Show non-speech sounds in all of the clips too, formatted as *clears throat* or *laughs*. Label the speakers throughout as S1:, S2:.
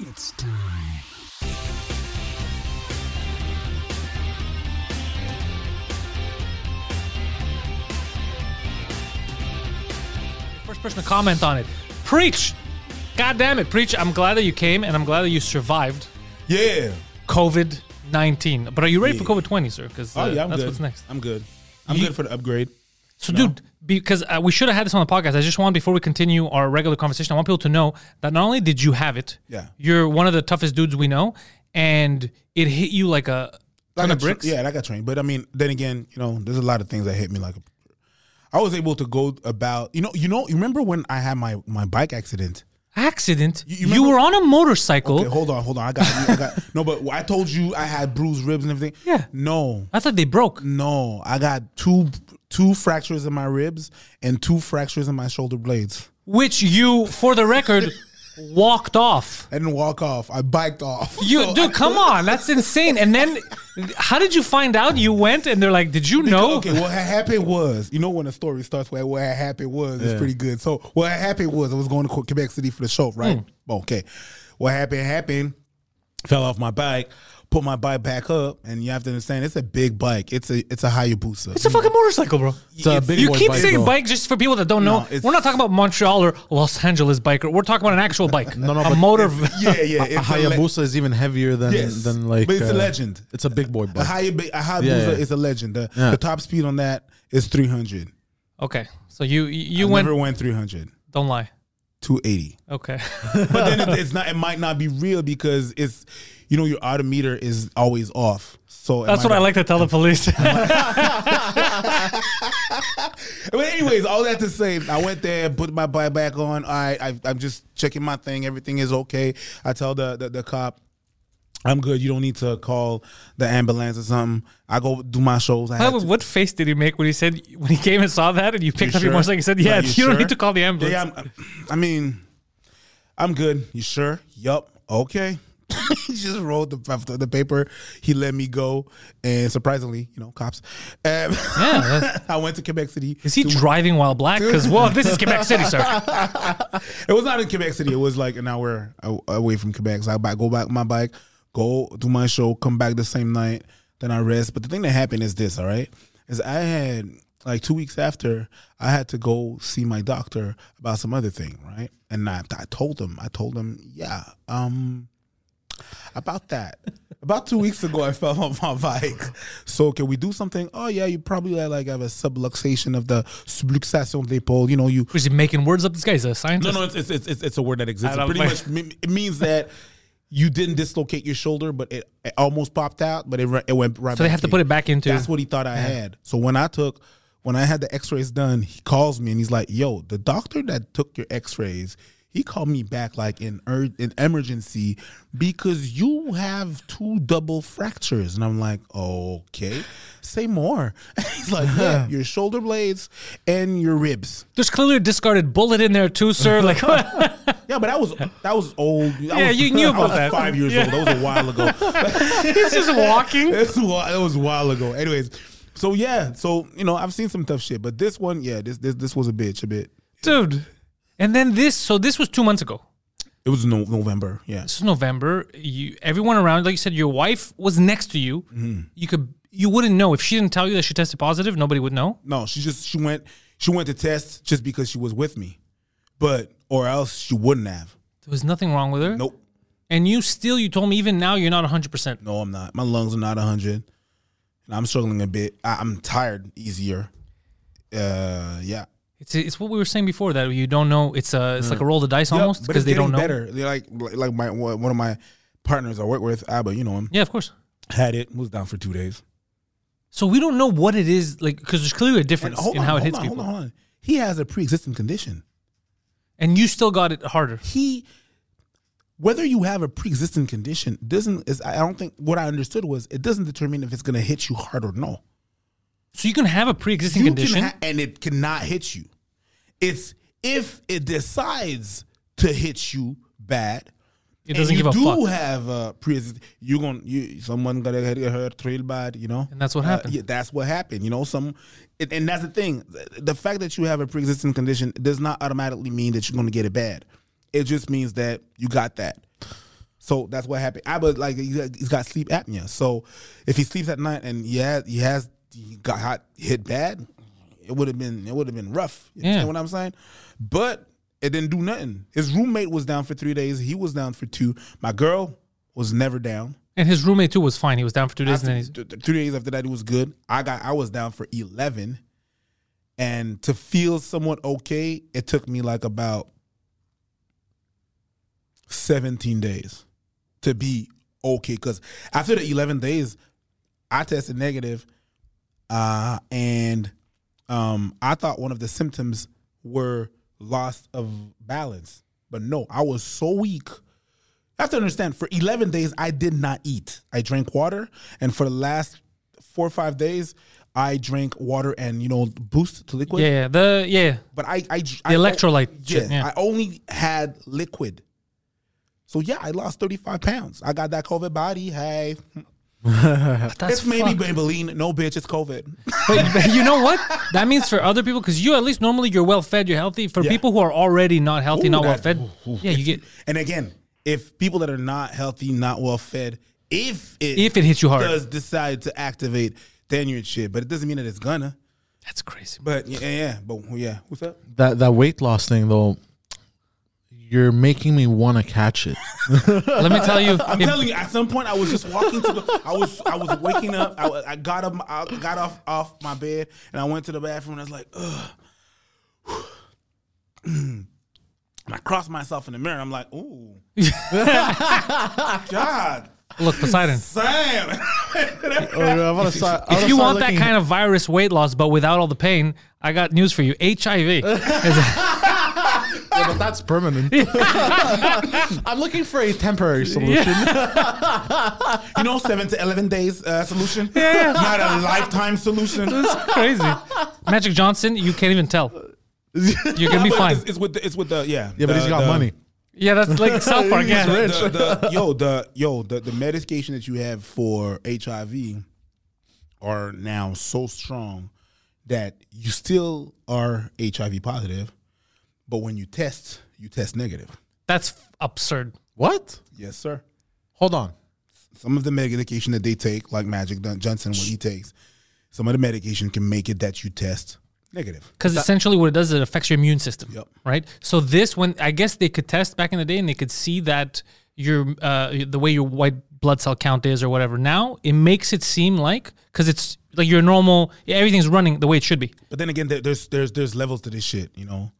S1: It's time.
S2: First person to comment on it. Preach! God damn it, preach! I'm glad that you came, and I'm glad that you survived
S3: Yeah.
S2: COVID nineteen. But are you ready for COVID twenty, sir? Because
S3: Oh yeah, I'm
S2: that's
S3: good.
S2: what's next.
S3: I'm good. I'm
S2: You-
S3: good for the upgrade.
S2: So, dude, because uh, we should have had this on the podcast, I just want before we continue our regular conversation, I want people to know that not only did you have it,
S3: Yeah.
S2: you're one of the toughest dudes we know, and it hit you like a ton
S3: I
S2: of
S3: got tra-
S2: bricks.
S3: yeah, like I trained. But I mean, then again, you know, there's a lot of things that hit me like a I was able to go about you know, you know, you remember when I had my my bike accident?
S2: Accident. You,
S3: you remember-
S2: were on a motorcycle.
S3: Okay, hold on, hold on. I got I got no, but I told you I had bruised ribs and everything.
S2: Yeah.
S3: No.
S2: I thought they broke.
S3: No, I got two two fractures in my ribs and two fractures in my shoulder blades.
S2: Which you, for the
S3: *laughs*
S2: record, walked off.
S3: I didn't walk off. I biked off.
S2: You
S3: *laughs* So
S2: dude,
S3: I-
S2: come on, that's insane. And then, how did you find out? You went, and they're like, "Did you know?"
S3: Okay, what had happened was, you know, when the story starts, where what had happened was, it's pretty good. So, what had happened was, I was going to Qu- Quebec City for the show, right?
S4: Hmm.
S3: Okay. What happened happened, fell off my bike, put my bike back up, and you have to understand, it's a big bike. It's a it's a Hayabusa.
S2: It's a fucking motorcycle, bro. It's
S3: a big
S2: you
S3: boy
S2: keep
S3: bike,
S2: saying
S3: bro.
S2: bike just for people that don't know.
S3: No, it's-
S2: We're not talking about Montreal or Los Angeles biker. We're talking about an actual
S3: *laughs*
S2: bike, a motor.
S3: *laughs* yeah, yeah.
S4: a
S3: a le-
S4: Hayabusa is even heavier than
S3: Yes,
S4: than like. uh,
S3: but it's a legend.
S4: It's a big boy
S3: A
S4: bike.
S3: Hayabusa, a Hayabusa
S4: Yeah, yeah.
S3: is a legend. The,
S4: Yeah.
S3: the top speed on that is 300.
S2: okay, so you you
S3: I
S2: went.
S3: never went 300,
S2: Don't lie.
S3: 280. *laughs*
S2: Okay,
S3: but then it, it's not. It might not be real because it's, you know, your odometer is always off. So it
S2: that's
S3: might
S2: what I
S3: not-
S2: like to tell the
S3: *laughs*
S2: police. *laughs*
S3: But anyways, all that to say, I went there, put my bike back on. I, I I'm just checking my thing. Everything is okay. I tell the the, the cop. I'm good. You don't need to call the ambulance or something. I go do my shows. I
S2: By
S3: had
S2: the way,
S3: to-
S2: what face did he make when he said when he came and saw that and you picked up your
S3: sure?
S2: motorcycle? He said,
S3: Like,
S2: "Yeah,
S3: you
S2: you don't
S3: sure?
S2: need to call the ambulance."
S3: Yeah, I'm, I mean, I'm good. You sure? Yup. Okay. *laughs* he just rolled the, the paper. He let me go, and surprisingly, you know, cops. *laughs* Um,
S2: Yeah, that's-
S3: I went to Quebec City.
S2: Is he driving while black? Because well, this is Quebec City, sir.
S3: *laughs* It was not in Quebec City. It was like an hour a- away from Quebec. So I bi- go back my bike, go do my show, come back the same night, then I rest. But the thing that happened is this, all right? Is I had like two weeks after I had to go see my doctor about some other thing, right? And I, I told him, I told him, yeah, um, about that. *laughs* About two weeks ago, I fell off my bike. So can we do something? Oh yeah, you probably like have a subluxation of the subluxation de l'épaule. You know, you
S2: Is he making words up? This guy's a scientist.
S3: no, no, it's it's it's, it's, it's a word that
S2: I
S3: exists. It
S2: don't
S3: pretty much me- it means that you didn't dislocate your shoulder, but it, it almost popped out, but it re- it went right.
S2: So they have to
S3: in.
S2: put it back into-
S3: That's what he thought I had. So when I took. When I had the X-rays done, he calls me and he's like, "Yo, the doctor that took your X-rays, he called me back like in ur- in emergency because you have two double fractures." And I'm like, "Okay, say more." *laughs* he's like,
S2: *laughs*
S3: "Yeah, your shoulder blades and your ribs."
S2: There's clearly a discarded bullet in there too, sir. *laughs* Like,
S3: Yeah, but that was that was old. That
S2: Yeah,
S3: was,
S2: you knew
S3: *laughs* I
S2: about
S3: was
S2: that.
S3: Five years
S2: Yeah.
S3: old. That was a while
S2: *laughs*
S3: ago. *laughs*
S2: he's just walking.
S3: That's a while- that was a while ago. Anyways, so yeah, so you know I've seen some tough shit, but this one, yeah, this this this was a bitch a bit.
S2: Dude. And then this, so this was two months ago.
S3: It was no, November. Yeah,
S2: This is November. You, everyone around, like you said, your wife was next to you.
S3: Mm-hmm.
S2: You could, you wouldn't know if she didn't tell you that she tested positive. Nobody would know.
S3: no, she just she went she went to test just because she was with me, but or else she wouldn't have.
S2: There was nothing wrong with her.
S3: Nope.
S2: And you still, you told me even now you're not 100. percent
S3: No, I'm not. My lungs are not hundred, and I'm struggling a bit. I, I'm tired easier. Uh, yeah.
S2: It's it's what we were saying before that you don't know. It's a it's like a roll of the dice almost
S3: Mm. But
S2: because
S3: it's
S2: they don't
S3: getting
S2: know.
S3: Better. They're like like my one of my partners I work with, Abba. You know him.
S2: Yeah, of course.
S3: Had it was down for two days.
S2: So we don't know what it is like because there's clearly a
S3: And
S2: difference
S3: hold
S2: in
S3: on,
S2: how it
S3: hold
S2: hits
S3: on,
S2: people.
S3: Hold on, hold on. He has a pre-existing condition.
S2: and you still got it harder.
S3: he whether you have a pre-existing condition doesn't is i don't think what i understood was it doesn't determine if it's going to hit you hard or no
S2: So you can have a pre-existing
S3: You can
S2: condition.
S3: ha- and it cannot hit you it's if it decides to hit you bad
S2: it doesn't
S3: and
S2: give
S3: you
S2: a
S3: do
S2: fuck.
S3: have a pre-existing you're going you someone got to get hurt real bad you know
S2: And that's what
S3: Uh,
S2: happened.
S3: yeah, that's what happened you know some it, and that's the thing The- the fact that you have a pre-existing condition does not automatically mean that you're going to get it bad it just means that you got that so that's what happened. I was like, he's got- he's got sleep apnea. So if he sleeps at night and yeah, he has he got hot, hit bad, it would have been it would have been rough. You
S2: Yeah.
S3: understand what I'm saying? But it didn't do nothing. His roommate was down for three days. He was down for two. My girl was never down.
S2: and his roommate too was fine. He was down for two days, and then he's
S3: After- th- th- three days after that, he was good. I got I was down for eleven, and to feel somewhat okay, it took me like about seventeen days to be okay. Because after the eleven days, I tested negative, uh, and um, I thought one of the symptoms were loss of balance, but no, I was so weak. You have to understand, for 11 days, I did not eat. I drank water. And for the last four or five days, I drank water and, you know, boost to liquid.
S2: yeah, yeah, the yeah.
S3: But I, I, the
S2: electrolyte
S3: yeah,
S2: shit, yeah.
S3: I only had liquid. So yeah, I lost 35 pounds. I got that COVID body. Hey,
S2: That's
S3: it's maybe
S2: fucked.
S3: Maybelline. No, bitch, it's COVID.
S2: But, but you know what? That means for other people, because you at least normally you're well fed, you're healthy. For
S3: Yeah.
S2: people who are already not healthy,
S3: Ooh,
S2: not well
S3: that-
S2: fed,
S3: ooh, ooh.
S2: yeah, you
S3: *laughs*
S2: get
S3: And again, if people that are not healthy, not well fed, if it
S2: If it hits you hard.
S3: does decide to activate, then you're in shit. But it doesn't mean that it's gonna.
S2: that's crazy.
S3: But yeah, yeah, yeah. but yeah, what's up?
S4: That that weight loss thing though, you're making me want to catch *laughs* it.
S2: Let me tell you,
S3: *laughs* I'm
S2: if-
S3: telling you, at some point I was just walking to the. I was I was waking up. I, wa- I got up. I got off off my bed and I went to the bathroom and I was like, ugh. *clears throat* And I crossed myself in the mirror. And I'm
S2: *laughs*
S3: like, ooh, *laughs* God,
S2: look,
S3: *laughs*
S2: Poseidon.
S3: Sam.
S4: Oh,
S2: If you want that kind of virus weight loss, but without all the pain, I got news for you.
S3: *laughs*
S2: HIV. is-
S4: but
S2: *laughs*
S4: that's permanent. *laughs* I'm looking for a temporary solution.
S3: You know, seven to eleven days uh, solution. not a lifetime solution.
S2: it's crazy. Magic Johnson, you can't even tell. You're gonna be
S3: *laughs* But
S2: fine.
S3: It's, it's with the, it's with the yeah.
S4: Yeah, but he's got money.
S2: Yeah, that's
S3: *laughs*
S2: like South Park. Yeah,
S4: rich.
S3: The, the, yo, the yo, the, the medication that you have for HIV are now so strong that you still are HIV positive, but when you test, you test negative.
S2: that's f- absurd.
S4: What?
S3: Yes, sir.
S4: Hold on.
S3: Some of the medication that they take, like Magic Dun- Johnson, what he takes, some of the medication can make it that you test negative.
S2: Because essentially, what it does is it affects your immune system,
S3: Yep.
S2: right? So this, when I guess they could test back in the day, and they could see that your uh, the way your white blood cell count is or whatever. Now it makes it seem like because it's like your normal, yeah, everything's running the way it should be.
S3: But then again, there, there's there's there's levels to this shit, you know.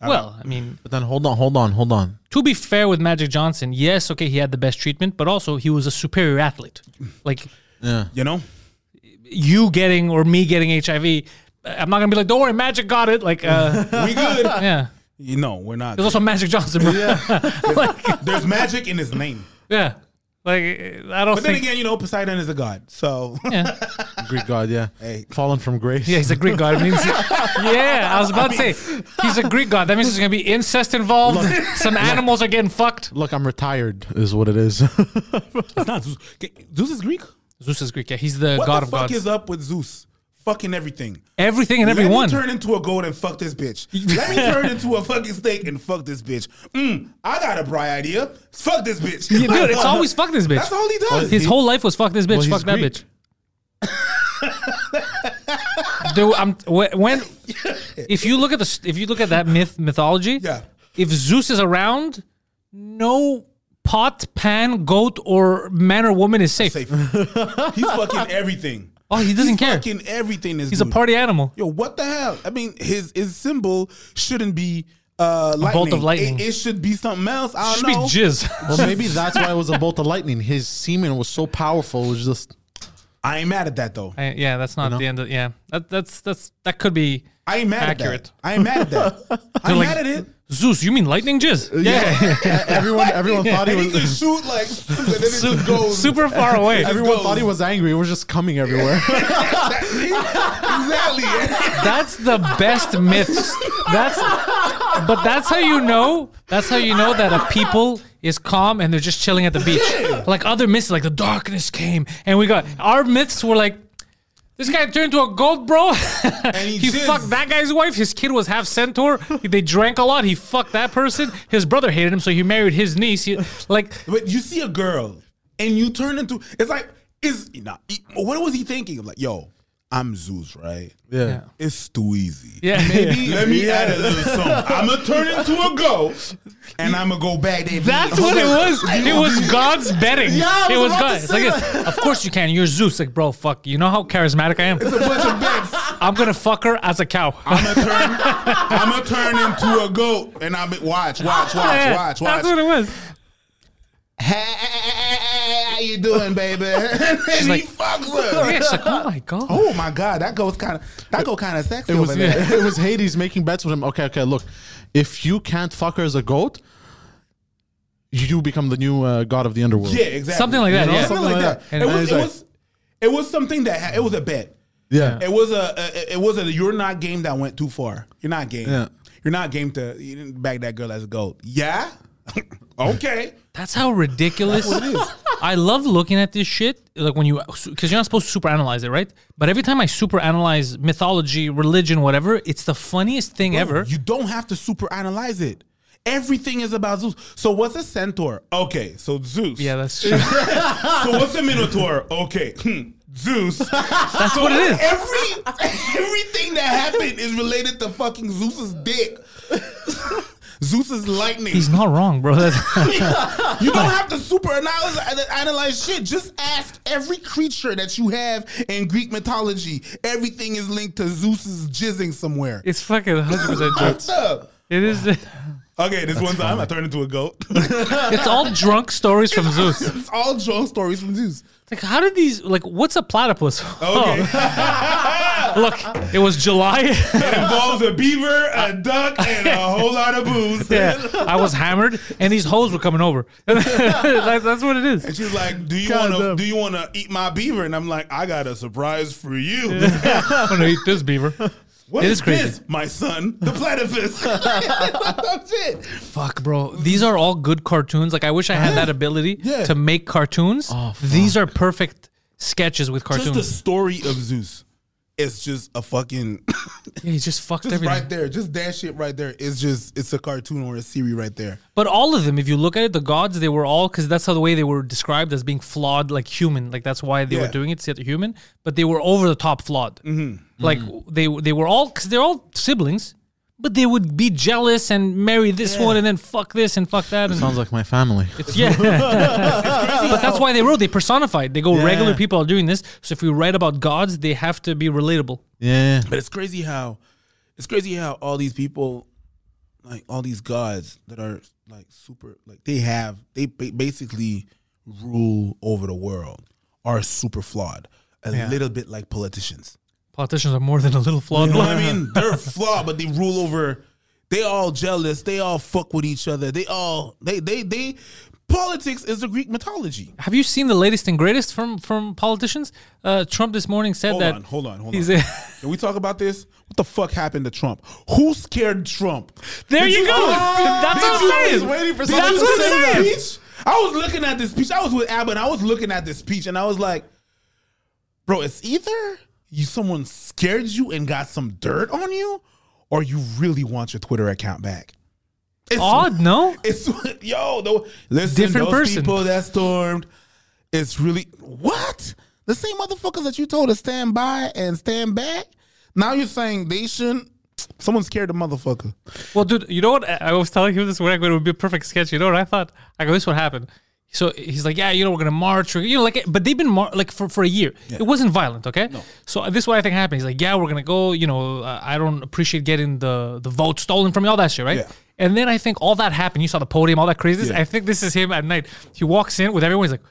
S2: well, I mean,
S4: But then hold on, hold on, hold on.
S2: to be fair with Magic Johnson, yes, okay, he had the best treatment, but also he was a superior
S3: *laughs*
S2: athlete. Like *laughs*
S3: You know,
S2: you getting or me getting HIV, uh, I'm not gonna be like, don't worry, Magic got it. Like,
S3: *laughs*
S2: uh,
S3: we good.
S2: yeah,
S3: You know, we're not.
S2: there's also Magic Johnson. Bro. Yeah, *laughs*
S3: There's magic in his name.
S2: yeah. Like I don't
S3: But then
S2: think.
S3: again, you know, Poseidon is a god.
S2: *laughs*
S3: So
S2: yeah.
S4: Greek god, yeah.
S3: Hey.
S4: Fallen from grace.
S2: Yeah, he's a Greek god. It means *laughs* yeah, I was about to say he's a Greek god. That means there's gonna be incest involved. Some animals are getting fucked.
S4: Look, I'm retired is what it is. *laughs*
S3: it's not Zeus. Zeus is Greek.
S2: Zeus is Greek. Yeah, he's the
S3: What
S2: god
S3: the
S2: of
S3: fuck
S2: gods.
S3: is up with Zeus? Fucking everything.
S2: Everything and
S3: Let me
S2: everyone.
S3: turn into a goat and fuck this bitch. Let
S2: *laughs*
S3: me turn into a fucking steak and fuck this bitch. Mm, I got a bright idea. Fuck this bitch.
S2: Yeah, dude,
S3: *laughs*
S2: it's always fuck this bitch.
S3: That's all he does.
S2: His whole life was fuck this bitch,
S4: he's
S2: fuck that
S4: Greek.
S2: bitch. Dude, I'm, wh-
S3: *laughs*
S2: when if you look at the s- if you look at that myth mythology,
S3: Yeah.
S2: if Zeus is around, no pot, pan, goat, or man or woman is safe.
S3: Safe. He's fucking everything.
S2: Oh, he doesn't care.
S3: Fucking everything is.
S2: He's a party animal.
S3: Yo, what the hell? I mean, his his symbol shouldn't be uh, lightning.
S2: bolt of lightning.
S3: It, it should be something else. I
S2: Should
S3: don't
S2: be
S3: know.
S2: jizz. *laughs*
S4: well, maybe that's why it was a bolt of lightning. His semen was so powerful, it was just
S3: I ain't mad at that though.
S2: I- yeah, that's not the end. of Yeah, that, that's that's that could be.
S3: I ain't mad at
S2: Accurate.
S3: that. I ain't mad
S2: *laughs*
S3: at that. I'm
S2: like-
S3: mad at
S2: *laughs*
S3: it.
S2: Zeus, you mean lightning jizz?
S4: Yeah, E-, everyone, everyone thought he
S3: And he could
S4: was.
S3: shoot like, *laughs* and then
S2: *laughs*
S3: it just goes.
S2: Super far away.
S4: Everyone thought he was angry. It was just coming everywhere.
S3: *laughs*
S2: *laughs*
S3: exactly.
S2: That's the best myths. That's but that's how you know. That's how you know that a people is calm and they're just chilling at the beach. Like other myths, like the darkness came and we got our myths were like. This guy turned to a goat, bro. *laughs*
S3: he
S2: he
S3: jizzed.
S2: fucked that guy's wife. His kid was half centaur. They drank a lot. He fucked that person. His brother hated him, so he married his niece. He- like,
S3: But you see a girl and you turn into it's like is nah, he- what was he thinking? Like, yo, I'm Zeus, right?
S4: yeah.
S3: It's too easy. *laughs*
S2: yeah,
S3: Let me add a little something. I'm gonna turn into a goat, and I'm gonna go back there.
S2: That's what it was. It was God's betting.
S4: Yeah, I was
S2: it was
S4: about to
S2: God's.
S4: say
S2: Like, it's, of course you can. You're Zeus. Like, bro, fuck. You know how charismatic I am.
S3: a bunch of bets.
S2: I'm gonna fuck her as a cow.
S3: I'm gonna turn. I'm gonna turn into a goat, and I'm watch, watch, watch,
S2: Yeah,
S3: watch, watch.
S2: That's what it was.
S3: Hey, how you doing, baby? and *laughs* he
S2: like-
S3: fucks
S2: *laughs*
S3: her.
S2: Yeah, she's like, oh my god.
S3: Oh my god, that goes kind of that go kind of sexy
S4: It was
S3: over there.
S4: it was Hades making bets with him. Okay, okay, look, if you can't fuck her as a goat, you become the new uh, god of the underworld.
S3: Yeah, exactly.
S2: Something like that, yeah.
S3: something, like that.
S2: And
S3: It
S2: then
S3: was.
S4: he's
S3: It
S4: like-
S3: was. It was something that ha- it was a bet.
S4: yeah.
S3: It was a, a- it was a you're not game that went too far. You're not game.
S4: Yeah.
S3: You're not game to you didn't bag that girl as a goat. Yeah. *laughs* okay.
S2: That's how ridiculous. I love looking at this shit. Like when you, because you're not supposed to super analyze it, right? But every time I super analyze mythology, religion, whatever, it's the funniest thing ever.
S3: You don't have to super analyze it. Everything is about Zeus. So what's a centaur? Okay, so Zeus.
S2: yeah,
S3: *laughs*
S2: that's true.
S3: so what's a minotaur? Okay, *laughs* hmm, Zeus. That's
S2: what it is.
S3: Every everything that happened is related to fucking Zeus's dick. Zeus's lightning.
S2: He's not wrong, bro. That's, *laughs*
S3: You don't have to super analyze analyze shit. Just ask every creature that you have in Greek mythology. Everything is linked to Zeus's jizzing somewhere.
S2: it's fucking 100% true.
S3: What's up?
S2: It is.
S3: Okay, this one time I turned into a goat.
S2: *laughs* It's all drunk stories from Zeus.
S3: *laughs* it's all drunk stories from Zeus.
S2: Like, how did these? Like, what's a platypus? *laughs* Oh,
S3: Okay.
S2: Look, it was July.
S3: *laughs*
S2: *laughs*
S3: It involves a beaver, a duck, and a whole lot of booze.
S2: yeah, I was hammered, and these hoes were coming over. *laughs* that's, that's what it is.
S3: And she's like, "Do you
S4: God
S3: want to
S4: damn.
S3: do you want to eat my beaver?" And I'm like, "I got a surprise for you. *laughs*
S2: I'm gonna eat this beaver.
S3: What
S2: It
S3: is
S2: is crazy.
S3: this, my son? The platypus." That's it.
S2: Fuck, bro. These are all good cartoons. Like, I wish I had that ability to make cartoons. these are perfect sketches with
S3: Just the
S2: cartoons.
S3: story of Zeus. It's just a fucking *laughs*
S2: yeah, he just fucked
S3: just
S2: everything.
S3: right there. Just that shit right there. It's just it's a cartoon or a series right there.
S2: But all of them, if you look at it, the gods, they were all because that's how the way they were described as being flawed, like human. Like that's why they
S3: Yeah. Mm-hmm.
S2: were doing it, yet human. But they were over the top flawed. Like they they were all because they're all siblings, but they would be jealous and marry this one and then fuck this and fuck that. And,
S4: Sounds like my family.
S2: yeah, *laughs* but that's why they wrote. They personified. They go regular
S4: Yeah.
S2: people are doing this. So if we write about gods, they have to be relatable.
S4: yeah.
S3: But it's crazy how it's crazy how all these people like all these gods that are like super like they have they ba- basically rule over the world are super flawed. A little bit like politicians.
S2: Politicians are more than a little flawed.
S3: You know what
S2: *laughs*
S3: I mean? They're flawed, but they rule over. They all jealous. They all fuck with each other. They all they they they. Politics is the Greek mythology.
S2: Have you seen the latest and greatest from from politicians? Uh, Trump this morning said
S3: Hold
S2: that.
S3: on, hold on, hold
S2: he's
S3: on.
S2: a-
S3: Can we talk about this? What the fuck happened to Trump? Who scared Trump?
S2: There
S3: Did
S2: you go.
S3: see-
S2: That's
S3: did
S2: what
S3: you
S2: I'm saying.
S3: see-
S4: waiting for
S3: did
S4: someone
S3: you
S4: to
S3: see
S4: say
S3: that
S4: that.
S3: speech? I was looking at this speech. I was with Abbott. and I was looking at this speech, and I was like, "Bro, it's either you someone scared you and got some dirt on you, or you really want your Twitter account back."
S2: *laughs*
S3: It's
S2: Odd, no?
S3: It's *laughs* yo, though. Listen,
S2: Different
S3: those
S2: person.
S3: people that stormed. It's really what the same motherfuckers that you told to stand by and stand back. Now you're saying they shouldn't. Someone scared the motherfucker.
S2: Well, dude, you know what? I I was telling him this morning, it would be a perfect sketch. You know what I thought? I go, this would happen. So he's like, yeah, you know, we're gonna march, or, you know, like, but they've been mar- like for, for a year. It wasn't violent, okay? No. So this is what I think happened. He's like, yeah, we're gonna go. You know, uh, I don't appreciate getting the the vote stolen from me, all that shit, right?
S3: Yeah.
S2: And then I think all that happened. You saw the podium, all that craziness.
S3: Yeah.
S2: I think this is him at night. He walks in with everyone. He's like,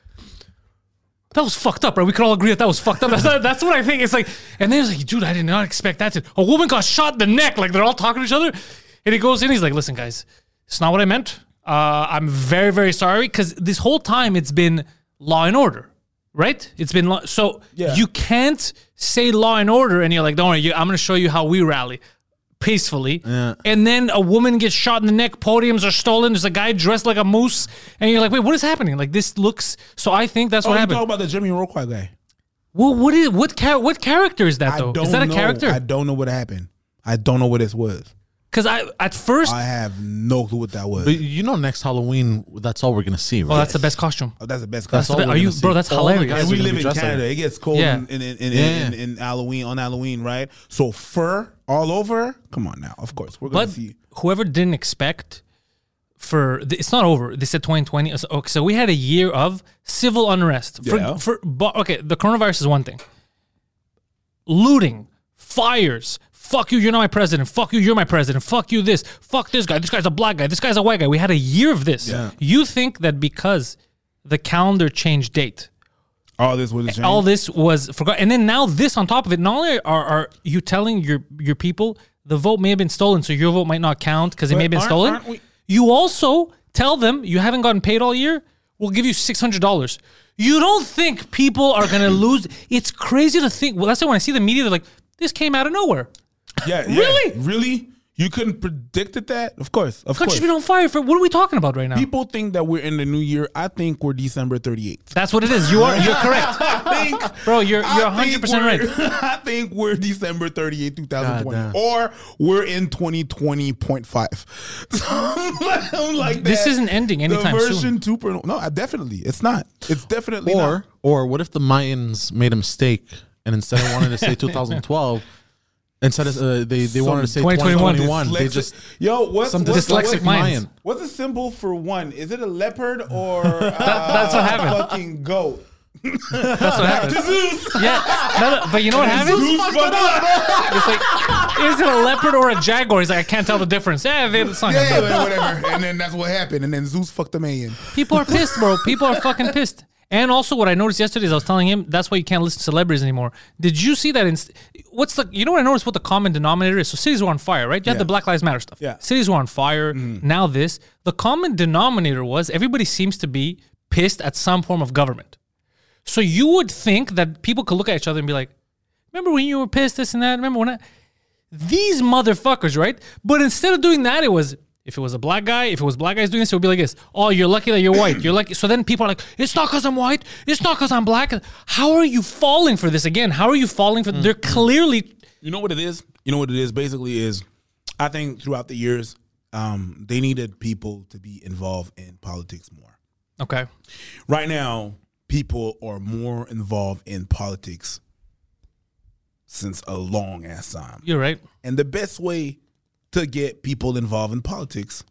S2: that was fucked up, right? We could all agree that that was fucked up. That's not, that's what I think. It's like, and then it's like, dude, I did not expect that. To, a woman got shot in the neck. Like they're all talking to each other, and he goes in. He's like, listen, guys, it's not what I meant. Uh, I'm very, very sorry because this whole time it's been law and order, right? It's been law, so
S3: Yeah.
S2: you can't say law and order, and you're like, don't worry, you, I'm going to show you how we rally peacefully. And then a woman gets shot in the neck, podiums are stolen, there's a guy dressed like a moose, and you're like, wait, what is happening? Like this looks so I think that's
S3: Oh,
S2: what
S3: you talk
S2: happened.
S3: about the Jimmy Roquai guy.
S2: Well, what is what char- what character is that
S3: I
S2: though?
S3: don't
S2: Is that a
S3: know. I
S2: character?
S3: don't know what happened. I don't know what this was.
S2: Because I, at first
S3: I have no clue what that was.
S4: But you know, next Halloween, that's all we're gonna see, right?
S2: Oh, that's the best costume.
S3: Oh, that's the best.
S4: That's
S3: costume.
S4: all
S2: Are
S4: we're
S2: you-
S4: gonna see.
S2: bro, that's
S4: All the
S2: hilarious.
S4: guys
S3: And we
S4: are gonna
S3: live
S4: be
S3: in
S4: dressed like
S3: Canada.
S4: that.
S3: It gets cold
S2: Yeah.
S3: in, in, in, in,
S4: Yeah.
S3: in, in Halloween on Halloween, right? So fur all over. Come on now. Of course, we're gonna
S2: But
S3: see.
S2: whoever didn't expect for th- it's not over. They said 2020. So, okay, so we had a year of civil unrest. For,
S3: Yeah.
S2: for but okay, the coronavirus is one thing. Looting, fires. Fuck you, you're not my president. Fuck you, you're my president. Fuck you, this. Fuck this guy. This guy's a black guy. This guy's a white guy. We had a year of this.
S3: Yeah.
S2: You think that because the calendar changed date,
S3: All this was a
S2: all
S3: change.
S2: this was forgotten. And then now this on top of it. Not only are, are you telling your your people the vote may have been stolen, so your vote might not count because it may have been
S3: aren't-
S2: stolen.
S3: aren't we-
S2: you also tell them you haven't gotten paid all year. We'll give you six hundred dollars. You don't think people are
S3: *coughs*
S2: gonna lose? It's crazy to think. Well, that's why when I see the media, they're like, "This came out of nowhere."
S3: Yeah, yeah.
S2: Really?
S3: really. You couldn't predict it that. Of course, of
S2: Country's
S3: course.
S2: been on fire for. What are we talking about right now?
S3: People think that we're in the new year. I think we're December
S2: *laughs*
S3: thirty eighth.
S2: that's what it is. You are. You're
S3: *laughs*
S2: correct,
S3: I think,
S2: bro. You're
S3: I
S2: you're 100
S3: think
S2: percent right.
S3: we're- *laughs* I think we're December 38, 2020,
S4: God damn.
S3: or we're in 2020.5. *laughs* So I'm like- I'm like
S2: This
S3: that.
S2: isn't ending anytime
S3: the
S2: soon.
S3: version 2.0. No, I- definitely. It's not. It's definitely
S4: Or
S3: not.
S4: or what if the Mayans made a mistake and instead of wanting
S3: *laughs*
S4: to say 2012, instead of uh, they they wanted to say
S2: 2021.
S4: 2021, they
S3: Dyslexic-
S4: just
S3: Yo, what's,
S4: some
S3: what's,
S4: dyslexic
S3: what's,
S2: minds.
S4: Mayan.
S3: what's the symbol for one? Is it a leopard
S4: *laughs*
S3: or uh, that,
S2: that's what happened.
S3: fucking goat?
S2: That's what happened.
S3: Zeus!
S2: Yeah, no, no, but you know what happens?
S3: Zeus fucked up!
S2: It's like, is it a leopard or a jaguar? He's like, I can't tell the difference. Yeah, they, it's not gonna
S3: Yeah,
S2: tell.
S3: but whatever. And then that's what happened. And then Zeus fucked the man.
S2: People are pissed, bro. People are fucking pissed. And also, what I noticed yesterday is I was telling him that's why you can't listen to celebrities anymore. Did you see that? In, what's the? You know what I noticed? What the common denominator is? So cities were on fire, right? You had the Black Lives Matter stuff.
S3: Yeah. Mm-hmm.
S2: cities were on fire. Now this. The common denominator was everybody seems to be pissed at some form of government. So you would think that people could look at each other and be like, "Remember when you were pissed this and that? Remember when I?" these motherfuckers, right? But instead of doing that, it was if it was a black guy, if it was black guys doing this, it would be like this. Oh, you're lucky that you're white. You're lucky. So then people are like, it's not because I'm white. It's not because I'm black. How are you falling for this again? How are you falling for? They're clearly
S3: You know what it is? You know what it is? Basically, is I think throughout the years, um, they needed people to be involved in politics more.
S2: okay.
S3: Right now, people are more involved in politics since a long ass time.
S2: You're right.
S3: And the best way to get people involved in politics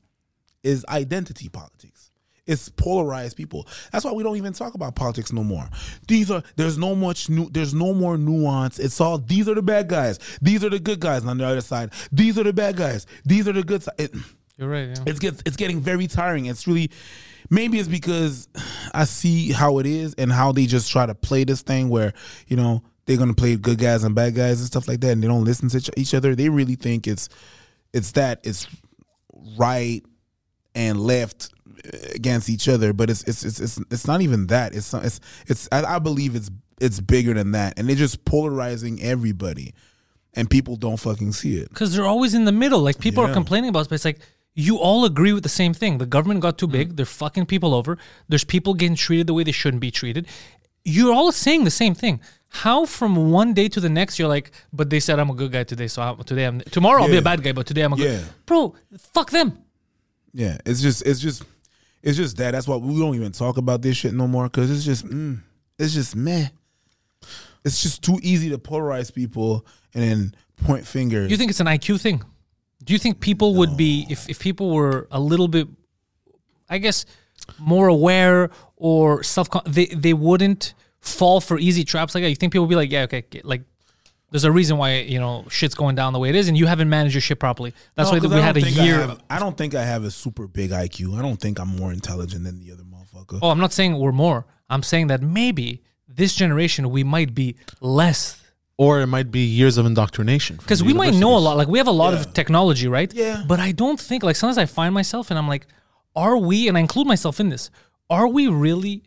S3: is identity politics. It's polarized people. That's why we don't even talk about politics no more. These are there's no much new there's no more nuance. It's all these are the bad guys. These are the good guys on the other side. These are the bad guys. These are the good side.
S2: You're right. Yeah.
S3: it's gets it's getting very tiring. It's really maybe it's because I see how it is and how they just try to play this thing where you know they're gonna play good guys and bad guys and stuff like that, and they don't listen to each- each other. They really think it's it's that it's right and left uh, against each other, but it's it's it's it's, it's not even that. It's some- it's it's I, I believe it's it's bigger than that, and they're just polarizing everybody, and people don't fucking see it.
S2: because they're always in the middle. Like people are
S3: Yeah.
S2: complaining about, it, but it's like you all agree with the same thing. The government got
S3: Mm.
S2: too big. They're fucking people over. There's people getting treated the way they shouldn't be treated. You're all saying the same thing. How from one day to the next you're like, but they said I'm a good guy today, so I'm, today I'm tomorrow I'll be
S3: Yeah.
S2: a bad guy, but today I'm a good.
S3: Yeah.
S2: Bro, fuck them.
S3: Yeah, it's just it's just it's just that. That's why we don't even talk about this shit no more because it's just mm, it's just meh. It's just too easy to polarize people and then point fingers.
S2: You think it's an IQ thing? Do you think people would be if, if people were a little bit, I guess, more aware or self they they wouldn't fall for easy traps like that? You think people would be like, yeah, okay, okay, like there's a reason why you know shit's going down the way it is, and you haven't managed your shit properly. That's
S3: No,
S2: why
S3: 'cause
S2: we
S3: I
S2: had a
S3: don't think I
S2: year.
S3: have- I don't think I have a super big IQ. I don't think I'm more intelligent than the other motherfucker.
S2: oh, I'm not saying we're more. I'm saying that maybe this generation we might be less
S4: or it might be years of indoctrination. from
S2: because
S4: the
S2: we might know a
S4: universities.
S2: lot. Like we have a lot of technology, right?
S3: Yeah.
S2: But I don't think like sometimes I find myself and I'm like, are we? And I include myself in this. Are we really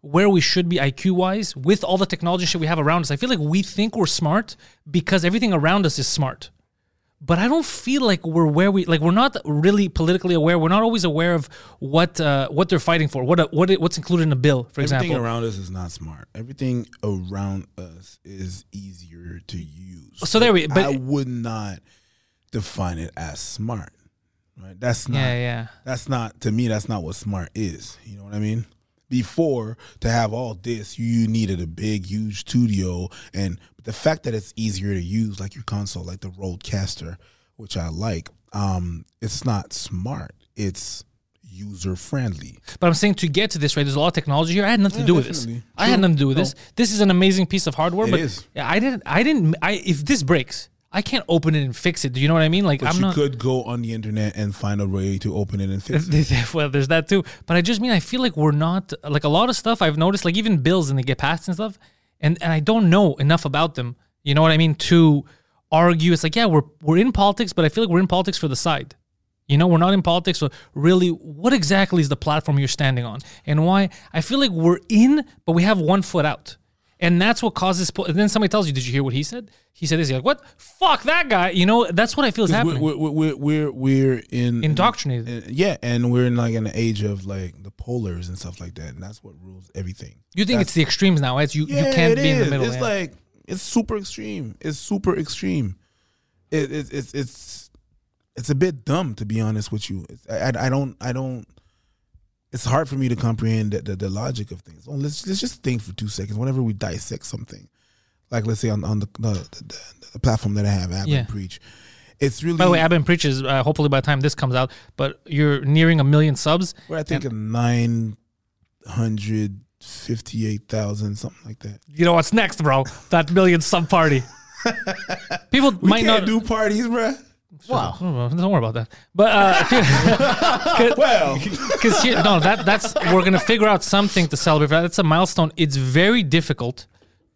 S2: where we should be IQ wise with all the technology shit we have around us? I feel like we think we're smart because everything around us is smart. But I don't feel like we're where we like. We're not really politically aware. We're not always aware of what uh, what they're fighting for. What a, what it, what's included in a bill, for
S3: Everything
S2: example.
S3: around us is not smart. Everything around us is easier to use.
S2: So there we- but-
S3: I would not define it as smart. Right? That's not.
S2: yeah, yeah.
S3: That's not to me. That's not what smart is. You know what I mean? Before to have all this, you needed a big, huge studio, and the fact that it's easier to use, like your console, like the Rodecaster, which I like. Um, it's not smart. It's user friendly.
S2: But I'm saying to get to this, right? There's a lot of technology here. I had nothing to do with this.
S3: definitely.
S2: I had nothing to do with this. This is an amazing piece of hardware,
S3: It
S2: but
S3: is.
S2: yeah, I didn't. I didn't. I if this breaks, I can't open it and fix it. Do you know what I mean? Like
S3: But
S2: I'm
S3: you
S2: not.
S3: could go on the internet and find a way to open it and
S2: *laughs*
S3: fix it.
S2: well, there's that too. But I just mean I feel like we're not like a lot of stuff I've noticed, like even bills and they get passed and stuff, and and I don't know enough about them. You know what I mean? To argue, it's like yeah, we're we're in politics, but I feel like we're in politics for the side. You know, we're not in politics. So really, what exactly is the platform you're standing on, and why? I feel like we're in, but we have one foot out, and that's what causes. Po- and then somebody tells you, "Did you hear what he said? He said this." You're like, "What? Fuck that guy!" You know, that's what I feel is
S3: We're,
S2: happening.
S3: we're, we're, we're, we're in
S2: Indoctrinated.
S3: in- yeah, and we're in like an age of like the polars and stuff like that, and that's what rules everything.
S2: you think it's the extremes now? It's you. you can't
S3: it
S2: be in the
S3: is.
S2: middle.
S3: It's
S2: yeah.
S3: like it's super extreme. It's super extreme. It, it, it's it's it's a bit dumb to be honest with you. It's, I, I I don't I don't. It's hard for me to comprehend the, the, the logic of things. Well, let's let's just think for two seconds. Whenever we dissect something, like let's say on on the the, the, the platform that I have, App
S2: Yeah.
S3: and Preach, it's really.
S2: By the way, Abin preaches. Uh, hopefully, by the time this comes out, but you're nearing a million subs.
S3: we're I think nine hundred fifty-eight thousand, something like that.
S2: You know what's next, bro? That million sub
S3: *laughs*
S2: party. People
S3: We
S2: might
S3: can't
S2: not.
S3: do parties, bruh.
S2: wow. Don't worry about that. But uh, *laughs*
S3: Well,
S2: because no, that that's we're gonna figure out something to celebrate. for that. That's a milestone. It's very difficult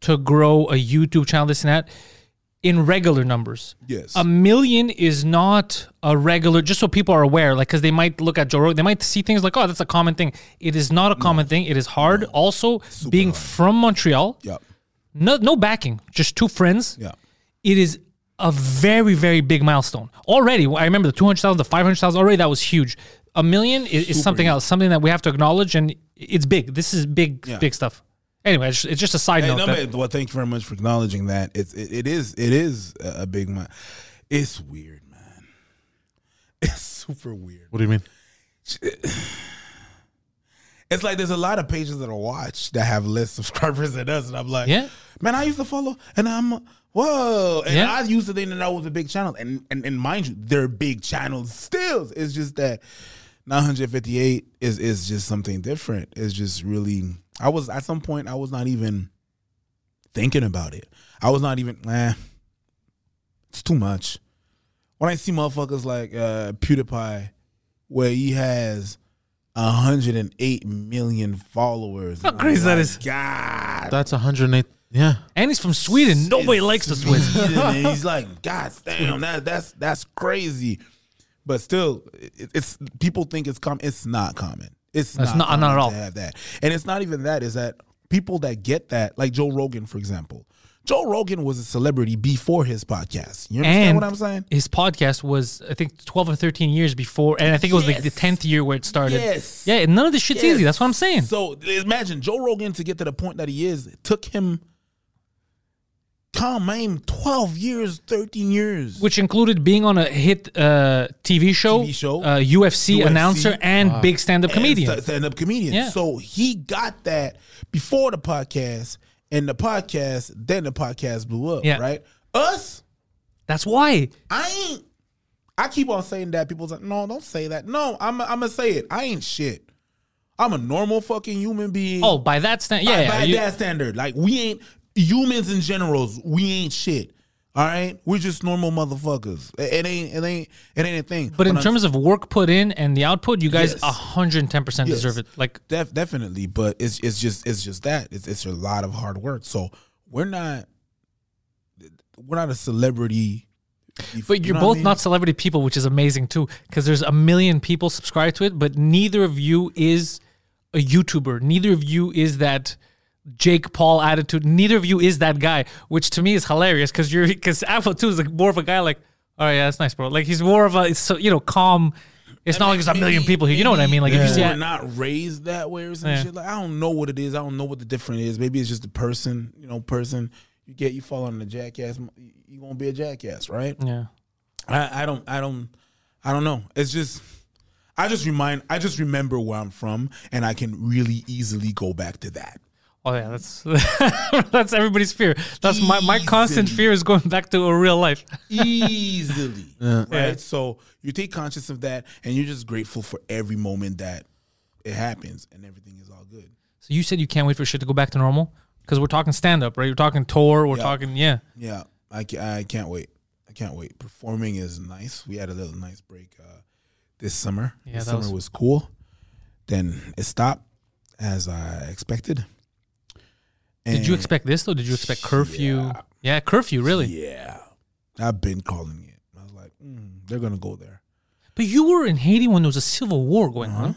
S2: to grow a YouTube channel, this and that, in regular numbers.
S3: yes.
S2: A million is not a regular. Just so people are aware, like because they might look at Joe Rogan, they might see things like, "Oh, that's a common thing." It is not a common thing. It is hard. Also, being from Montreal,
S3: yep.
S2: no no backing, just two friends.
S3: Yeah.
S2: It is a very very big milestone already. I remember the two hundred thousand, the five hundred thousand. Already that was huge. A million is, is something else, something that we have to acknowledge, and it's big. This is big
S3: Yeah.
S2: big stuff. Anyway, it's, it's just a side
S3: Hey,
S2: note.
S3: no,
S2: that-
S3: man, well, thank you very much for acknowledging that. It's it, it is it is a a big mi- It's weird, man. *laughs* It's super weird.
S4: What do you mean?
S3: It's like there's a lot of pages that I watch that have less *laughs* subscribers than us, and I'm like,
S2: Yeah.
S3: man, I used to follow, and I'm whoa, and
S2: Yeah.
S3: I used to think that I was a big channel, and and and mind you, they're big channels still. It's just that 958 is is just something different. It's just really, I was at some point, I was not even thinking about it. I was not even, eh, it's too much. When I see motherfuckers like uh, PewDiePie, where he has 108 million followers.
S2: How crazy that is.
S3: Oh God.
S4: That's 108. Yeah.
S2: and he's from Sweden. Nobody likes the Swiss. *laughs*
S3: Sweden, and he's like, God damn, that, that's that's crazy. But still, it, it's people think it's common. It's not common. It's
S2: That's
S3: not,
S2: not- not at
S3: common
S2: all.
S3: to have that. And it's not even that. Is that people that get that, like Joe Rogan, for example. Joe Rogan was a celebrity before his podcast. You understand
S2: and
S3: what I'm saying?
S2: His podcast was, I think, twelve or thirteen years before, and I think it was like the
S3: Yes.
S2: tenth year where it started.
S3: Yes.
S2: Yeah, and none of this shit's
S3: Yes.
S2: easy. That's what I'm saying.
S3: So imagine Joe Rogan to get to the point that he is. It took him, come aim, twelve years, thirteen years.
S2: Which included being on a hit uh, TV show,
S3: TV show,
S2: uh, UFC,
S3: UFC,
S2: announcer, and big stand-up comedian.
S3: stand up comedian.
S2: Yeah.
S3: So he got that before the podcast, and the podcast, then the podcast blew up,
S2: Yeah.
S3: right? Us,
S2: That's why.
S3: I ain't. I keep on saying that. People's like, no, don't say that. No, I'm, I'm gonna say it. I ain't shit. I'm a normal fucking human being.
S2: Oh, by that stand, yeah,
S3: by,
S2: yeah,
S3: by
S2: you-
S3: that standard, like we ain't humans in generals. We ain't shit. All right, we're just normal motherfuckers. It, it ain't, it ain't, it ain't a thing.
S2: But in
S3: I'm
S2: terms of work put in and the output, you guys
S3: Yes.
S2: 110%
S3: Yes.
S2: deserve it. Like,
S3: Def- definitely, but it's it's just it's just that it's it's a lot of hard work. So we're not we're not a celebrity. you f-
S2: but
S3: you
S2: you're
S3: know what I
S2: both
S3: mean?
S2: not celebrity people, which is amazing too, because there's a million people subscribed to it, but neither of you is a YouTuber. Neither of you is that Jake Paul attitude. Neither of you is that guy, which to me is hilarious because you're because Alpha too is like more of a guy like, all right, yeah, that's nice, bro. Like he's more of a it's so you know calm. It's not like there's a million people here. You know what I mean? Like if you see,
S3: Maybe we're
S2: that,
S3: not raised that way or some
S2: Yeah.
S3: shit. Like I don't know what it is. I don't know what the difference is. Maybe it's just the person. You know, person you get you fall under the jackass. You gonna be a jackass, right?
S2: yeah,
S3: I, I don't I don't I don't know. It's just I just remind I just remember where I'm from and I can really easily go back to that.
S2: oh yeah, that's *laughs* that's everybody's fear. That's my my constant
S3: Easily.
S2: fear is going back to a real life.
S3: *laughs* Easily. right?
S2: Yeah.
S3: So you take conscious of that and you're just grateful for every moment that it happens and everything is all good.
S2: So you said you can't wait for shit to go back to normal because we're talking stand up, right? You're talking tour. We're
S3: Yeah.
S2: talking yeah.
S3: Yeah. I ca- I can't wait. I can't wait. Performing is nice. We had a little nice break uh this summer.
S2: Yeah,
S3: this
S2: that
S3: summer
S2: was-
S3: was-, cool. Then it stopped as I expected.
S2: Did you
S3: And-
S2: expect this though? Did you expect curfew? Yeah, curfew really.
S3: Yeah. I've been calling it. I was like, mm, they're going to go there.
S2: But you were in Haiti when there was a civil war going
S3: Uh-huh.
S2: on.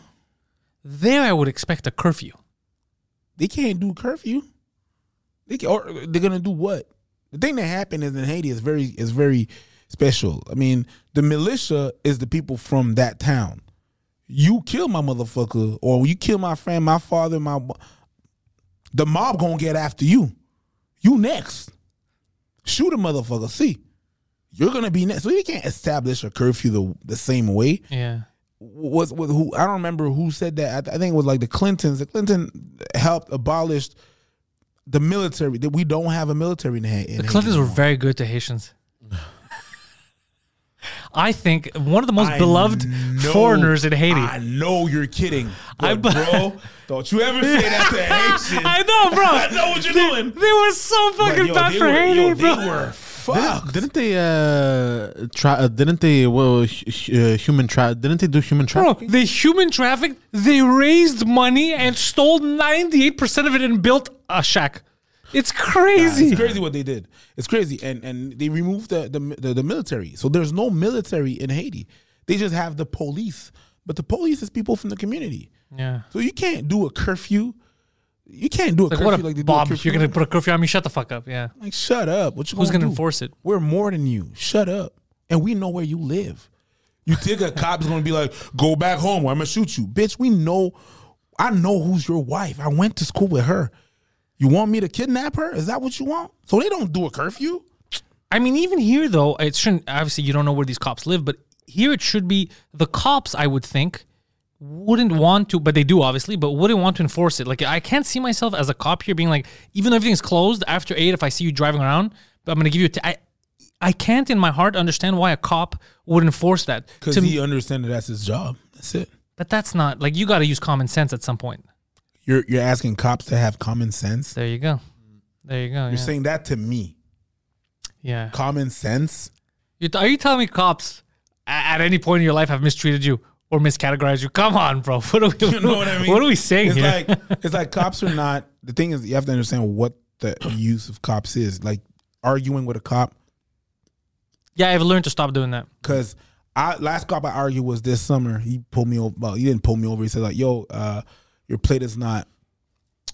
S2: There, I would expect a curfew.
S3: They can't do curfew. They can, or they're going to do what? The thing that happened is in Haiti is very is very special. I mean, the militia is the people from that town. You kill my motherfucker or you kill my friend, my father, my the mob going to get after you. You next. Shoot a motherfucker. See. You're going to be next. So you can't establish a curfew the, the same way.
S2: Yeah,
S3: was with who I don't remember who said that. I, th- I think it was like the Clintons. The Clinton helped abolish the military. That we don't have a military in Ha- in Haiti.
S2: the Clintons were
S3: anymore.
S2: very good to
S3: *laughs*
S2: Haitians. I think one of the most
S3: I
S2: beloved
S3: know-
S2: foreigners in Haiti.
S3: I know you're kidding,
S2: I
S3: I,
S2: bu-
S3: bro. Don't you ever say that
S2: *laughs*
S3: to Haitians.
S2: I know, bro.
S3: *laughs* I know what you're doing.
S2: They were so
S3: But
S2: fucking
S3: yo,
S2: bad
S3: they
S2: for
S3: were- yo,
S2: Haiti, bro.
S3: They were fucked.
S4: Didn't they uh try? Uh, didn't they well hu- hu- uh, human tra- Didn't they do human
S2: Bro,
S4: trafficking?
S2: the human traffic, they raised money and stole 98% of it and built a shack. It's crazy.
S3: It's crazy what they did. It's crazy, and and they removed the the, the the military. So there's no military in Haiti. They just have the police, but the police is people from the community.
S2: Yeah.
S3: So you can't do a curfew. You can't do a
S2: Like,
S3: curfew
S2: what a
S3: like they
S2: Bob,
S3: do a
S2: if
S3: curfew.
S2: you're going to put a curfew on me, shut the fuck up. Yeah.
S3: like shut up. What you
S2: Who's
S3: gonna
S2: going to
S3: do?
S2: enforce it?
S3: We're more than you. Shut up. And we know where you live. You think a cop's gonna be like, go back home or I'm gonna shoot you. Bitch, we know I know who's your wife. I went to school with her. You want me to kidnap her? Is that what you want? So they don't do a curfew?
S2: I mean, even here, though, it shouldn't, obviously, you don't know where these cops live, but here it should be the cops, I would think, wouldn't want to, but they do, obviously, but wouldn't want to enforce it. Like, I can't see myself as a cop here being like, even though everything's closed after eight, if I see you driving around, I'm going to give you a t- I, I can't in my heart understand why a cop would enforce that.
S3: Because
S2: To me-
S3: he understands that that's his job. That's it.
S2: But that's not like you got to use common sense at some point.
S3: You're you're asking cops to have common sense.
S2: There you go. There you go. yeah.
S3: You're saying that to me.
S2: yeah.
S3: Common sense?
S2: You t- are you telling me cops a- at any point in your life have mistreated you or miscategorized you? Come on, bro. *laughs* What are we?
S3: You know what I mean?
S2: What are we saying
S3: It's
S2: here?
S3: like it's like cops are not. The thing is, you have to understand what the use of cops is. Like arguing with a cop,
S2: yeah, I've learned to stop doing that.
S3: because I last cop I argued was this summer. He pulled me over. Well, he didn't pull me over. He said like, "Yo, uh, your plate is not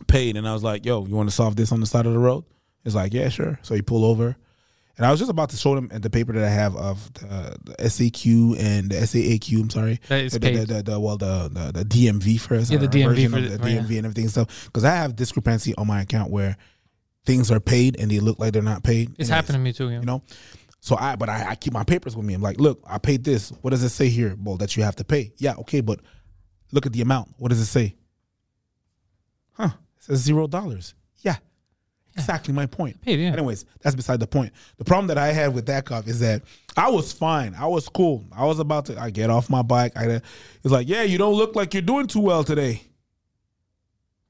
S3: paid," and I was like, "Yo, you want to solve this on the side of the road?" He's like, "Yeah, sure." So he pulled over. And I was just about to show them at the paper that I have of the, the SAQ and the SAAQ. I'm sorry,
S2: That is
S3: the,
S2: paid.
S3: the, the, the- well, the, the the DMV first.
S2: Yeah, the
S3: or
S2: DMV
S3: a version
S2: for
S3: of
S2: the-
S3: the
S2: oh, yeah.
S3: DMV and everything and stuff. Because I have discrepancy on my account where things are paid and they look like they're not paid.
S2: It's
S3: Anyways,
S2: happened to me too. Yeah.
S3: you know. So I, but I, I keep my papers with me. I'm like, look, I paid this. What does it say here? Well, that you have to pay. Yeah, okay, but look at the amount. What does it say? Huh? It says zero dollars. Yeah, exactly my point.
S2: Paid, yeah.
S3: Anyways, that's beside the point. The problem that I had with that cop is that I was fine. I was cool. I was about to. I get off my bike. I. It's like, yeah, you don't look like you're doing too well today.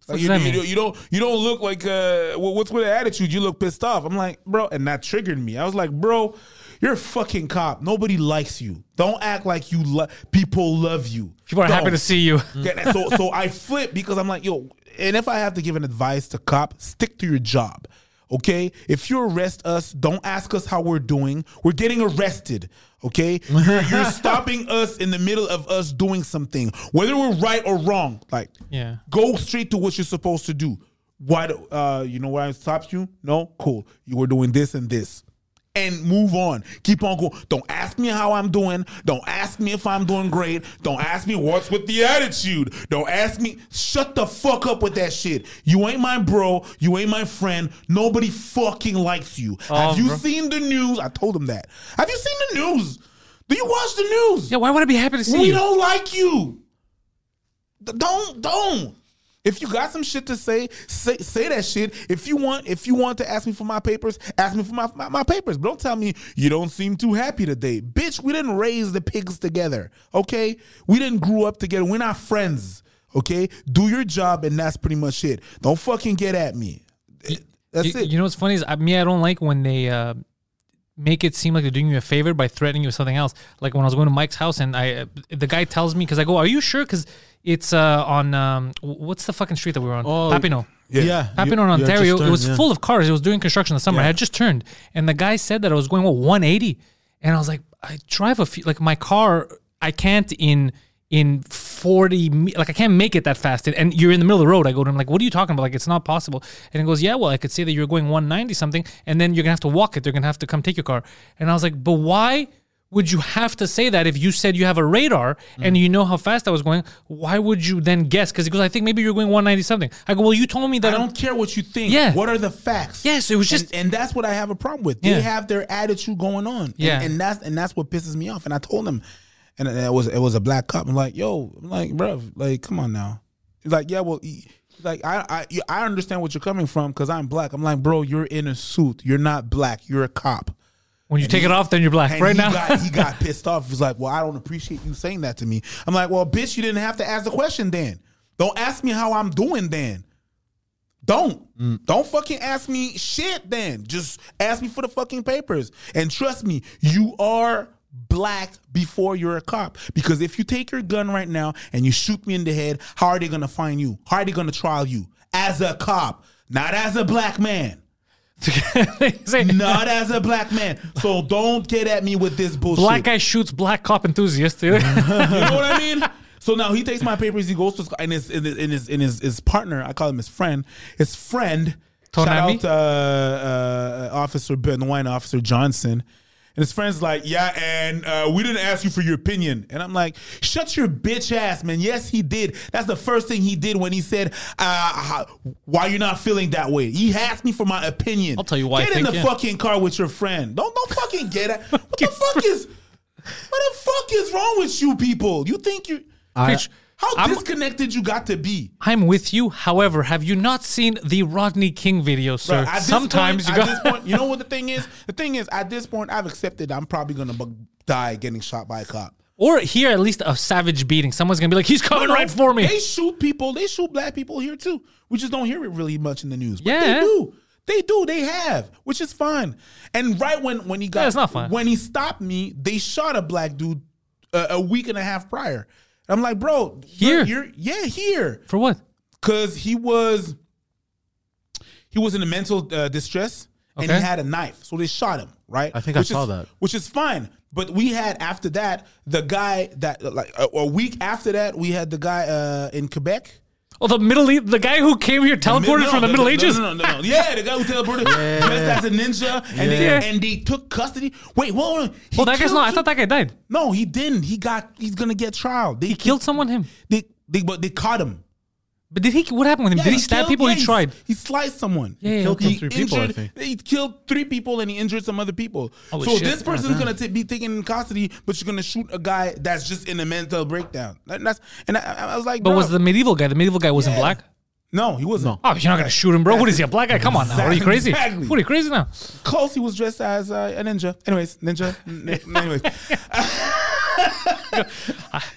S3: Like
S2: does
S3: you,
S2: that
S3: you,
S2: mean?
S3: don't- you don't you don't look like uh, wh- what's with the attitude? You look pissed off. I'm like, bro, and that triggered me. I was like, bro, you're a fucking cop. Nobody likes you. Don't act like you lo- people love you.
S2: People are happy
S3: Don't.
S2: to see
S3: *laughs*
S2: you.
S3: Okay, so so I flip because I'm like, yo, and if I have to give an advice to cop, stick to your job. Okay? If you arrest us, don't ask us how we're doing. We're getting arrested. Okay?
S2: *laughs*
S3: You're, you're stopping us in the middle of us doing something, whether we're right or wrong. Like,
S2: Yeah.
S3: go straight to what you're supposed to do. Why? do- Uh, you know why I stopped you? No, cool. You were doing this and this, and move on. Keep on going. Don't ask me how I'm doing. Don't ask me if I'm doing great. Don't ask me what's with the attitude. Don't ask me. Shut the fuck up with that shit. You ain't my bro. You ain't my friend. Nobody fucking likes you. Have you
S2: bro.
S3: seen the news? I told him that. Have you seen the news? Do you watch the news?
S2: Yeah, why would I be happy to see
S3: We
S2: you?
S3: don't like you. D- Don't don't. If you got some shit to say, say say that shit. If you want, if you want to ask me for my papers, ask me for my my, my papers. But don't tell me you don't seem too happy today, bitch. We didn't raise the pigs together, okay? We didn't grow up together. We're not friends, okay? Do your job, and that's pretty much it. Don't fucking get at me. That's
S2: you,
S3: it.
S2: you know what's funny is I, me. I don't like when they uh, make it seem like they're doing you a favor by threatening you with something else. Like when I was going to Mike's house and I, uh, the guy tells me because I go, "Are you sure?" Because it's uh, on um, wh- what's the fucking street that we were on?
S4: Oh,
S2: Papino.
S4: Yeah.
S2: Happened on
S4: you- you had
S2: Ontario.
S4: just
S2: it
S4: turned,
S2: was
S4: yeah.
S2: full of cars. It was during construction in the summer. I had just turned, and the guy said that I was going what 180, and I was like, I drive a few. Like my car, I can't in in 40. me- Like I can't make it that fast. And, and you're in the middle of the road. I go to him like, what are you talking about? Like it's not possible. And he goes, yeah, well, I could say that you're going 190 something, and then you're gonna have to walk it. They're gonna have to come take your car. And I was like, but why? Would you have to say that if you said you have a radar
S4: Mm.
S2: and you know how fast I was going? Why would you then guess? Because he goes, I think maybe you're going 190 something. I go, well, you told me that
S3: I
S2: I'm-
S3: don't care what you think.
S2: Yeah.
S3: What are the facts?
S2: Yes, it was
S3: And-
S2: just-
S3: and, that's what I have a problem with. They
S2: Yeah.
S3: have their attitude going on. And-
S2: Yeah.
S3: and, that's and that's what pisses me off. And I told him, and it was it was a black cop. I'm like, yo, I'm like, bruv, like, come on now. He's like, yeah, well, he- he's like I I you- I understand what you're coming from because I'm black. I'm like, bro, you're in a suit. You're not black. You're a cop.
S2: When you take it off, then you're black.
S3: And
S2: Right
S3: he
S2: now, *laughs*
S3: got, he got pissed off. He's like, "Well, I don't appreciate you saying that to me." I'm like, "Well, bitch, you didn't have to ask the question then. Don't ask me how I'm doing then. Don't
S2: Mm.
S3: don't fucking ask me shit then. Just ask me for the fucking papers. And trust me, you are black before you're a cop because if you take your gun right now and you shoot me in the head, how are they going to find you? How are they going to trial you as a cop, not as a black
S2: *laughs*
S3: man?
S2: Say,
S3: Not as a black man. So don't get at me with this bullshit.
S2: black guy shoots black cop enthusiast. you
S3: You know what I mean? So now he takes my papers. He goes to sc- and his in his in his, in his, his partner. I call him his friend. His friend.
S2: Tonami?
S3: Shout out uh, uh, Officer Benoit and Officer Johnson. And his friend's like, yeah, and uh, we didn't ask you for your opinion. And I'm like, shut your bitch ass, man. Yes, he did. That's the first thing he did when he said, uh, how- why you're not feeling that way. He asked me for my opinion.
S2: I'll tell you why I
S3: Get in
S2: think,
S3: the
S2: yeah.
S3: fucking car with your friend. Don't don't fucking
S2: *laughs*
S3: get it. What the fuck is what the fuck is wrong with you people? You think you
S2: Bitch,
S3: how
S2: I'm-
S3: disconnected you got to be?
S2: *laughs* I'm with you. However, have you not seen the Rodney King video,
S3: Bruh,
S2: sir?
S3: at this
S2: Sometimes
S3: point,
S2: you
S3: at
S2: go.
S3: this point, you know what the thing is? The thing is, at this point, I've accepted I'm probably gonna bu- die getting shot by a cop.
S2: *laughs* or here, at least a savage beating. Someone's gonna be like, "He's coming right for me."
S3: They shoot people. They shoot black people here too. We just don't hear it really much in the news. But
S2: Yeah.
S3: they do. They do. They have, which is fine. And right when when he got
S2: Yeah, it's not fine.
S3: when he stopped me, they shot a black dude uh, a week and a half prior. I'm like, bro,
S2: Here?
S3: you're, yeah, here,
S2: *laughs* For what?
S3: because he was he was in a mental uh, distress and he
S2: Okay.
S3: had a knife, so they shot him. Right?
S4: I think I saw
S3: is,
S4: that.
S3: which is fine. But we had after that the guy that like a, a week after that we had the guy uh, in Quebec.
S2: Oh, the Middle East. The guy who came here teleported
S3: No,
S2: from the Middle
S3: no,
S2: Ages.
S3: No, no, no, no. Yeah, the guy who
S4: *laughs*
S3: teleported dressed as a ninja, and
S2: Yeah.
S3: they, and they took custody. Wait, hold on. He
S2: Oh, that guy's
S3: killed
S2: not. I
S3: two-
S2: thought that guy died.
S3: No, he didn't. He got. He's gonna get trial. They
S2: He killed someone. Him.
S3: They, they, but they caught him.
S2: But did he? What happened with him?
S3: Yeah,
S2: did he, stab
S3: killed-
S2: people?
S3: yeah,
S2: he tried.
S3: He sliced someone.
S2: Yeah, yeah, Killed
S4: okay. three people, I
S3: injured-
S4: think.
S3: He killed three people and he injured some other people.
S2: Holy
S3: so
S2: shit.
S3: this
S2: Oh,
S3: person's gonna t- be taken in custody, but you're gonna shoot a guy that's just in a mental breakdown. That- that's and I, I was like,
S2: But
S3: bro,
S2: was the medieval guy? The medieval guy wasn't
S3: Yeah.
S2: black.
S3: no, he wasn't.
S2: Oh, you're not gonna shoot him, bro. What is he? A black guy? Come on now. Are you crazy?
S3: Exactly.
S2: What are you crazy now? *laughs*
S3: Close. He was dressed as uh, a ninja. Anyways, ninja. N- anyways,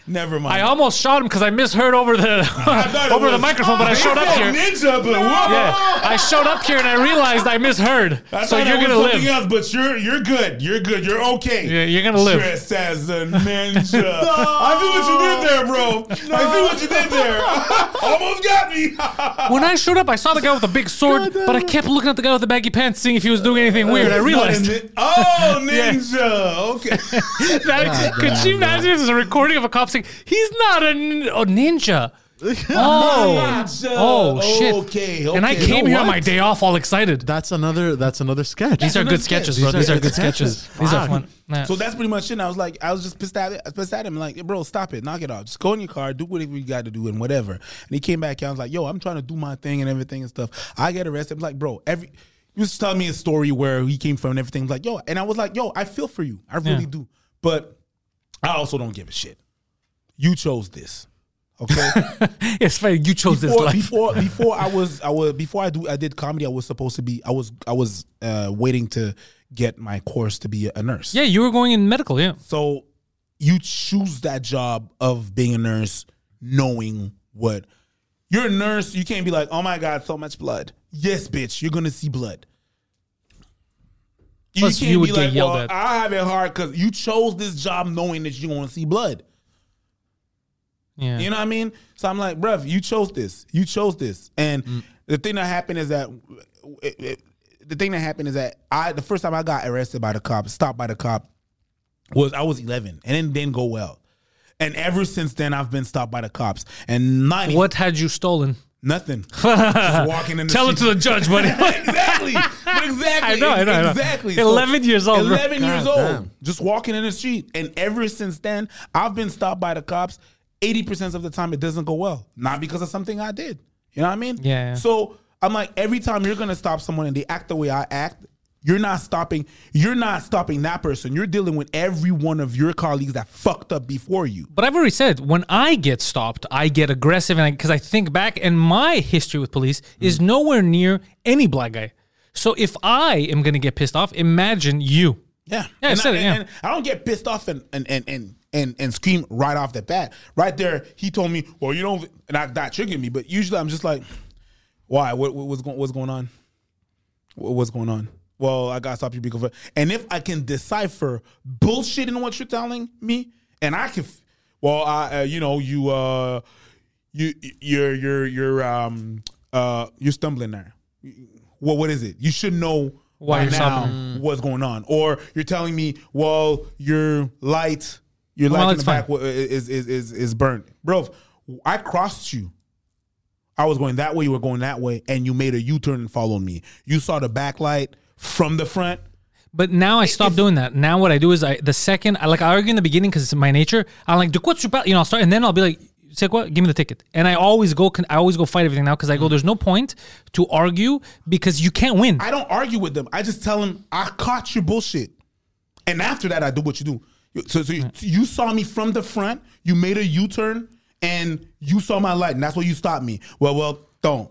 S3: Never mind.
S2: I almost shot him because I misheard over
S3: *laughs*
S2: the
S3: thought it
S2: over the
S3: was-
S2: microphone, but I
S3: He
S2: showed up
S3: said *laughs*
S2: here.
S3: Ninja, but whoa.
S2: Yeah, I showed up here and I realized I misheard.
S3: I
S2: so
S3: thought
S2: you're
S3: it was
S2: gonna live.
S3: something Else, but you're you're good. You're good. You're okay.
S2: Yeah, you're gonna live.
S3: Dressed as
S2: *laughs*
S3: a ninja. I see what you did there, bro. I see what you did there. *laughs* Almost got me.
S2: When I showed up, I saw the guy with the big sword, but I kept looking at the guy with the baggy pants, seeing if he was doing anything weird. I
S3: It's *laughs* not
S2: realized.
S3: a nin-
S2: *laughs*
S3: oh, ninja. Okay.
S2: That, could you imagine if there's a recording of a cop saying he's not a, nin- a
S3: *laughs*
S2: ninja? Oh,
S3: Ninja.
S2: oh shit!
S3: Okay,
S2: And I
S3: okay.
S2: came
S3: You know
S2: here on
S3: what?
S2: my day off, all excited.
S4: That's another. That's another sketch.
S2: These are good sketches, bro. These are good
S3: *laughs*
S2: sketches. These are fun. Yeah.
S3: So that's pretty much it. And I was like, I was just pissed at, I was pissed at him, like, bro, stop it, knock it off, just go in your car, do whatever you got to do, and whatever. And he came back, and I was like, yo, I'm trying to do my thing and everything and stuff. I get arrested. I'm like, bro, every he was telling me a story where he came from and everything. I'm like, yo, and I was like, yo, I feel for you, I really
S2: Yeah.
S3: do, but I also don't give a shit. You chose this, okay?
S2: Yes, fine. You *laughs* chose this
S3: before,
S2: life.
S3: before before I was I was before I do I did comedy. I was supposed to be I was I was uh, waiting to get my course to be a nurse.
S2: Yeah, you were going in medical. Yeah.
S3: So you choose that job of being a nurse, knowing what you're a nurse. You can't be like, oh my god, so much blood. Yes, bitch, you're gonna see blood. You
S2: Plus,
S3: can't
S2: you would
S3: be
S2: get
S3: like,
S2: yelled
S3: well,
S2: at."
S3: I have it hard because you chose this job knowing that you're gonna see blood.
S2: Yeah.
S3: You know what I mean? So I'm like, bruv, you chose this. You chose this. And
S2: Mm.
S3: the thing that happened is that it- it- the thing that happened is that I the first time I got arrested by the cop, stopped by the cop, was I was 11, and it didn't go well. And ever since then, I've been stopped by the cops. And 90
S2: what had you stolen? *laughs*
S3: nothing. Just walking in the
S2: Tell it
S3: street.
S2: to the judge, buddy.
S3: *laughs* exactly. But exactly.
S2: I know, I know, I know.
S3: Exactly.
S2: 11 years old, bro.
S3: 11 years old.
S4: God damn.
S3: Just walking in the street. And ever since then, I've been stopped by the cops. 80% of the time, it doesn't go well. Not because of something I did. You know what I mean?
S2: Yeah, yeah.
S3: So I'm like, every time you're going to stop someone and they act the way I act, you're not stopping. You're not stopping that person. You're dealing with every one of your colleagues that fucked up before you.
S2: But I've already said when I get stopped, I get aggressive, and because I, think back, and my history with
S3: Mm.
S2: police is nowhere near any black guy. So if I am gonna get pissed off, imagine you.
S3: Yeah.
S2: Yeah, I
S3: and
S2: said
S3: I,
S2: it, yeah.
S3: and- and I don't get pissed off and and and and and, and scream right off the bat. Right there, he told me, "Well, you don't," and I, that triggered me. But usually, I'm just like, "Why? What, what- what's going? What's going on? What- What's going on?" Well, I gotta stop you because, and if I can decipher bullshit in what you're telling me, and I can, f- well, I, uh, you know, you, uh, you, you're, you're, you're, um, uh, you're stumbling there. Well, what is it? You should know
S2: Why
S3: why
S2: you're
S3: now
S2: stumbling.
S3: what's going on, or you're telling me, well, your light, your
S2: Well,
S3: light in
S2: it's
S3: the
S2: fine.
S3: back wa- is is is is burnt, bro. I crossed you. I was going that way, you were going that way, and you made a U turn and followed me. You saw the backlight from the front.
S2: But now I stop doing that. Now what I do is I the second I like I argue in the beginning because it's my nature. I'm like, "Dude, what's your problem?" You know, I'll start and then I'll be like, "Say what? Give me the ticket." And I always go. con- I always go fight everything now because I
S3: Mm.
S2: go. There's no point to argue because you can't win.
S3: I don't argue with them. I just tell them I caught your bullshit, and after that I do what you do. You- So, so you, you saw me from the front. You made a U turn, and you saw my light, and that's why you stopped me. Well, well, don't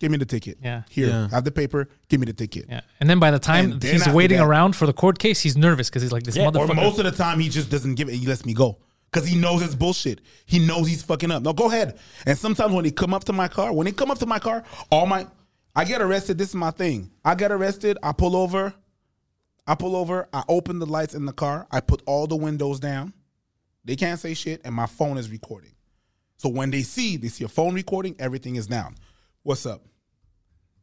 S3: give me the ticket.
S2: Yeah.
S3: here,
S4: Yeah.
S3: have the paper. Give me the ticket.
S2: yeah. And then by the time
S3: And then
S2: he's
S3: after
S2: waiting
S3: that-
S2: around for the court case, he's nervous because he's like, "This
S3: Or
S2: motherfucker."
S3: most of the time, he just doesn't give it. He lets me go because he knows it's bullshit. He knows he's fucking up. No, go ahead. And sometimes when they come up to my car, when they come up to my car, all my, I get arrested. This is my thing. I get arrested. I pull over. I pull over. I open the lights in the car. I put all the windows down. They can't say shit, and my phone is recording. So when they see, they see a phone recording. Everything is down. What's up?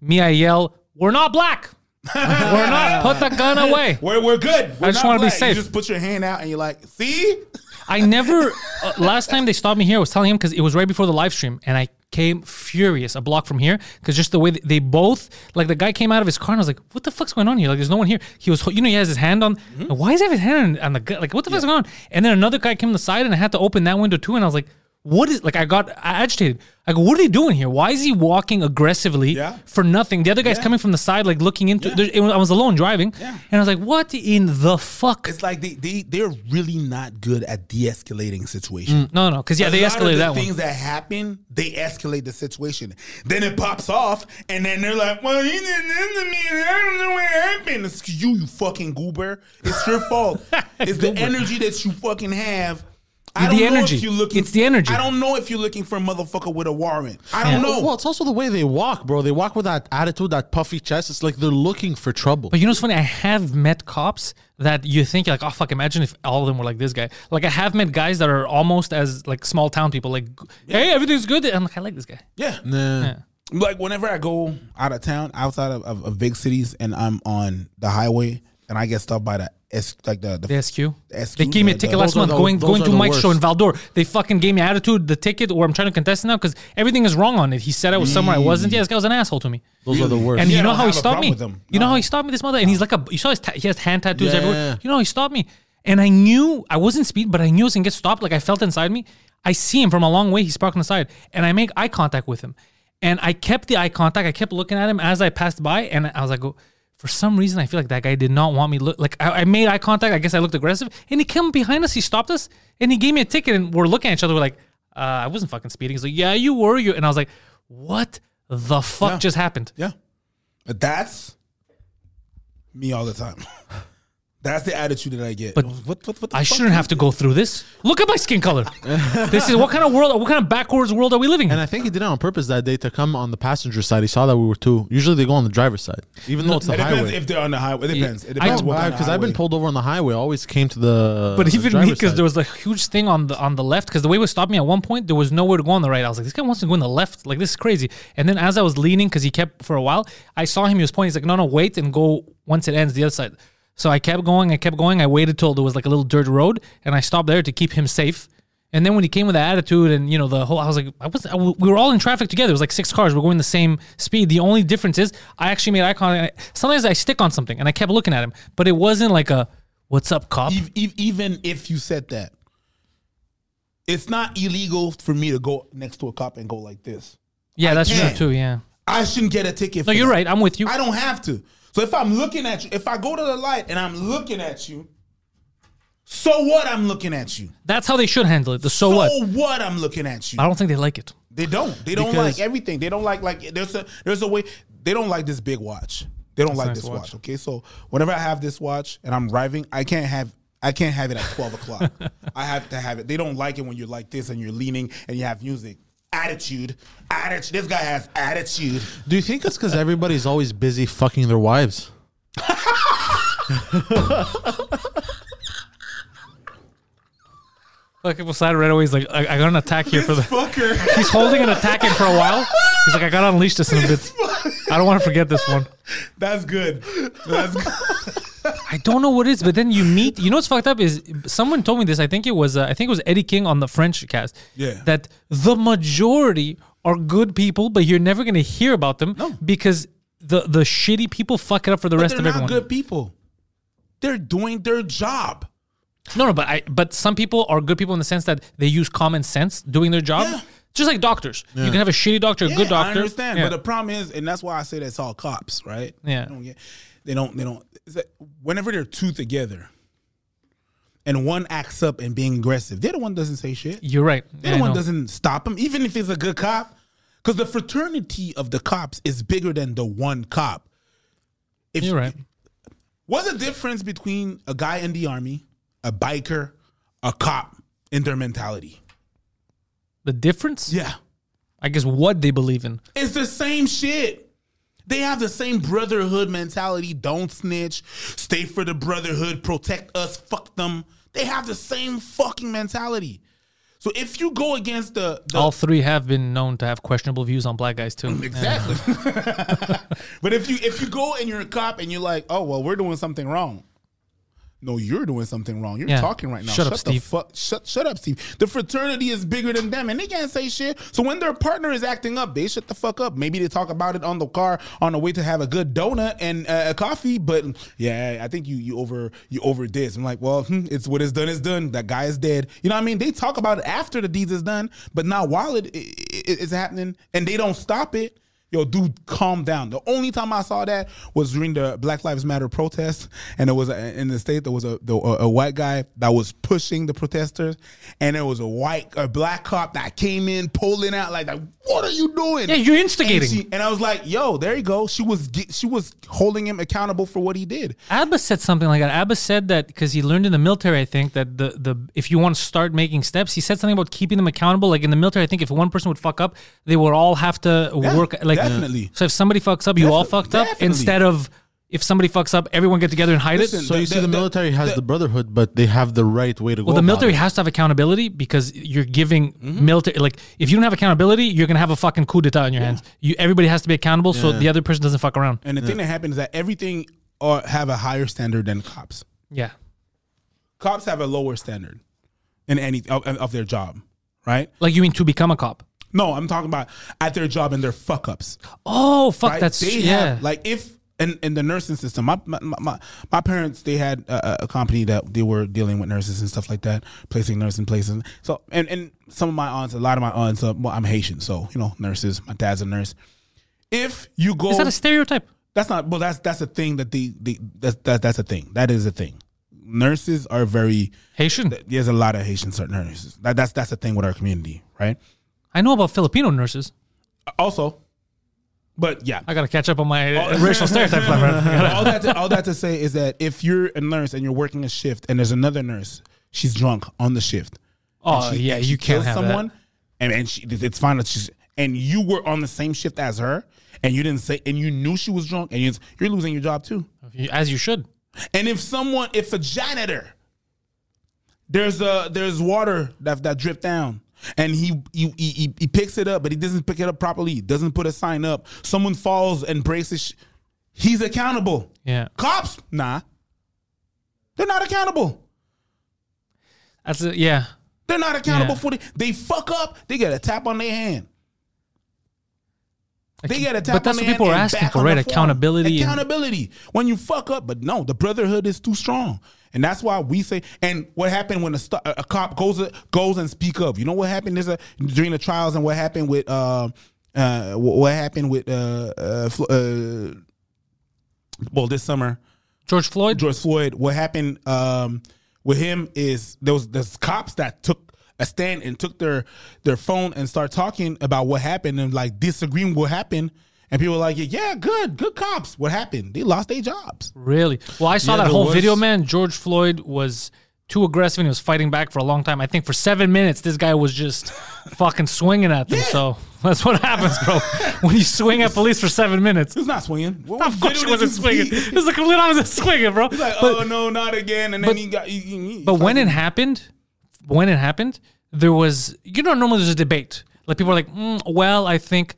S2: me, I yell, "We're not
S3: *laughs*
S2: black. We're not. Put the gun away."
S3: We're, we're good. We're
S2: I just
S3: not
S2: wanna be
S3: black.
S2: safe.
S3: You just put your hand out and you're like, see?
S2: I never. Uh, last time they stopped me here, I was telling him because it was right before the live stream, and I came furious a block from here because just the way that they both like the guy came out of his car and I was like, "What the fuck's going on here? Like, there's no one here." He was, you know, he has his hand on.
S3: Mm-hmm.
S2: Why does he have his hand on, on the gun? Like, what the fuck's going on? And then another guy came to the side, and I had to open that window too, and I was like. what is like? I got agitated. I go, what are they doing here? Why is he walking aggressively
S3: Yeah.
S2: for nothing? The other guy's
S3: Yeah.
S2: coming from the side, like looking into. There, it was, I was alone driving,
S3: Yeah.
S2: and I was like, what in the fuck?
S3: It's like they they they're really not good at de-escalating situations.
S2: No, no, because Mm. yeah,
S3: A
S2: they
S3: lot of
S2: escalated
S3: the
S2: that
S3: things
S2: one.
S3: that happen, they escalate the situation. Then it pops off, and then they're like, "Well, you didn't end me. and I don't know what happened." It's you, you fucking goober. It's your fault.
S2: *laughs*
S3: It's the energy that you fucking have. I
S2: The
S3: don't know
S2: energy.
S3: if you're looking.
S2: It's the energy.
S3: I don't know if you're looking for a motherfucker with a warrant. I don't
S2: Yeah.
S3: know.
S4: Well, it's also the way they walk, bro. They walk with that attitude, that puffy chest. It's like they're looking for trouble.
S2: But you know what's funny? I have met cops that you think like, oh fuck, imagine if all of them were like this guy. Like I have met guys that are almost as like small town people. Like, hey, everything's good. And I'm like, I like this guy.
S3: yeah.
S4: Nah.
S3: like whenever I go out of town, outside of, of, of big cities, and I'm on the highway, and I get stopped by the S, like the, the,
S2: The SQ.
S3: The SQ,
S2: They gave me a
S3: the-
S2: ticket
S3: the-
S2: last
S4: those are
S2: month
S4: the-
S2: going
S4: those
S2: going
S4: are
S2: to
S4: the
S2: Mike's show in
S4: worst.
S2: Valdor. They fucking gave me attitude, the ticket, or I'm trying to contest it now because everything is wrong on it. He said I was somewhere I wasn't. Yeah, this guy was an asshole to me.
S4: Mm. Those are the worst.
S2: And
S3: Yeah,
S2: you
S3: I
S2: know
S3: don't
S2: how he
S3: have a
S2: stopped
S3: problem
S2: me?
S3: with him.
S2: You know
S3: No.
S2: how he stopped me this mother? And he's like a you saw his ta- he has hand tattoos
S4: Yeah,
S2: everywhere.
S4: yeah, yeah.
S2: You know how he stopped me? And I knew I wasn't speed, but I knew I was gonna get stopped. Like I felt inside me. I see him from a long way, he's parked on the side, and I make eye contact with him. And I kept the eye contact, I kept looking at him as I passed by, and I was like, oh, for some reason I feel like that guy did not want me look like I, I made eye contact, I guess I looked aggressive, and he came behind us, he stopped us, and he gave me a ticket, and we're looking at each other, we're like, uh, I wasn't fucking speeding. He's like, Yeah, you were you and I was like, What the fuck just happened?
S3: Yeah. But that's me all the time. *laughs* That's the attitude that I get.
S2: But
S3: what, what, what the
S2: I
S3: fuck?
S2: shouldn't have to go through this. Look at my skin color. this is what kind of world, what kind of backwards world are we living in?
S4: And I think he did it on purpose that day to come on the passenger side. He saw that we were two. Usually they go on the driver's side, even though it's the
S3: It depends
S4: highway.
S3: if they're on the highway. It depends. It
S2: I-
S3: depends what kind of
S4: Because I've been
S3: highway.
S4: pulled over on the highway, I always came to the.
S2: but
S4: the
S2: even me,
S4: driver's
S2: because
S4: side.
S2: there was a huge thing on the on the left, because the way it was stopping me at one point, there was nowhere to go on the right. I was like, this guy wants to go on the left. Like this is crazy. And then as I was leaning, because he kept for a while, I saw him. He was pointing. He's like, no, no, wait and go once it ends the other side. So I kept going. I kept going. I waited till there was like a little dirt road, and I stopped there to keep him safe. And then when he came with the attitude and you know the whole, I was like, I was, I, we were all in traffic together. It was like six cars. We're going the same speed. The only difference is I actually made eye contact. Sometimes I stick on something and I kept looking at him, but it wasn't like a "What's up, cop?"
S3: Ev- ev- even if you said that, it's not illegal for me to go next to a cop and go like this.
S2: yeah, that's
S3: can.
S2: true too. Yeah.
S3: I shouldn't get a ticket.
S2: No,
S3: for
S2: you're
S3: that.
S2: right. I'm with you.
S3: I don't have to. So if I'm looking at you, if I go to the light and I'm looking at you, so what? I'm looking at you.
S2: That's how they should handle it. The so, what?
S3: So what? I'm looking at you.
S2: I don't think they like it.
S3: They don't. They don't
S4: Because-
S3: like everything. They don't like like there's a there's a way they don't like this big watch. They don't like
S2: nice
S3: this
S2: watch.
S3: watch. Okay, so whenever I have this watch and I'm driving, I can't have I can't have it at twelve o'clock.
S2: *laughs*
S3: I have to have it. They don't like it when you're like this and you're leaning and you have music. Attitude, attitude. This guy has attitude.
S4: Do you think it's because everybody's always busy fucking their wives?
S2: Like people side right away. He's like, I, I got an attack here for
S3: This
S2: the. *laughs*
S3: fucker. *laughs*
S2: He's holding an attack in for a while. He's like, I gotta unleash this in a bit. I don't want to forget this one.
S3: That's good. That's good.
S2: I don't know what it is, but then you meet. You know what's fucked up is someone told me this. I think it was uh, I think it was Eddie King on the French cast.
S3: Yeah.
S2: That the majority are good people, but you're never gonna hear about them because the the shitty people fuck it up for the rest
S3: They're
S2: of
S3: not
S2: everyone.
S3: good people. They're doing their job.
S2: No, no, but I but some people are good people in the sense that they use common sense doing their job.
S3: Yeah.
S2: Just like doctors, you can have a shitty doctor, a good
S3: Yeah,
S2: doctor.
S3: I understand,
S2: Yeah.
S3: but the problem is, and that's why I say that's all cops, right?
S2: Yeah.
S3: They don't. Get, they don't. They don't it's that whenever they're two together, and one acts up and being aggressive, they're the one doesn't say shit. They're
S2: you're right.
S3: the
S2: Yeah, I
S3: one
S2: know.
S3: doesn't stop him, even if he's a good cop, because the fraternity of the cops is bigger than the one cop. If
S2: You're right.
S3: What's the difference between a guy in the army, a biker, a cop in their mentality?
S2: The difference,
S3: Yeah.
S2: I guess, what they believe in.
S3: It's the same shit. They have the same brotherhood mentality. Don't snitch. Stay for the brotherhood. Protect us. Fuck them. They have the same fucking mentality. So if you go against the, the
S2: All three have been known to have questionable views on black guys too.
S3: *laughs* Mm, exactly, but if you if you go and you're a cop and you're like, oh well, we're doing something wrong. No, you're doing something wrong. You're
S2: Yeah.
S3: talking right now.
S2: Shut up,
S3: the
S2: Steve.
S3: Fuck, shut, shut up, Steve. The fraternity is bigger than them, and they can't say shit. So when their partner is acting up, they shut the fuck up. Maybe they talk about it on the car on the way to have a good donut and uh, a coffee. But yeah, I think you you over you over this. I'm like, well, hmm, it's what is done is done. That guy is dead. You know what I mean? They talk about it after the deeds is done, but not while it, it, it- it's happening, and they don't stop it. Yo, dude, calm down. The only time I saw that was during the Black Lives Matter protest, and it was a, in the state. There was a, the, a a white guy that was pushing the protesters, and there was a white a black cop that came in pulling out like, like "What are you doing?"
S2: Yeah, you're instigating.
S3: And, she- and I was like, "Yo, there you go." She was ge- she was holding him accountable for what he did.
S2: Abba said something like that. Abba said that because he learned in the military, I think, that the, the if you want to start making steps, he said something about keeping them accountable. Like in the military, I think if one person would fuck up, they would all have to
S3: Yeah,
S2: work. Like
S3: definitely.
S2: So if somebody fucks up, you all
S3: Defi-
S2: fucked up.
S3: definitely.
S2: Instead of if somebody fucks up, everyone get together and hide
S3: Listen,
S2: it.
S4: So you see, the
S3: the-
S4: military has the, brotherhood, but they have the right way to go.
S2: Well, the
S4: about
S2: military
S4: it.
S2: has to have accountability because you're giving
S3: Mm-hmm.
S2: military. Like if you don't have accountability, you're gonna have a fucking coup d'état in your hands. You everybody has to be accountable, so the other person doesn't fuck around.
S3: And the thing that happened is that everything uh, have a higher standard than cops.
S2: Yeah.
S3: Cops have a lower standard in any of, of their job, right?
S2: Like you mean to become a cop?
S3: No, I'm talking about at their job and their fuck ups.
S2: Oh fuck,
S3: right?
S2: that's
S3: they
S2: yeah.
S3: have like if in, in the nursing system, my my, my- my, my parents they had a, a- a company that they were dealing with nurses and stuff like that, placing nurses in places. So and and some of my aunts, a lot of my aunts, uh, well, I'm Haitian, so you know nurses. My dad's a nurse. If you go,
S2: is that a stereotype?
S3: that's not well that's that's a thing that the the that's that, that's a thing that is a thing nurses are very
S2: Haitian.
S3: there's a lot of haitian certain nurses that, that's that's a thing with our community right
S2: I know about Filipino nurses.
S3: also but yeah
S2: I gotta catch up on my
S3: Oh.
S2: uh, *laughs* racial stereotypes, my friend.
S3: *laughs*
S2: I gotta-
S3: all that to, all that to say is that if you're a nurse and you're working a shift and there's another nurse she's drunk on the shift
S2: Oh
S3: she-
S2: yeah,
S3: and she
S2: you can't
S3: kills
S2: have someone.
S3: and and she, it's fine that she's and you were on the same shift as her and you didn't say and you knew she was drunk and you, you're losing your job too
S2: as you should.
S3: And if someone, if a janitor, there's a there's water that that dripped down, and he he, he he- he picks it up, but he doesn't pick it up properly. Doesn't put a sign up. Someone falls and breaks his. Sh- he's accountable.
S2: Yeah,
S3: Cops, nah, they're not accountable.
S2: that's a, yeah.
S3: They're not accountable
S2: Yeah.
S3: for the. They fuck up. They get a tap on their hand. They get a tap
S2: but that's
S3: on
S2: what
S3: their
S2: people are
S3: hand and
S2: asking
S3: back
S2: for,
S3: on
S2: right?
S3: the form.
S2: Accountability. and-
S3: Accountability. When you fuck up, but no, the brotherhood is too strong, and that's why we say. And what happened when a, stu- a a cop goes goes and speak up? You know what happened? There's a during the trials and what happened with uh, uh, wh- what happened with uh, uh, Flo- uh, well this summer
S2: George Floyd.
S3: George Floyd, what happened um, with him is there was there's cops that took a stand and took their their phone and start talking about what happened and like disagreeing what happened. And people were like, yeah, good, good cops. What happened? They lost their jobs.
S2: Really? Well, I saw
S4: Yeah,
S2: that
S4: there
S2: whole
S4: was-
S2: video, man. George Floyd was too aggressive and he was fighting back for a long time. I think for seven minutes, this guy was
S3: *laughs*
S2: just fucking swinging at them. So that's what happens, bro. when you swing at police for seven minutes. *laughs*
S3: He's not swinging. What,
S2: Of course,
S3: video
S2: he
S3: did
S2: wasn't
S3: you see?
S2: swinging. It was the complete opposite of swinging, bro.
S3: *laughs* Like,
S2: But-
S3: oh no, not again. And then he got. He, he, he
S2: But when it happened, when it happened, there was you know normally there's a debate. Like people are like, mm, well, I think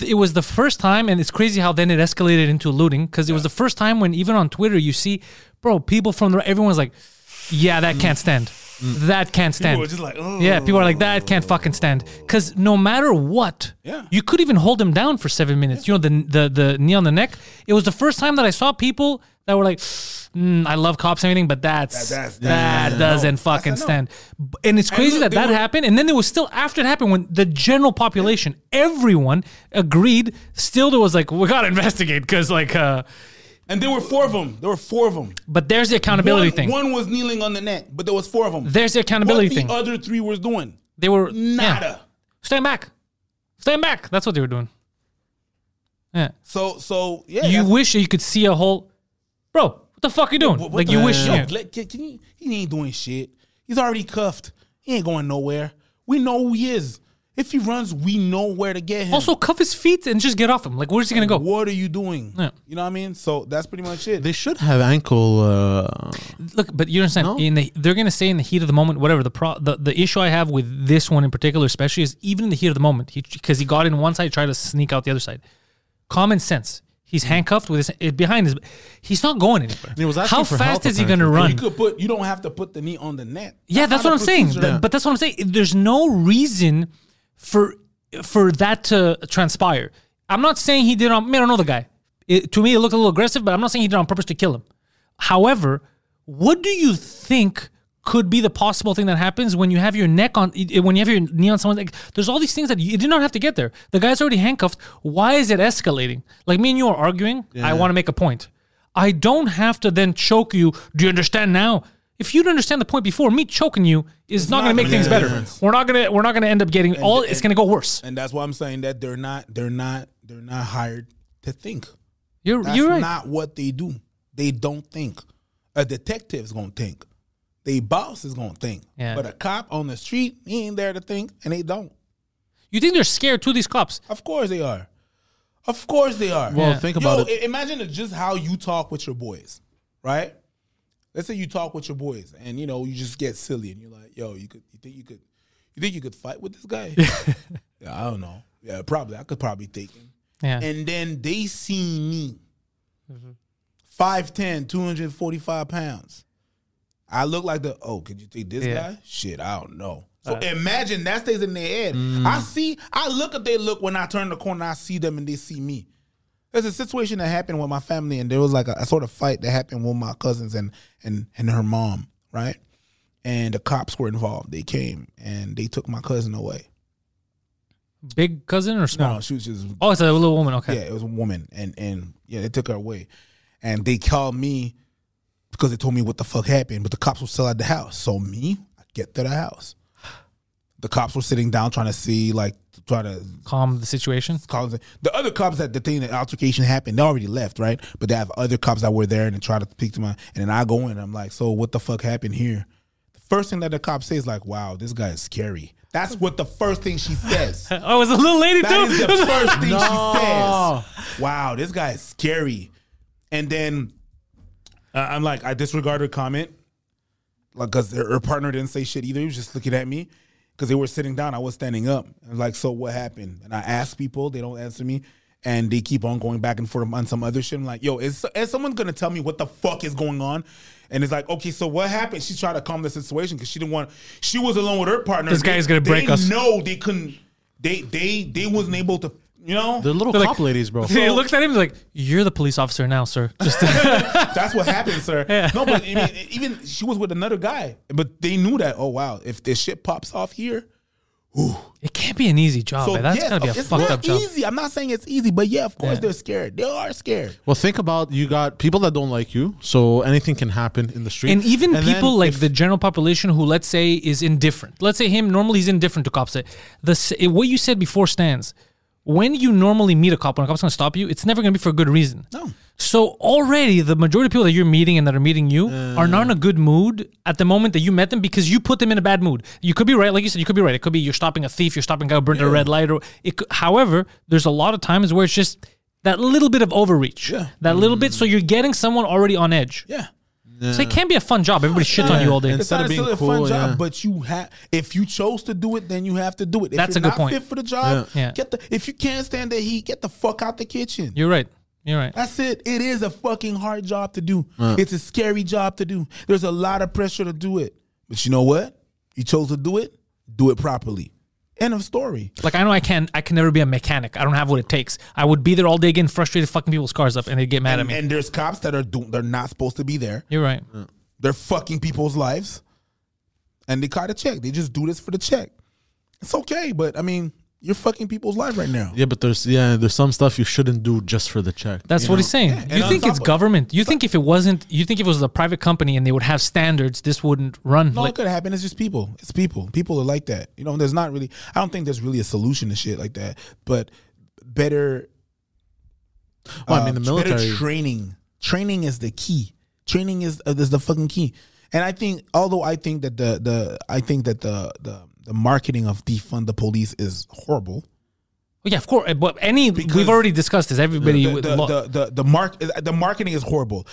S2: th- it was the first time, and it's crazy how then it escalated into looting because it was the first time when even on Twitter you see, bro, people from the, everyone's like, yeah, that can't stand, that can't stand.
S3: were Mm. just like, oh.
S2: yeah, people are like, that can't fucking stand because no matter what,
S3: Yeah.
S2: you could even hold him down for seven minutes. You know the the the knee on the neck. It was the first time that I saw people that were like. Mm, I love cops and everything, but that's
S3: That- that's-
S2: that
S3: that's a
S2: doesn't
S3: no.
S2: fucking
S3: That's a no.
S2: stand. B- And it's crazy
S3: look,
S2: that
S3: they
S2: that
S3: were-
S2: happened. And then there was still after it happened when the general population, everyone agreed. Still, there was like we gotta investigate because like, uh,
S3: and there were four of them. There were four of them.
S2: but there's the accountability
S3: one,
S2: thing.
S3: One was kneeling on the neck, but there was four of them.
S2: there's the accountability
S3: what the
S2: thing.
S3: other three was doing?
S2: they were yeah.
S3: Nada.
S2: Stand back, stand back. That's what they were doing. Yeah.
S3: So so yeah.
S2: you
S3: that's-
S2: wish you could see a whole, bro. What the fuck you doing?
S3: What- what
S2: like
S3: the-
S2: you wish.
S3: Yo,
S2: yeah.
S3: let- can- can you- he ain't doing shit. He's already cuffed. He ain't going nowhere. We know who he is. If he runs, we know where to get him.
S2: Also, cuff his feet and just get off him. Like, where's he gonna go?
S3: what are you doing?
S2: Yeah.
S3: You know what I mean? So that's pretty much it.
S4: They should have ankle. Uh,
S2: Look, but you understand. In the, they're going to say in the heat of the moment, whatever. The, pro, the the issue I have with this one in particular, especially, is even in the heat of the moment, because he, got in one side, tried to sneak out the other side. Common sense. He's handcuffed with his it behind his. He's not going anywhere.
S4: he was asking
S2: How
S4: for
S2: fast
S4: help,
S2: is he going to
S4: apparently.
S2: run?
S3: You could put. You don't have to put the knee on the net.
S2: Yeah, that's what I'm
S3: not a
S2: saying.
S3: procedure.
S2: But that's what I'm saying. There's no reason for for that to transpire. I'm not saying he did on. Man, I don't know the guy. It, to me, it looked a little aggressive, but I'm not saying he did it on purpose to kill him. However, what do you think could be the possible thing that happens when you have your neck on when you have your knee on someone? Like, there's all these things that you, you did not have to get there. The guy's already handcuffed. Why is it escalating? Like me and you are arguing. I want to make a point. I don't have to then choke you. Do you understand now? If you don't understand the point before, me choking you is not, going
S3: not
S2: to make
S3: gonna
S2: things
S3: make a
S2: better.
S3: difference.
S2: We're not gonna we're not gonna end up getting all. it's gonna go worse.
S3: And that's why I'm saying that they're not. They're not. They're not hired to think.
S2: You're
S3: That's
S2: you're right.
S3: not what they do. They don't think. A detective's gonna think. They boss is gonna think.
S2: Yeah.
S3: But a cop on the street, he ain't there to think, and they don't.
S2: you think they're scared to these cops?
S3: Of course they are. Of course they are.
S4: Well, think about
S3: Yo,
S4: it.
S3: i- Imagine it's just how you talk with your boys, right? Let's say you talk with your boys, and you know you just get silly, and you're like, "Yo, you could, you think you could, you think you could fight with this guy?" yeah, I don't know. Yeah, probably. I could probably take him.
S2: Yeah.
S3: And then they see me, 5'10", 245 pounds. I look like the oh, could you take this
S2: Yeah.
S3: guy? Shit, I don't know. So imagine that stays in their head. I see, I look at their look when I turn the corner, I see them and they see me. There's a situation that happened with my family, and there was like a, a sort of fight that happened with my cousins and and and her mom, right? And the cops were involved. They came and they took my cousin away.
S2: Big cousin or small?
S3: No, she was just
S2: Oh, it's a little woman. Okay.
S3: yeah, it was a woman, and and yeah, they took her away, and they called me because they told me what the fuck happened, but the cops were still at the house. So me, I get to the house. The cops were sitting down trying to see, like, trying to
S2: Calm the situation.
S3: call. The other cops that the thing that altercation happened, they already left, right? But they have other cops that were there and they try to speak to my. And then I go in, and I'm like, so what the fuck happened here? The first thing that the cop says, like, wow, this guy is scary. That's what the first thing she says.
S2: *laughs* Oh, it was a little lady
S3: That
S2: too.
S3: is the *laughs* first thing
S4: No.
S3: she says. Wow, this guy is scary. And then uh, I'm like, I disregard her comment, like, cause her, her partner didn't say shit either. He was just looking at me, cause they were sitting down. I was standing up. And like, so what happened? And I ask people, they don't answer me, and they keep on going back and forth on some other shit. I'm like, yo, is, is someone gonna tell me what the fuck is going on? And it's like, okay, so what happened? She tried to calm the situation because she didn't want. She was alone with her partner.
S2: This guy is gonna break
S3: they
S2: us.
S3: No, they couldn't. They they they wasn't able to. You know,
S4: They're little
S2: They're like-
S4: cop ladies,
S2: *laughs* *laughs*
S4: bro.
S2: he looked at him like, "You're the police officer now, sir." *laughs* Just
S3: That's what happened,
S2: *laughs*
S3: sir. No, but I mean, even she was with another guy, but they knew that. Oh wow, if this shit pops off here,
S2: it can't be an easy job.
S3: so
S2: Oh, man. That's
S3: yes,
S2: gotta be a
S3: it's
S2: fucked
S3: not
S2: up job.
S3: easy. I'm not saying it's easy, but yeah, of course
S2: Yeah.
S3: they're scared. They are scared.
S4: Well, think about you got people that don't like you, so anything can happen in the street.
S2: And even
S4: then
S2: people like
S4: if-
S2: the general population who, let's say, is indifferent. Let's say him normally he's indifferent to cops. The s- what you said before stands. When you normally meet a cop, when a cop's gonna stop you, it's never gonna be for a good reason.
S3: No.
S2: So already the majority of people that you're meeting and that are meeting you are not in a good mood at the moment that you met them because you put them in a bad mood. You could be right, like you said, you could be right. It could be you're stopping a thief, you're stopping a guy who burned a red light, or it. Could, however, there's a lot of times where it's just that little bit of overreach,
S3: Yeah. Mm.
S2: that little bit. So you're getting someone already on edge.
S3: Yeah,
S2: So it can be a fun job. Everybody shits on you all day.
S4: And-
S3: it's
S4: Instead
S3: not
S4: of being
S3: necessarily a fun
S4: cool,
S3: job,
S4: yeah.
S3: but you have. If you chose to do it, then you have to do it. If
S2: That's
S3: you're
S2: a good
S3: not
S2: point.
S3: Fit for the job.
S2: Yeah. Yeah.
S3: Get the. If you can't stand the heat, get the fuck out the kitchen.
S2: You're right. You're right.
S3: That's it. It is a fucking hard job to do. It's a scary job to do. There's a lot of pressure to do it. But you know what? You chose to do it, do it properly. End of story.
S2: Like I know I can I can never be a mechanic. I don't have what it takes. I would be there all day getting frustrated, fucking people's cars up, and they'd get mad at
S3: And,
S2: me.
S3: and there's cops that are do- they're not supposed to be there.
S2: You're right.
S3: They're fucking people's lives. And they caught a check. They just do this for the check. It's okay, but I mean, you're fucking people's life right now.
S4: yeah, but there's yeah, there's some stuff you shouldn't do just for the check.
S2: That's what he's saying.
S3: and
S2: you
S3: on
S2: think
S3: top
S2: it's
S3: of-
S2: government? You think if it wasn't? You think if it was a private company and they would have standards, this wouldn't run?
S3: No,
S2: like,
S3: it could happen. It's just people. It's people. People are like that. You know, there's not really. I don't think there's really a solution to shit like that. But better.
S4: Well, I mean, the
S3: uh, better
S4: military-
S3: training. Training is the key. Training is uh, is the fucking key. And I think, although I think that the the I think that the the the marketing of defund the police is horrible.
S2: Oh, yeah, of course. But any
S3: Because-
S2: we've already discussed this. Everybody
S3: The
S2: would
S3: the,
S2: lo-
S3: the, the, the mark the marketing is horrible.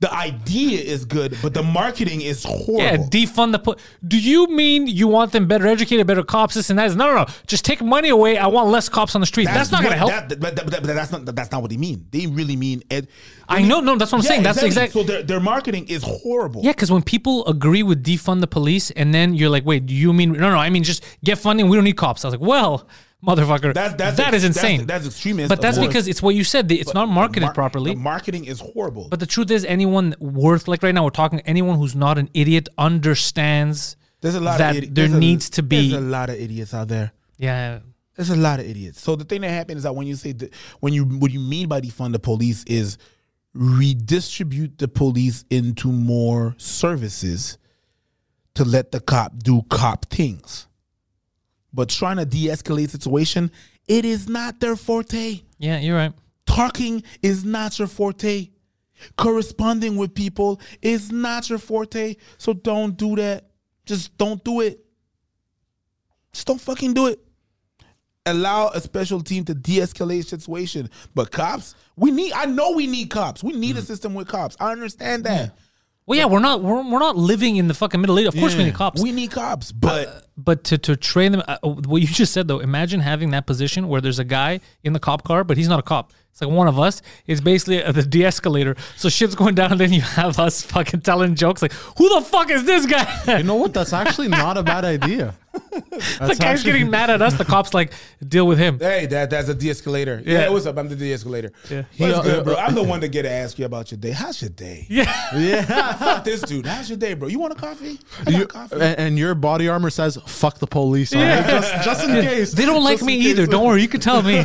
S3: The idea is good, but the marketing is horrible.
S2: Yeah, defund the. Po- Do you mean you want them better educated, better cops, this and that? No, no, no. Just take money away. I want less cops on the street. That's, not going to help.
S3: what- that- but, but- but that's not that's not what they mean. They really mean ed-
S2: I know. No, that's what I'm saying. That's exact-
S3: So their, their marketing is horrible.
S2: yeah, because when people agree with defund the police, and then you're like, wait, do you mean no, no? I mean just get funding. We don't need cops. I was like, well, motherfucker,
S3: That's- that's
S2: that
S3: ex-
S2: is
S3: that's-
S2: insane.
S3: that's extremist,
S2: But that's
S3: of course.
S2: because it's what you said. It's not marketed
S3: Mar-
S2: properly.
S3: The marketing is horrible.
S2: But the truth is, anyone worth like right now, we're talking anyone who's not an idiot understands
S3: there's a lot
S2: that
S3: of idi-
S2: there
S3: there's a-
S2: needs to be
S3: There's a lot of idiots out there.
S2: yeah.
S3: There's a lot of idiots. So the thing that happened is that when you say that, when you what you mean by defund the police is redistribute the police into more services to let the cop do cop things. But trying to de-escalate situation, it is not their forte.
S2: Yeah, you're right.
S3: Talking is not your forte. Corresponding with people is not your forte. So don't do that. Just don't do it. Just don't fucking do it. Allow a special team to de-escalate situation. But cops, we need I know we need cops. We need a system with cops. I understand that.
S2: Well, yeah, we're not we're, we're not living in the fucking Middle East. Of course, we need cops.
S3: We need cops. But
S2: but to, to train them, uh, what you *laughs* just said though, imagine having that position where there's a guy in the cop car, but he's not a cop. It's like one of us. It's basically uh the de escalator. So shit's going down, and then you have us *laughs* fucking telling jokes like, who the fuck is this guy? *laughs*
S4: You know what? That's actually not a bad idea.
S2: the guy's
S4: actually- *laughs*
S2: getting mad at us. The cop's like, deal with him.
S3: Hey, that that's a de-escalator. Yeah,
S2: Yeah.
S3: what's up? I'm the de-escalator.
S2: Yeah.
S3: What's
S4: Yeah,
S3: good,
S4: uh,
S3: bro? *laughs* I'm the one to get to ask you about your day. How's your day?
S2: Yeah.
S3: Fuck this dude. How's your day, bro? You want a coffee? I got
S4: You,
S3: coffee.
S4: and, and your body armor says "fuck the police." on it. Just, just in case
S2: *laughs* They don't like
S4: Just
S2: me
S4: in case.
S2: either. Don't worry, you can tell
S4: *laughs*
S2: me.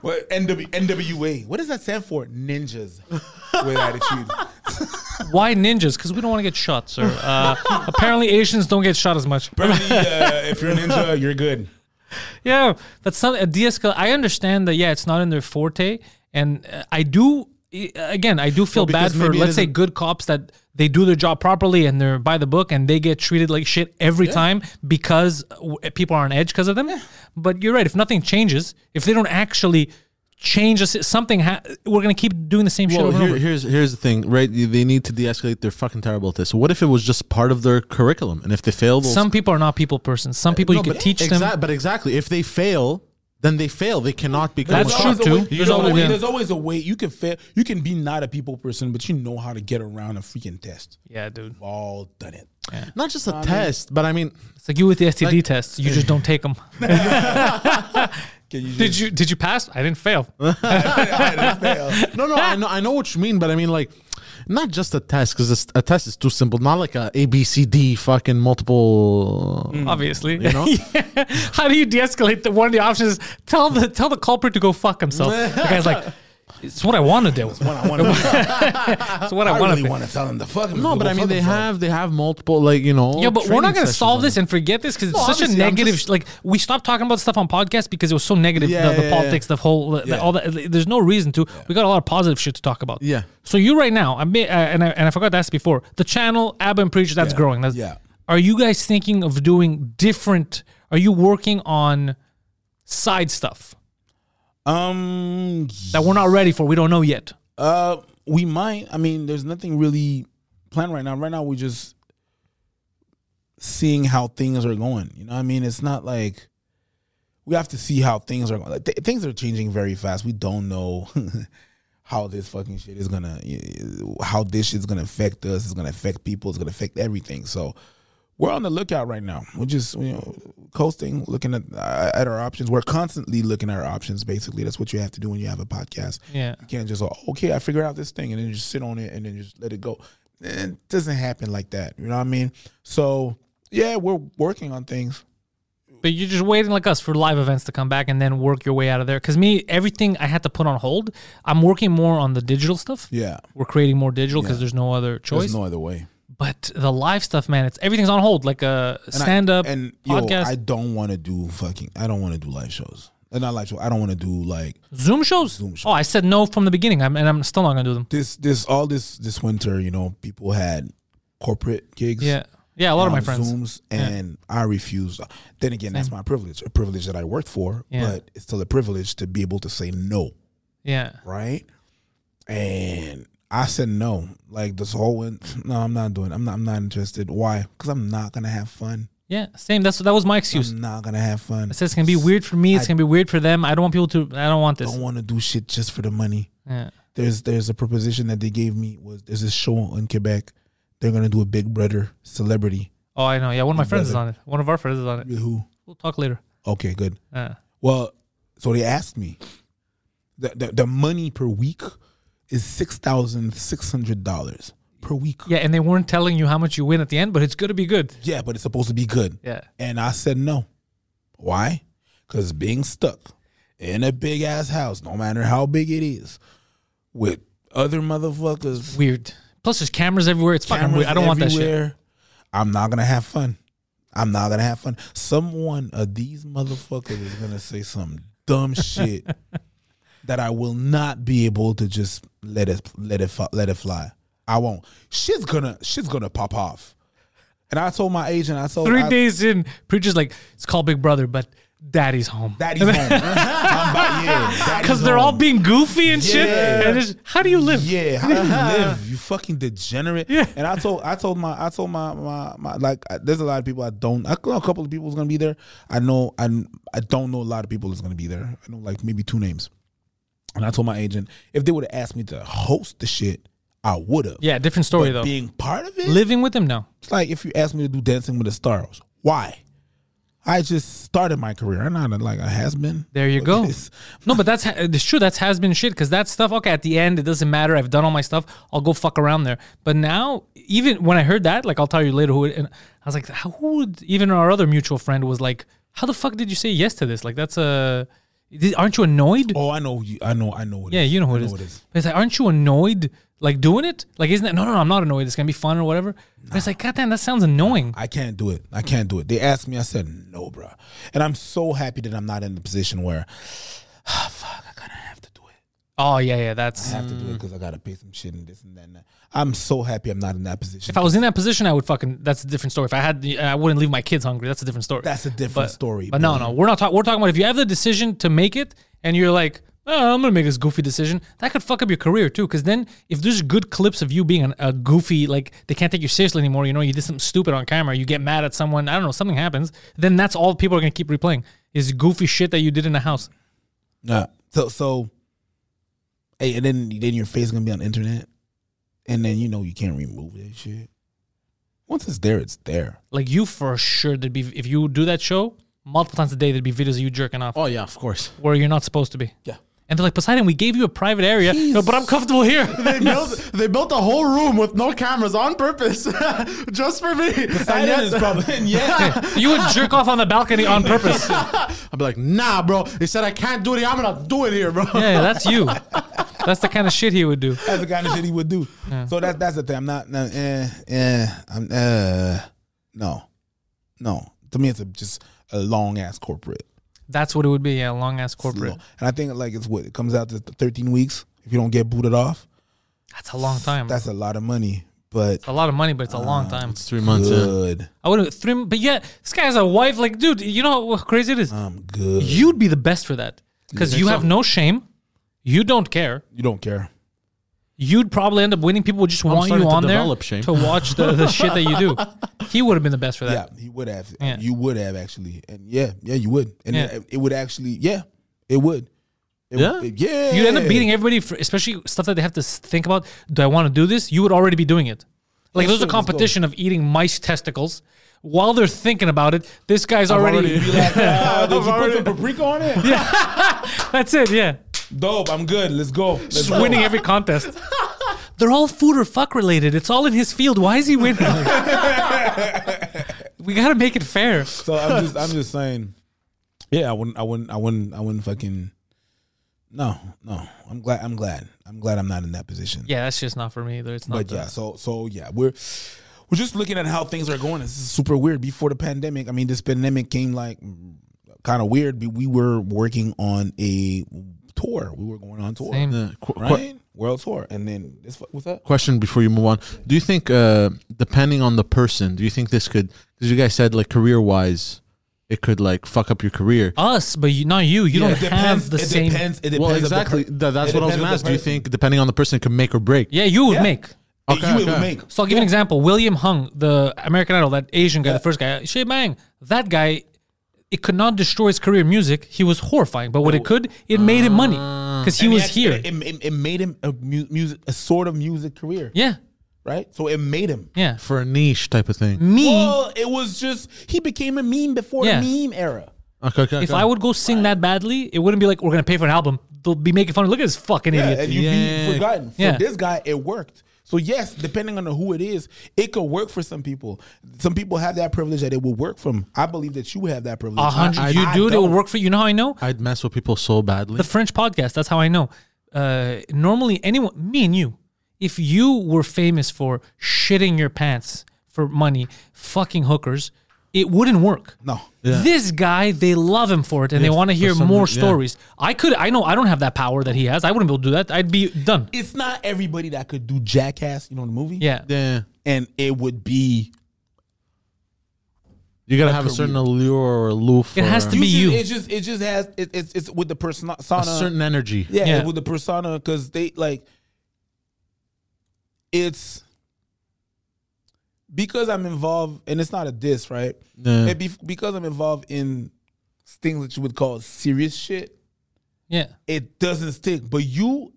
S3: What, NW, NWA. What does that stand for? Ninjas with attitude.
S2: Why ninjas? Because we don't want to get shot, sir. Uh, apparently, Asians don't get shot as much.
S3: Apparently, uh, if you're a ninja, you're good.
S2: Yeah, that's some a de-escal- I understand that. Yeah, it's not in their forte, and uh, I do. i- Again, I do feel
S4: Well,
S2: bad
S4: because
S2: for
S4: maybe it
S2: let's say
S4: isn't-
S2: good cops that they do their job properly and they're by the book and they get treated like shit every time because w- people are on edge because of them. But you're right. If nothing changes, if they don't actually change us, something ha- we're gonna keep doing the same shit
S4: Well,
S2: over and
S4: here,
S2: over.
S4: here's here's the thing, right? They need to de-escalate. They're fucking terrible at this. So what if it was just part of their curriculum? And if they fail, they'll-
S2: Some people are not people persons. Some people you
S4: Uh, No,
S2: can
S4: but-
S2: teach
S4: exact-
S2: them.
S4: But exactly, if they fail, then they fail. They cannot become.
S2: That's
S4: a
S3: There's
S2: true,
S3: always
S4: cop.
S3: a
S2: too.
S3: way-
S2: There's
S3: There's, always,
S2: always- yeah.
S3: there's always a way you can fail. You can be not a people person, but you know how to get around a freaking test.
S2: Yeah, dude.
S3: All done it.
S4: Not just a test, but I mean,
S2: It's like you with the STD tests. You just don't take them.
S3: Can you
S2: did you did you pass? I didn't fail.
S4: no, no,
S2: Ah!
S4: I know, I know what you mean, but I mean like. Not just a test, because a test is too simple. Not like a A B C D fucking multiple.
S2: obviously.
S4: You know?
S2: Mm. *laughs* Yeah. How do you de-escalate? The, one of the options is tell the tell the culprit to go fuck himself. the guy's like, it's what I want to do. It's
S3: When I want to,
S2: what I,
S3: I
S2: want to
S3: really
S2: do.
S3: want to tell him to fuck him.
S4: No,
S3: to
S4: but
S3: go
S4: I mean
S3: fuck
S4: they
S3: himself.
S4: have they have multiple like you know.
S2: Yeah, but we're not going
S4: training
S2: to
S4: sessions
S2: solve
S4: on
S2: this
S4: it.
S2: and forget this because
S4: No,
S2: it's such a
S4: obviously, I'm
S2: negative.
S4: just-
S2: like we stopped talking about stuff on podcasts because it was so negative.
S4: Yeah,
S2: the the
S4: yeah, yeah.
S2: politics, the whole, the, all that. There's no reason to. We got a lot of positive shit to talk about.
S4: Yeah.
S2: So you right now, I may, uh, and I and I forgot to ask before the channel Abba and Preach that's growing. That's,
S3: Yeah.
S2: Are you guys thinking of doing different? Are you working on side stuff?
S3: Um,
S2: that we're not ready for. We don't know yet.
S3: Uh, we might. I mean, there's nothing really planned right now. Right now, we're just seeing how things are going. You know, what I mean, it's not like we have to see how things are going. Like th- things are changing very fast. We don't know *laughs* how this fucking shit is gonna, how this shit's gonna affect us. It's gonna affect people. It's gonna affect everything. So we're on the lookout right now. We're just you know coasting, looking at uh, at our options. We're constantly looking at our options. Basically, that's what you have to do when you have a podcast.
S2: Yeah.
S3: You can't just oh, okay, I figured out this thing and then just sit on it and then just let it go. And it doesn't happen like that. You know what I mean? So yeah, we're working on things.
S2: But you're just waiting like us for live events to come back and then work your way out of there. Because me, everything I had to put on hold. I'm working more on the digital stuff.
S3: Yeah.
S2: We're creating more digital because there's no other choice.
S3: There's no other way.
S2: but the live stuff, man, it's everything's on hold. Like a
S3: And I-
S2: stand up
S3: and yo,
S2: podcast,
S3: I don't want to do fucking. I don't want to do live shows. Uh, Not live show. I don't want to do like
S2: Zoom shows.
S3: shows.
S2: Oh, I said no from the beginning, I'm, and I'm still not gonna do them.
S3: this. This all this this winter. You know, people had corporate gigs.
S2: Yeah, yeah. A lot of my
S3: on
S2: friends.
S3: Zooms, and I refuse. Then again, that's my privilege, a privilege that I worked for,
S2: Yeah.
S3: but it's still a privilege to be able to say no,
S2: Yeah,
S3: right? And I said no. Like this whole one, no, I'm not doing. It. I'm not. I'm not interested. Why? Because I'm not gonna have fun.
S2: Yeah, same. That's that was my excuse.
S3: I'm not gonna have fun.
S2: I said it's gonna be weird for me. It's gonna be weird for them. I don't want people to. I don't want
S3: I
S2: this.
S3: don't want to do shit just for the money.
S2: Yeah.
S3: There's there's a proposition that they gave me was there's this show in Quebec. They're gonna do a Big Brother celebrity.
S2: Oh, I know. Yeah, one of my
S3: Big
S2: friends is
S3: brother.
S2: on it. One of our friends is on it.
S3: With who?
S2: We'll talk later. Uh,
S3: Okay, good.
S2: Yeah.
S3: Well, so they asked me. The the, the money per week is six thousand six hundred dollars per week.
S2: yeah, and they weren't telling you how much you win at the end, but it's gonna be good.
S3: Yeah, but it's supposed to be good.
S2: Yeah.
S3: And I said no. Why? Because being stuck in a big ass house, no matter how big it is, with other motherfuckers,
S2: Weird. Plus, there's cameras everywhere. It's fucking weird. I don't want that shit.
S3: that shit. I'm not gonna have fun. I'm not gonna have fun. Someone of these motherfuckers is gonna say some
S2: *laughs*
S3: dumb shit that I will not be able to just let it let it fu- let it fly. I won't. Shit's gonna shit's gonna pop off. And I told my agent, I told
S2: Three
S3: I,
S2: days in, preacher's like, it's called Big Brother, but Daddy's home. *laughs*
S3: Daddy's home. I'm about, yeah, daddy's
S2: Because they're all
S3: home.
S2: being goofy and shit.
S3: Yeah.
S2: And it's, how do you live?
S3: Yeah, how
S2: *laughs*
S3: do you live? You fucking degenerate.
S2: Yeah.
S3: And I told, I told my, I told my, my, my like, I, there's a lot of people I don't. I know a couple of people is gonna be there. I know, I, I don't know a lot of people is gonna be there. I know like maybe two names. And I told my agent if they would have asked me to host the shit, I would have.
S2: Yeah, different story
S3: But
S2: though.
S3: being part of it,
S2: Living with him, no.
S3: it's like if you asked me to do Dancing with the Stars, why? I just started my career. I'm not like a has been.
S2: There you
S3: Look at
S2: go.
S3: this.
S2: No, but that's ha- it's true. That's has been shit because that stuff. Okay, at the end, it doesn't matter. I've done all my stuff. I'll go fuck around there. But now, even when I heard that, like I'll tell you later who. It, and I was like, how, who would even our other mutual friend was like, how the fuck did you say yes to this? Like that's a. Did, aren't you annoyed?
S3: Oh, I know. You, I know. I know what. it
S2: yeah,
S3: is.
S2: you know who
S3: I
S2: it is. But it's like, aren't you annoyed? Like doing it? Like isn't it? No, no, no. I'm not annoyed. It's gonna be fun or whatever. But it's like, goddamn, that sounds annoying.
S3: I can't do it. I can't do it. They asked me. I said no, bro. And I'm so happy that I'm not in the position where, *sighs* ah, fuck, I gotta have to do it.
S2: Oh yeah, yeah.
S3: I
S2: That's.
S3: have to do it because I gotta pay some shit and this and that. And that. I'm so happy I'm not in that position.
S2: If I was in that position, I would fucking. That's a different story. If I had, the- I wouldn't leave my kids hungry. That's a different story.
S3: That's a different story.
S2: But no,
S3: bro.
S2: no, we're not talking. We're talking about if you have the decision to make it, and you're like, oh, I'm gonna make this goofy decision. That could fuck up your career too, because then if there's good clips of you being an, a goofy, like they can't take you seriously anymore. You know, you did something stupid on camera. You get mad at someone. I don't know. Something happens. Then that's all people are gonna keep replaying is goofy shit that you did in the house.
S3: Yeah. So so. Hey, and then then your face gonna be on the internet, and then you know you can't remove that shit. Once it's there, it's there.
S2: Like you for sure, there'd be if you do that show multiple times a day, there'd be videos of you jerking off
S4: Oh yeah, of course.
S2: where you're not supposed to be.
S3: Yeah.
S2: And they're like, Poseidon, we gave you a private area, no, but I'm comfortable here.
S4: They built they built a whole room with no cameras on purpose, *laughs* just for me. And
S2: *laughs*
S4: yet- *laughs*
S3: yeah.
S2: *laughs* you would jerk off on the balcony on purpose. *laughs* yeah,
S4: I'd be like, nah, bro. He said I can't do it. here. I'm gonna do it here, bro.
S2: that's you. That's the kind of shit he would do.
S3: That's the kind of shit he would do. So that's that's the thing. I'm not. No, eh, eh, I'm. Uh, no, no. To me, it's a, just a long ass corporate.
S2: That's what it would be. Yeah, long ass corporate.
S3: And I think like it's what it comes out to 13 weeks. If you don't get booted off,
S2: That's a long time. That's
S3: that's a lot of money. But
S2: a lot of money, but it's a long time.
S4: It's three months. in.
S3: good.
S2: I would have three, but yeah, this guy has a wife. Like, dude, you know how crazy it
S4: Ah.
S2: is.
S3: I'm good. You,
S2: You'd be the best for that because you have no shame. You don't care.
S3: don't care.
S2: You'd probably end up winning. People would just want you
S4: starting to
S2: on there
S4: develop shame.
S2: to watch the, the shit that you
S4: *laughs*
S2: do. He would have been the best for
S3: Yeah,
S2: that.
S3: he would have.
S2: Yeah.
S3: You would have actually, and yeah, yeah, you would, and
S2: Yeah.
S3: it, it would actually, yeah, it would. It
S4: Yeah.
S3: would- yeah.
S2: You'd end up
S3: *laughs*
S2: beating everybody, for, especially stuff that they have to s- think about. Do I want to do this? You would already be doing it. Like
S3: Yeah,
S2: there's a
S3: sure, let's go.
S2: competition of eating mice testicles. While they're thinking about it, this guy's already.
S3: Ah, did you put some paprika on it?
S2: *laughs* that's it. Yeah,
S3: Dope. I'm good. Let's go. Let's
S2: just
S3: go.
S2: winning every
S3: *laughs*
S2: contest. They're all food or fuck related. It's all in his field. Why is he
S3: *laughs*
S2: winning? we gotta make it fair.
S3: So I'm
S4: *laughs*
S3: just I'm just saying. Yeah, I wouldn't I wouldn't I wouldn't I wouldn't fucking No, no. I'm glad I'm glad. I'm glad I'm not in that position.
S2: Yeah, that's just not for me either. It's not.
S3: but
S2: the-
S3: yeah, so so yeah, we're we're just looking at how things are going. This is super weird. Before the pandemic, I mean this pandemic came like kind of weird. but We were working on a tour. We were going on tour.
S2: Same.
S4: Yeah. Qu- qu-
S3: Right? World tour. And then this what's that?
S4: question before you move on. Do you think, uh, depending on the person, do you think this could? Because you guys said like career wise, it could like fuck up your career.
S2: Us, but you, not you. You
S3: Yeah,
S2: don't have the
S3: it
S2: same.
S3: Depends, it depends
S4: well,
S3: on the
S4: exactly.
S3: per-
S4: Tha- that's
S3: it
S4: what I
S3: depends
S4: was gonna
S3: on the
S4: ask. Do you
S3: person.
S4: think depending on the person it can make or break?
S2: Yeah, you would
S3: Yeah.
S2: make.
S3: That
S4: Okay,
S3: you will
S4: okay.
S3: make?
S2: So I'll give you an example. William Hung, the American Idol, that Asian guy, the first guy, Shay Bang, that guy, it could not destroy his career in music. He was horrifying, but what it could, it made him money because he
S3: Ah. And
S2: was
S3: that's-
S2: here.
S3: It, it, it made him a mu- music, a sort of music career,
S2: yeah,
S3: right? So it made him.
S2: yeah.
S4: For a niche type of
S3: Mm.
S4: thing.
S2: Me,
S3: Well, it was just he became a meme before
S2: Yeah.
S3: the meme era.
S4: Okay, okay.
S2: if
S4: okay.
S2: I would go sing that badly, it wouldn't be like we're gonna pay for an album. They'll be making fun of. Look at this fucking
S3: Yeah,
S2: idiot.
S3: and you'd
S4: Yeah.
S3: be forgotten. For
S2: Yeah.
S3: this guy, it worked. So yes, depending on who it is, it could work for some people. Some people have that privilege that it will work from. I believe that you have that privilege.
S2: A hundred,
S4: I-
S2: you
S4: I
S2: do it. It will
S3: don't.
S2: work for you. You know how I know?
S4: I'd mess with people so badly.
S2: the French podcast. That's how I know. Uh, normally, anyone, me and you, if you were famous for shitting your pants for money, fucking hookers, it wouldn't work.
S3: No.
S2: This guy, they love him for it, and they
S4: Yeah,
S2: want to
S4: for
S2: hear
S4: some
S2: more
S4: reason, yeah.
S2: stories. I could, I know, I don't have that power that he has. I wouldn't be able to do that. I'd be done.
S3: It's not everybody that could do Jackass, you know the movie?
S2: Yeah,
S4: yeah.
S3: And it would be
S4: You gotta have a certain allure or aloof.
S2: It has
S4: or
S2: to be- you.
S3: It just it just has it, it's it's with the persona
S4: a certain energy.
S3: Yeah,
S2: Yeah.
S3: with the persona because they like it's because I'm involved, and it's not a diss, right?
S4: Yeah.
S3: It be- because I'm involved in things that you would call serious shit,
S2: yeah,
S3: it doesn't stick. But you,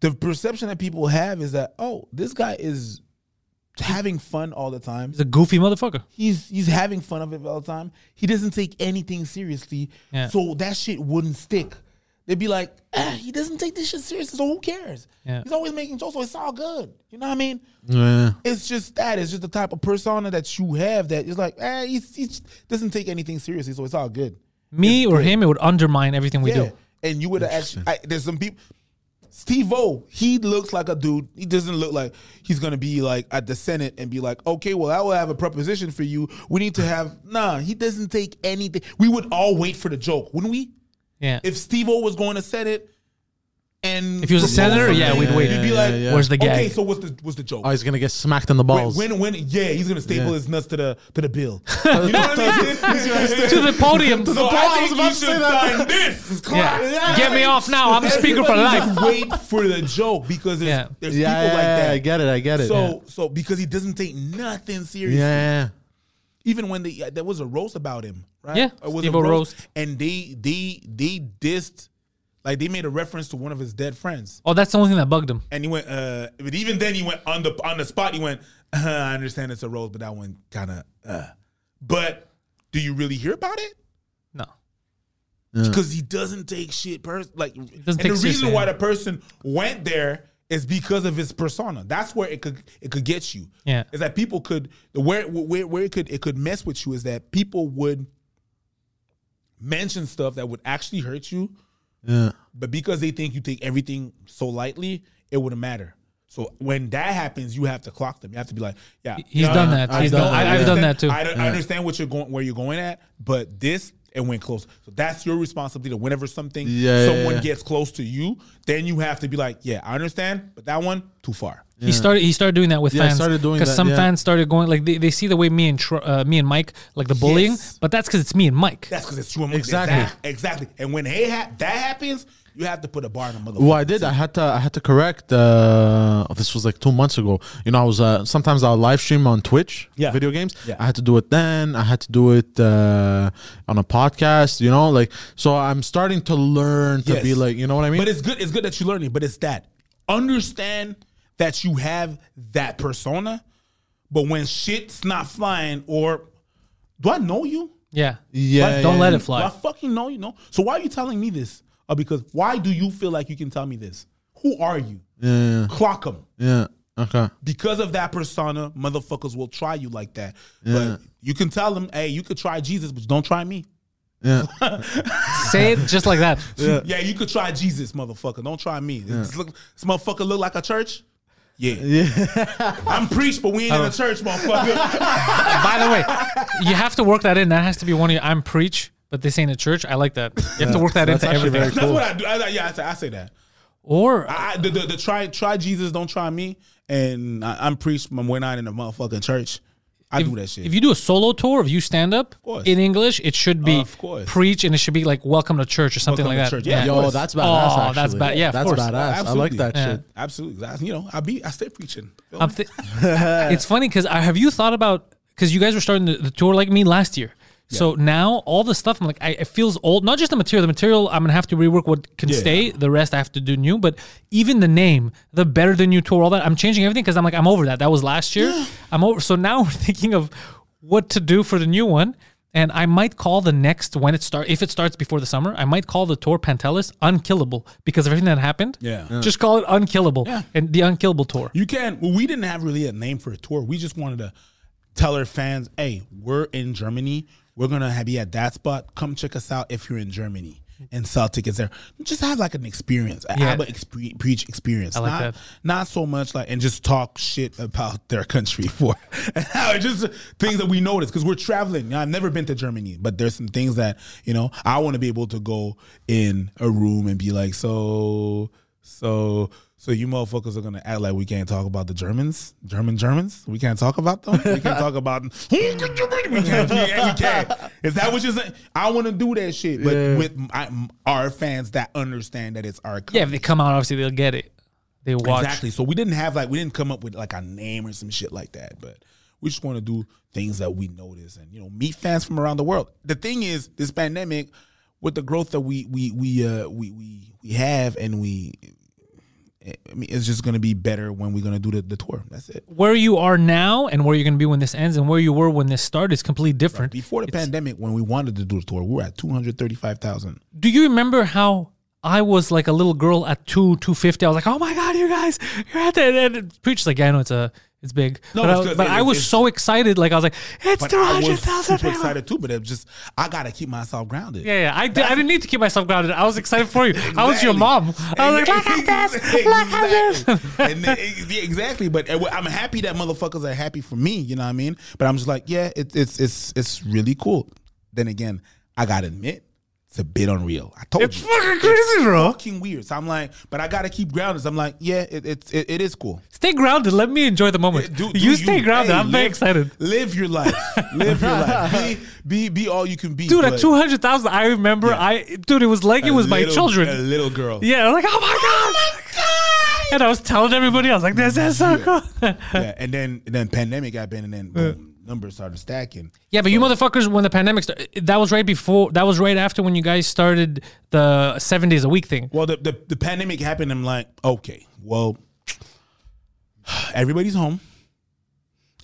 S3: the perception that people have is that oh, this guy is having fun all the time.
S2: he's a goofy motherfucker.
S3: He's he's having fun of it all the time. He doesn't take anything seriously,
S2: Yeah.
S3: so that shit wouldn't stick. They'd be like, ah, he doesn't take this shit seriously, so who cares?
S2: Yeah.
S3: He's always making jokes, so it's all good. You know what I mean?
S4: Yeah.
S3: It's just that. It's just the type of persona that you have that is like, ah, he, he doesn't take anything seriously, so it's all good.
S2: Me or him, it would undermine everything we
S3: yeah.
S2: do.
S3: And you would have actually, I, there's some people. Steve O, he looks like a dude. He doesn't look like he's gonna be like at the Senate and be like, okay, well, I will have a proposition for you. We need to have *laughs* nah. He doesn't take anything. We would all wait for the joke, wouldn't we?
S2: Yeah,
S3: If Steve O was going to Senate, and
S2: If he was a
S3: propose
S2: senator,
S3: something,
S2: yeah, we'd
S3: you'd
S2: wait.
S3: be
S4: Yeah,
S3: like,
S4: yeah, yeah.
S2: where's the gag?
S3: okay, so what's the what's the joke?
S4: Oh, he's gonna get smacked in the balls.
S3: When, when, when, yeah, he's gonna staple
S4: Yeah.
S3: his nuts to the to
S2: *laughs*
S3: the bill. you know what *laughs* I mean?
S2: to the podium.
S3: So
S4: I was
S3: think
S4: about
S3: you should
S4: to say
S3: *laughs*
S4: that.
S3: sign this.
S2: yeah, get me off now.
S4: *laughs*
S2: I'm the speaker for
S3: Everybody
S2: life.
S3: just Wait for the joke because there's,
S2: Yeah.
S3: there's
S4: yeah,
S3: people like that.
S4: I get it. I get it.
S3: so so because he doesn't take nothing seriously.
S4: yeah.
S3: Even when they there was a roast about him, right?
S2: Yeah,
S3: It was a
S2: Steve-O
S3: roast,
S2: roast.
S3: and they they they dissed, like they made a reference to one of his dead friends,
S2: Oh, that's the only thing that bugged him.
S3: and he went. uh But even then, he went on the on the spot. He went. Uh, I understand it's a roast, but that one kind of. uh But do you really hear about it?
S2: No.
S3: because he doesn't take shit pers- like and
S2: take
S3: the
S2: seriously,
S3: reason why
S2: yeah.
S3: the person went there is because of his persona that's where it could it could get you
S2: Yeah.
S3: is that people could the where where, where it could it could mess with you is that people would mention stuff that would actually hurt you
S4: Yeah.
S3: but because they think you take everything so lightly it wouldn't matter so when that happens you have to clock them you have to be like yeah
S2: He's
S3: yeah,
S2: done that.
S3: I
S2: He's
S3: know,
S2: done-
S3: I
S2: I- I've done that too.
S3: I, don't- I understand what you're going, where you're going at, but this it went close. So that's your responsibility. to Whenever something,
S4: Yeah, yeah,
S3: someone
S4: yeah.
S3: gets close to you, then you have to be like, yeah, I understand, but that one too far.
S2: He started. He started doing that with
S4: Yeah, I
S2: fans.
S4: started doing
S2: because
S4: that,
S2: some
S4: yeah.
S2: fans started going like they, they see the way me and Tro- uh, me and Mike like the bullying,
S3: Yes.
S2: but that's because it's me and Mike.
S3: That's because it's you and
S4: Exactly.
S3: exactly, exactly. And when hey, ha- that happens, you have to put a bar in the motherfucker.
S4: Well, I did. I had to. I had to correct. Uh, this was like two months ago. You know, I was uh, sometimes I'll live stream on Twitch.
S3: Yeah.
S4: Video games.
S3: Yeah.
S4: I had to do it then. I had to do it uh, on a podcast. You know, like so. I'm starting to learn to
S3: Yes.
S4: be like. You know what I mean?
S3: But it's good. It's good that you're learning. But it's that understand that you have that persona, but when shit's not flying, or do I know you?
S2: yeah.
S4: yeah.
S2: Don't
S4: yeah,
S2: let
S4: yeah.
S2: it fly.
S3: Do I fucking know you know. So why are you telling me this? Or because why do you feel like you can tell me this? Who are you?
S4: Yeah.
S3: Clock them.
S4: Yeah. Okay.
S3: Because of that persona, motherfuckers will try you like that.
S4: Yeah.
S3: But you can tell them, hey, you could try Jesus, but don't try me.
S4: Yeah.
S2: Say it just like that.
S3: *laughs* Yeah, you could try Jesus, motherfucker. Don't try me. This, look, this motherfucker look like a church. Yeah. *laughs* Oh. I'm preached, but we ain't in a church, *laughs* motherfucker.
S2: By the way, you have to work that in. That has to be one of your. I'm preach, but this ain't a church. I like that. You have to work that
S4: That's
S2: into
S4: actually
S2: everything.
S3: That's
S4: very
S3: what I do. I, yeah, I say, I say that.
S2: Or
S3: I, I- the, the, the try try Jesus, don't try me. And I, I'm preached, but we're not in a motherfucking church. I
S2: if,
S3: do that shit.
S2: If you do a solo tour, if you stand up
S3: course.
S2: in English, it should be
S3: Of course.
S2: preach and it should be like welcome to church or something
S3: Welcome
S2: like
S3: to
S2: that.
S3: church. Yeah, of
S4: Yo,
S3: course.
S4: that's
S2: Oh,
S4: badass. actually.
S2: that's bad- yeah, of
S4: that's
S2: course.
S4: badass. I like
S3: Absolutely.
S4: that
S2: Yeah.
S4: shit.
S3: Absolutely. I- you know, I be I stay preaching. Feel
S2: I'm
S3: me? *laughs*
S2: thi- it's funny because have you thought about because you guys were starting the, the tour like me last year. So now all the stuff I'm like I, it feels old. Not just the material. The material I'm gonna have to rework what can
S3: Yeah.
S2: stay. The rest I have to do new. But even the name, the better than you tour, all that I'm changing everything because I'm like I'm over that. That was last year. I'm over. So now *laughs* we're thinking of what to do for the new one. And I might call the next when it start if it starts before the summer. I might call the tour Pantelis unkillable because of everything that happened.
S3: Yeah. Yeah.
S2: just call it unkillable and the unkillable tour.
S3: You can. Well, we didn't have really a name for a tour. We just wanted to tell our fans, hey, we're in Germany. We're gonna have, be at that spot. Come check us out if you're in Germany and sell tickets there. Just have like an experience, an
S2: Yeah.
S3: ABBA exp- preach experience.
S2: like
S3: not,
S2: that.
S3: not so much like and just talk shit about *laughs* their country for and how just things that we notice because we're traveling. I've never been to Germany, but there's some things that you know I want to be able to go in a room and be like, so, so, so you motherfuckers are gonna act like we can't talk about the Germans, German Germans. We can't talk about them. *laughs* We can't talk about. We can't. We can't. Is that what you're saying? I want to do that shit, but with my, our fans that understand that it's our country.
S2: Yeah, if they come out, obviously they'll get it. They watch.
S3: Exactly. So we didn't have like we didn't come up with like a name or some shit like that, but we just want to do things that we notice and you know meet fans from around the world. The thing is, this pandemic, with the growth that we we we uh, we we we have and we, eh, I mean, it's just gonna be better when we're gonna do the, the tour. That's it.
S2: Where you are now and where you're going to be when this ends and where you were when this started is completely different.
S3: Before the pandemic, when we wanted to do the tour, we were at two hundred thirty-five thousand.
S2: Do you remember how I was like a little girl at two two fifty? I was like, oh my god, you guys, you're at that. And preacher's like, yeah, I know it's a it's big,
S3: No,
S2: but,
S3: it's
S2: I,
S3: good.
S2: but
S3: It-
S2: I was
S3: it's-
S2: so excited. Like I was like, it's
S3: But
S2: two
S3: I
S2: hundred
S3: was
S2: thousand
S3: super
S2: people.
S3: excited too. But it just I gotta keep myself grounded.
S2: Yeah, yeah. I, did, I didn't need to keep myself grounded. I was excited for you. I was your mom. I was like,
S3: *laughs*
S2: look at this, look at this.
S3: Exactly. And then- yeah, exactly. But uh, I'm happy that motherfuckers are happy for me. You know what I mean? But I'm just like, yeah, it, it's it's it's really cool. Then again, I gotta admit, it's a bit unreal. I told
S2: It's
S3: you,
S2: fucking crazy, bro.
S3: fucking weird. So I'm like, but I gotta keep grounded. So I'm like, yeah, it, it's it, it is cool.
S2: Stay grounded. Let me enjoy the moment.
S3: Do- do
S2: you stay grounded.
S3: hey,
S2: I'm very
S3: live-
S2: excited.
S3: Live your life. Live your life.
S2: *laughs*
S3: Be be, be all you can be,
S2: dude
S3: but
S2: at 200000 i remember i dude it was like it
S3: a
S2: was my
S3: little-
S2: children
S3: a little girl.
S2: yeah I was like oh my, god. and i was telling everybody i was like this is so cool
S3: *laughs* yeah, and then and then pandemic happened, and then boom, numbers started stacking.
S2: yeah but you motherfuckers when the pandemic started that was right before that was right after when you guys started the seven days a week thing
S3: Well, the, the the pandemic happened. I'm like, okay, well, *sighs* everybody's home,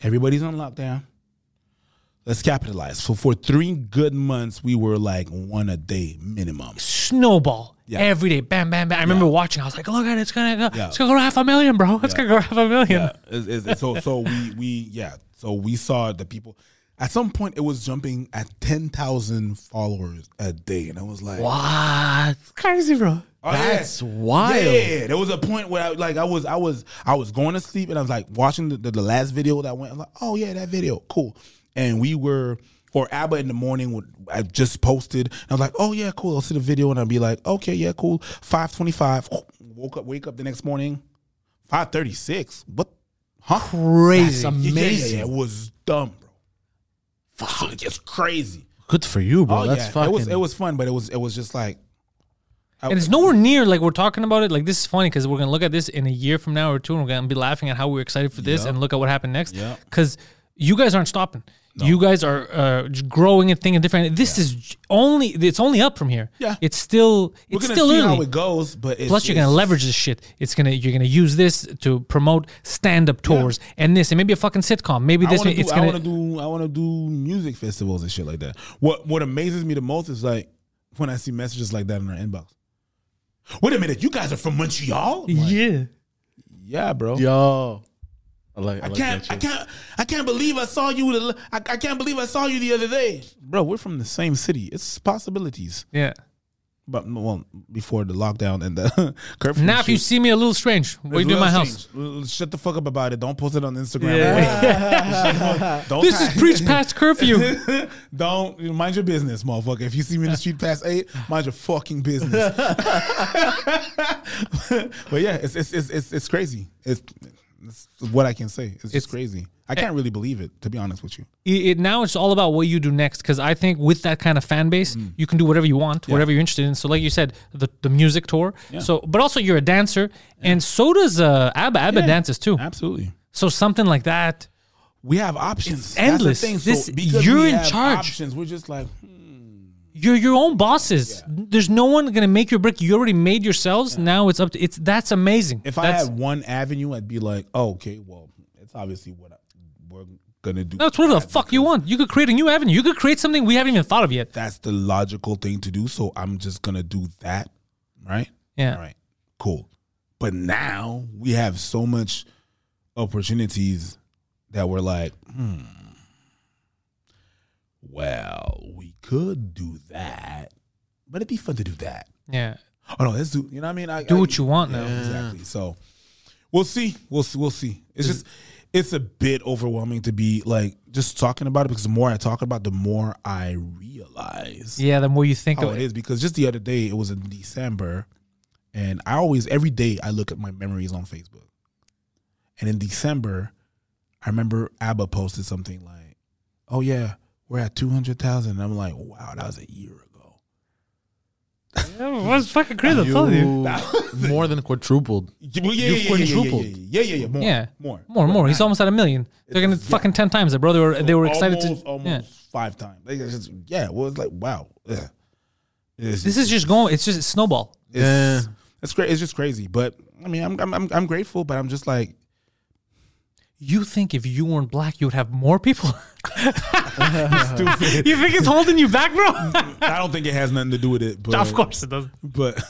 S3: everybody's on lockdown. Let's capitalize. So for three good months, we were like one a day *laughs* minimum.
S2: snowball
S3: Yeah.
S2: every day bam bam bam i remember watching i was like look at it it's gonna go
S3: Yeah.
S2: it's gonna go to half a million bro it's gonna go to half a million
S3: Yeah, it's- it's- it's- Uh, so so we we yeah. So we saw the people. At some point, it was jumping at ten thousand followers a day, and I was like,
S4: What?
S2: crazy bro
S3: Oh, yeah.
S4: That's wild.
S3: Yeah, there was a point where I, like I was I was I was going to sleep and I was like watching the, the, the last video that went. I'm like, oh yeah, that video, cool. And we were for ABBA in the morning. would- I just posted. And I was like, oh yeah, cool. I'll see the video and I'll be like, okay, yeah, cool. Five twenty five. Woke up, wake up the next morning. Five thirty six. What? Huh?
S4: Crazy. That's
S3: Yeah, yeah, yeah,
S4: amazing.
S3: It was dumb, bro. Fuck, it's crazy.
S4: Good for you, bro.
S3: oh
S4: that's
S3: yeah,
S4: fucking.
S3: it was it was fun, but it was it was just like. I-
S2: and it's nowhere near like we're talking about it. Like this is funny because we're gonna look at this in a year from now or two, and we're gonna be laughing at how we were excited for this, and look at what happened next.
S3: Yeah.
S2: Because you guys aren't stopping. You guys are uh, j- growing and thinking different. This is j- only it's only up from here.
S3: Yeah.
S2: it's still
S3: We're
S2: it's
S3: gonna
S2: still
S3: see
S2: early.
S3: how it goes, but it's,
S2: Plus, you're gonna
S3: it's-
S2: leverage this shit. It's gonna you're gonna use this to promote stand up tours and this and maybe a fucking sitcom. Maybe
S3: I
S2: this.
S3: want
S2: one
S3: to
S2: it's
S3: do. I
S2: gonna
S3: want to do. I want to do music festivals and shit like that. What What amazes me the most is like when I see messages like that in our inbox. Wait a minute, you guys are from Montreal? I'm like,
S2: yeah.
S3: yeah, bro.
S4: Yo. I like. I,
S3: I
S4: like
S3: can't. I
S4: that shit.
S3: can't. I can't believe I saw you. The, I, I can't believe I saw you the other day, bro. We're from the same city. It's possibilities.
S2: Yeah.
S3: But well, before the lockdown and the *laughs* curfew.
S2: Now, if you
S3: shit.
S2: see me a little strange, what you do in my
S3: Little
S2: house?
S3: change. L- Shut the fuck up about it. Don't post it on Instagram.
S2: *laughs*
S3: Don't
S2: This
S3: try-
S2: is preach
S3: *laughs*
S2: past curfew.
S3: Don't you know, mind your business, motherfucker. If you see me in the street past eight, mind your fucking business. but yeah, it's it's it's it's, it's crazy. It's, it's what I can say. It's, just crazy. I can't really believe it, to be honest with you.
S2: it, it- now it's all about what you do next because I think with that kind of fan base,
S3: Mm.
S2: you can do whatever you want, whatever you're interested in. So, like you said, the, the music tour. So, but also you're a dancer, and so does uh, ABBA. ABBA dances too.
S3: Absolutely.
S2: So something like that.
S3: We have options. That's the
S2: endless.
S3: thing.
S2: This-
S3: because
S2: you're
S3: we
S2: in
S3: have
S2: charge.
S3: Options. We're just like hmm.
S2: You're your own bosses. There's no one gonna make your brick. You already made yourselves. Now it's up to it's. That's amazing.
S3: if I
S2: that's,
S3: had one avenue, I'd be like, oh, okay, well, it's obviously what I, we're gonna do.
S2: that's whatever the fuck you want. You could create a new avenue. You could create something we haven't even thought of yet.
S3: That's the logical thing to do. So I'm just gonna do that, right?
S2: Yeah.
S3: All right, cool. But now we have so much opportunities that we're like, hmm, well, we could do that, but it'd be fun to do that.
S2: Yeah.
S3: Oh no, let's do. You know what I mean? I,
S2: Do
S3: I-
S2: what you want
S3: yeah,
S2: now.
S3: Exactly. So we'll see. We'll see. We'll see. It's just it's a bit overwhelming to be like just talking about it because the more I talk about, it, the more I realize
S2: Yeah. The more you think
S3: how
S2: of
S3: Oh, it
S2: it,
S3: is. Because just the other day, it was in December, and I always every day I look at my memories on Facebook, and in December, I remember Abba posted something like, "Oh yeah, we're at two hundred thousand. And I'm like, "Wow, that was a year ago."
S2: Yeah, that's fucking crazy. I told you.
S4: *laughs* more than quadrupled.
S3: Well, yeah, yeah,
S4: You've
S3: yeah, yeah, yeah,
S4: quadrupled.
S3: Yeah, yeah, yeah, yeah, more,
S2: Yeah.
S3: more,
S2: More, more. He's almost at a million. They're gonna fucking ten times it, bro. They were they were excited
S3: almost,
S2: to.
S3: almost
S2: yeah.
S3: five times. Like, it's just- yeah, well, it's like wow. Yeah. It's,
S2: This is just going. It's just a snowball.
S3: it's, it's great. It's just crazy, but I mean, I'm I'm I'm, I'm grateful, but I'm just like
S2: You think if you weren't black, you would have more people? *laughs*
S3: *laughs*
S2: You think it's holding you back, bro?
S3: I don't think it has nothing to do with it. But,
S2: of course it doesn't.
S3: but *laughs*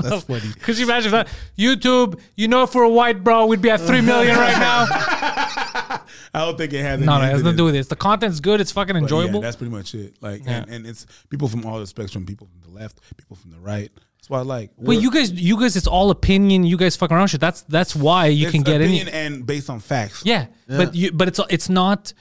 S3: that's funny.
S2: Could you imagine that? YouTube, you know, for a white bro, we'd be at three million
S3: *laughs*
S2: right now.
S3: I don't think it has.
S2: no, no, it
S3: anything
S2: has nothing to do with this. The content's good. It's fucking
S3: But yeah,
S2: enjoyable.
S3: that's pretty much it. Like,
S2: Yeah.
S3: and, and it's people from all the spectrum, people from the left, people from the right. That's why, like,
S2: Wait,
S3: we're-
S2: you guys, you guys, it's all opinion. You guys fuck around shit. That's that's why you
S3: it's
S2: can get any.
S3: opinion and based on facts.
S2: Yeah, but you, but it's it's not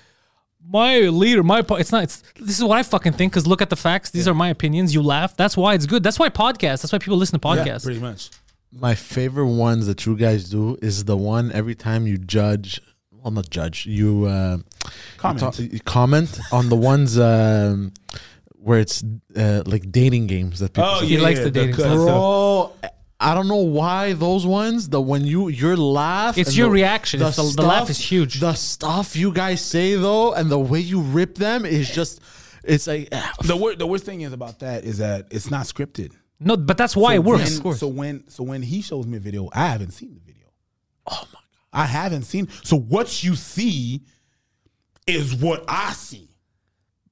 S2: my leader. My po- it's not. It's this is what I fucking think. Because look at the facts. These are my opinions. You laugh. That's why it's good. That's why podcasts. That's why people listen to
S3: Yeah,
S2: podcasts.
S3: pretty much.
S4: My favorite ones that you guys do is the one every time you judge. Well, not judge. You uh,
S3: Comment.
S4: you ta- you comment on the ones um, where it's uh, like dating games that people.
S3: Oh,
S4: say.
S2: He
S3: yeah,
S2: likes
S3: yeah,
S2: the dating
S3: cut
S2: stuff.
S3: stuff.
S4: Bro, I don't know why those ones. The when you your laugh,
S2: It's
S4: and
S2: your reaction. It's the- the laugh is huge.
S4: The stuff you guys say though, and the way you rip them is just. It's like ah,
S3: The wor- the worst thing is about that is that it's not scripted.
S2: No, but that's why it works.
S3: When- so when so when he shows me a video, I haven't seen the video. Oh my god. I haven't seen. So what you see is what I see.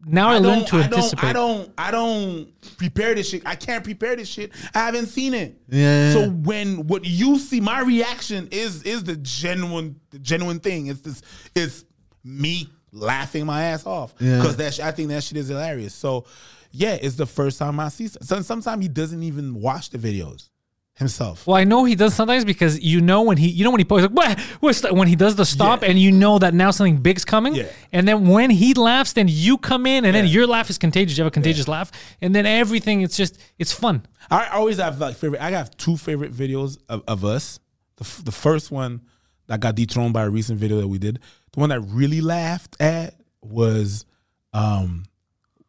S2: now I, learn to
S3: I
S2: anticipate.
S3: Don't, I don't I don't prepare this shit. I can't prepare this shit. I haven't seen it.
S4: Yeah.
S3: So when what you see, my reaction is is the genuine the genuine thing. It's this it's me laughing my ass off
S4: Yeah.
S3: because that sh- I think that shit is hilarious. So yeah, it's the first time I see. s- some- Sometimes he doesn't even watch the videos himself.
S2: Well, I know he does sometimes because you know when he, you know when he posts like, what, what's that?" when he does the stop,
S3: Yeah.
S2: and you know that now something big's coming,
S3: Yeah.
S2: and then when he laughs, then you come in, and then your laugh is contagious. You have a contagious laugh, and then everything, it's just, it's fun.
S3: I always have like favorite. I have two favorite videos of, of us. The, f- the first one that got dethroned by a recent video that we did. The one that really laughed at was, um,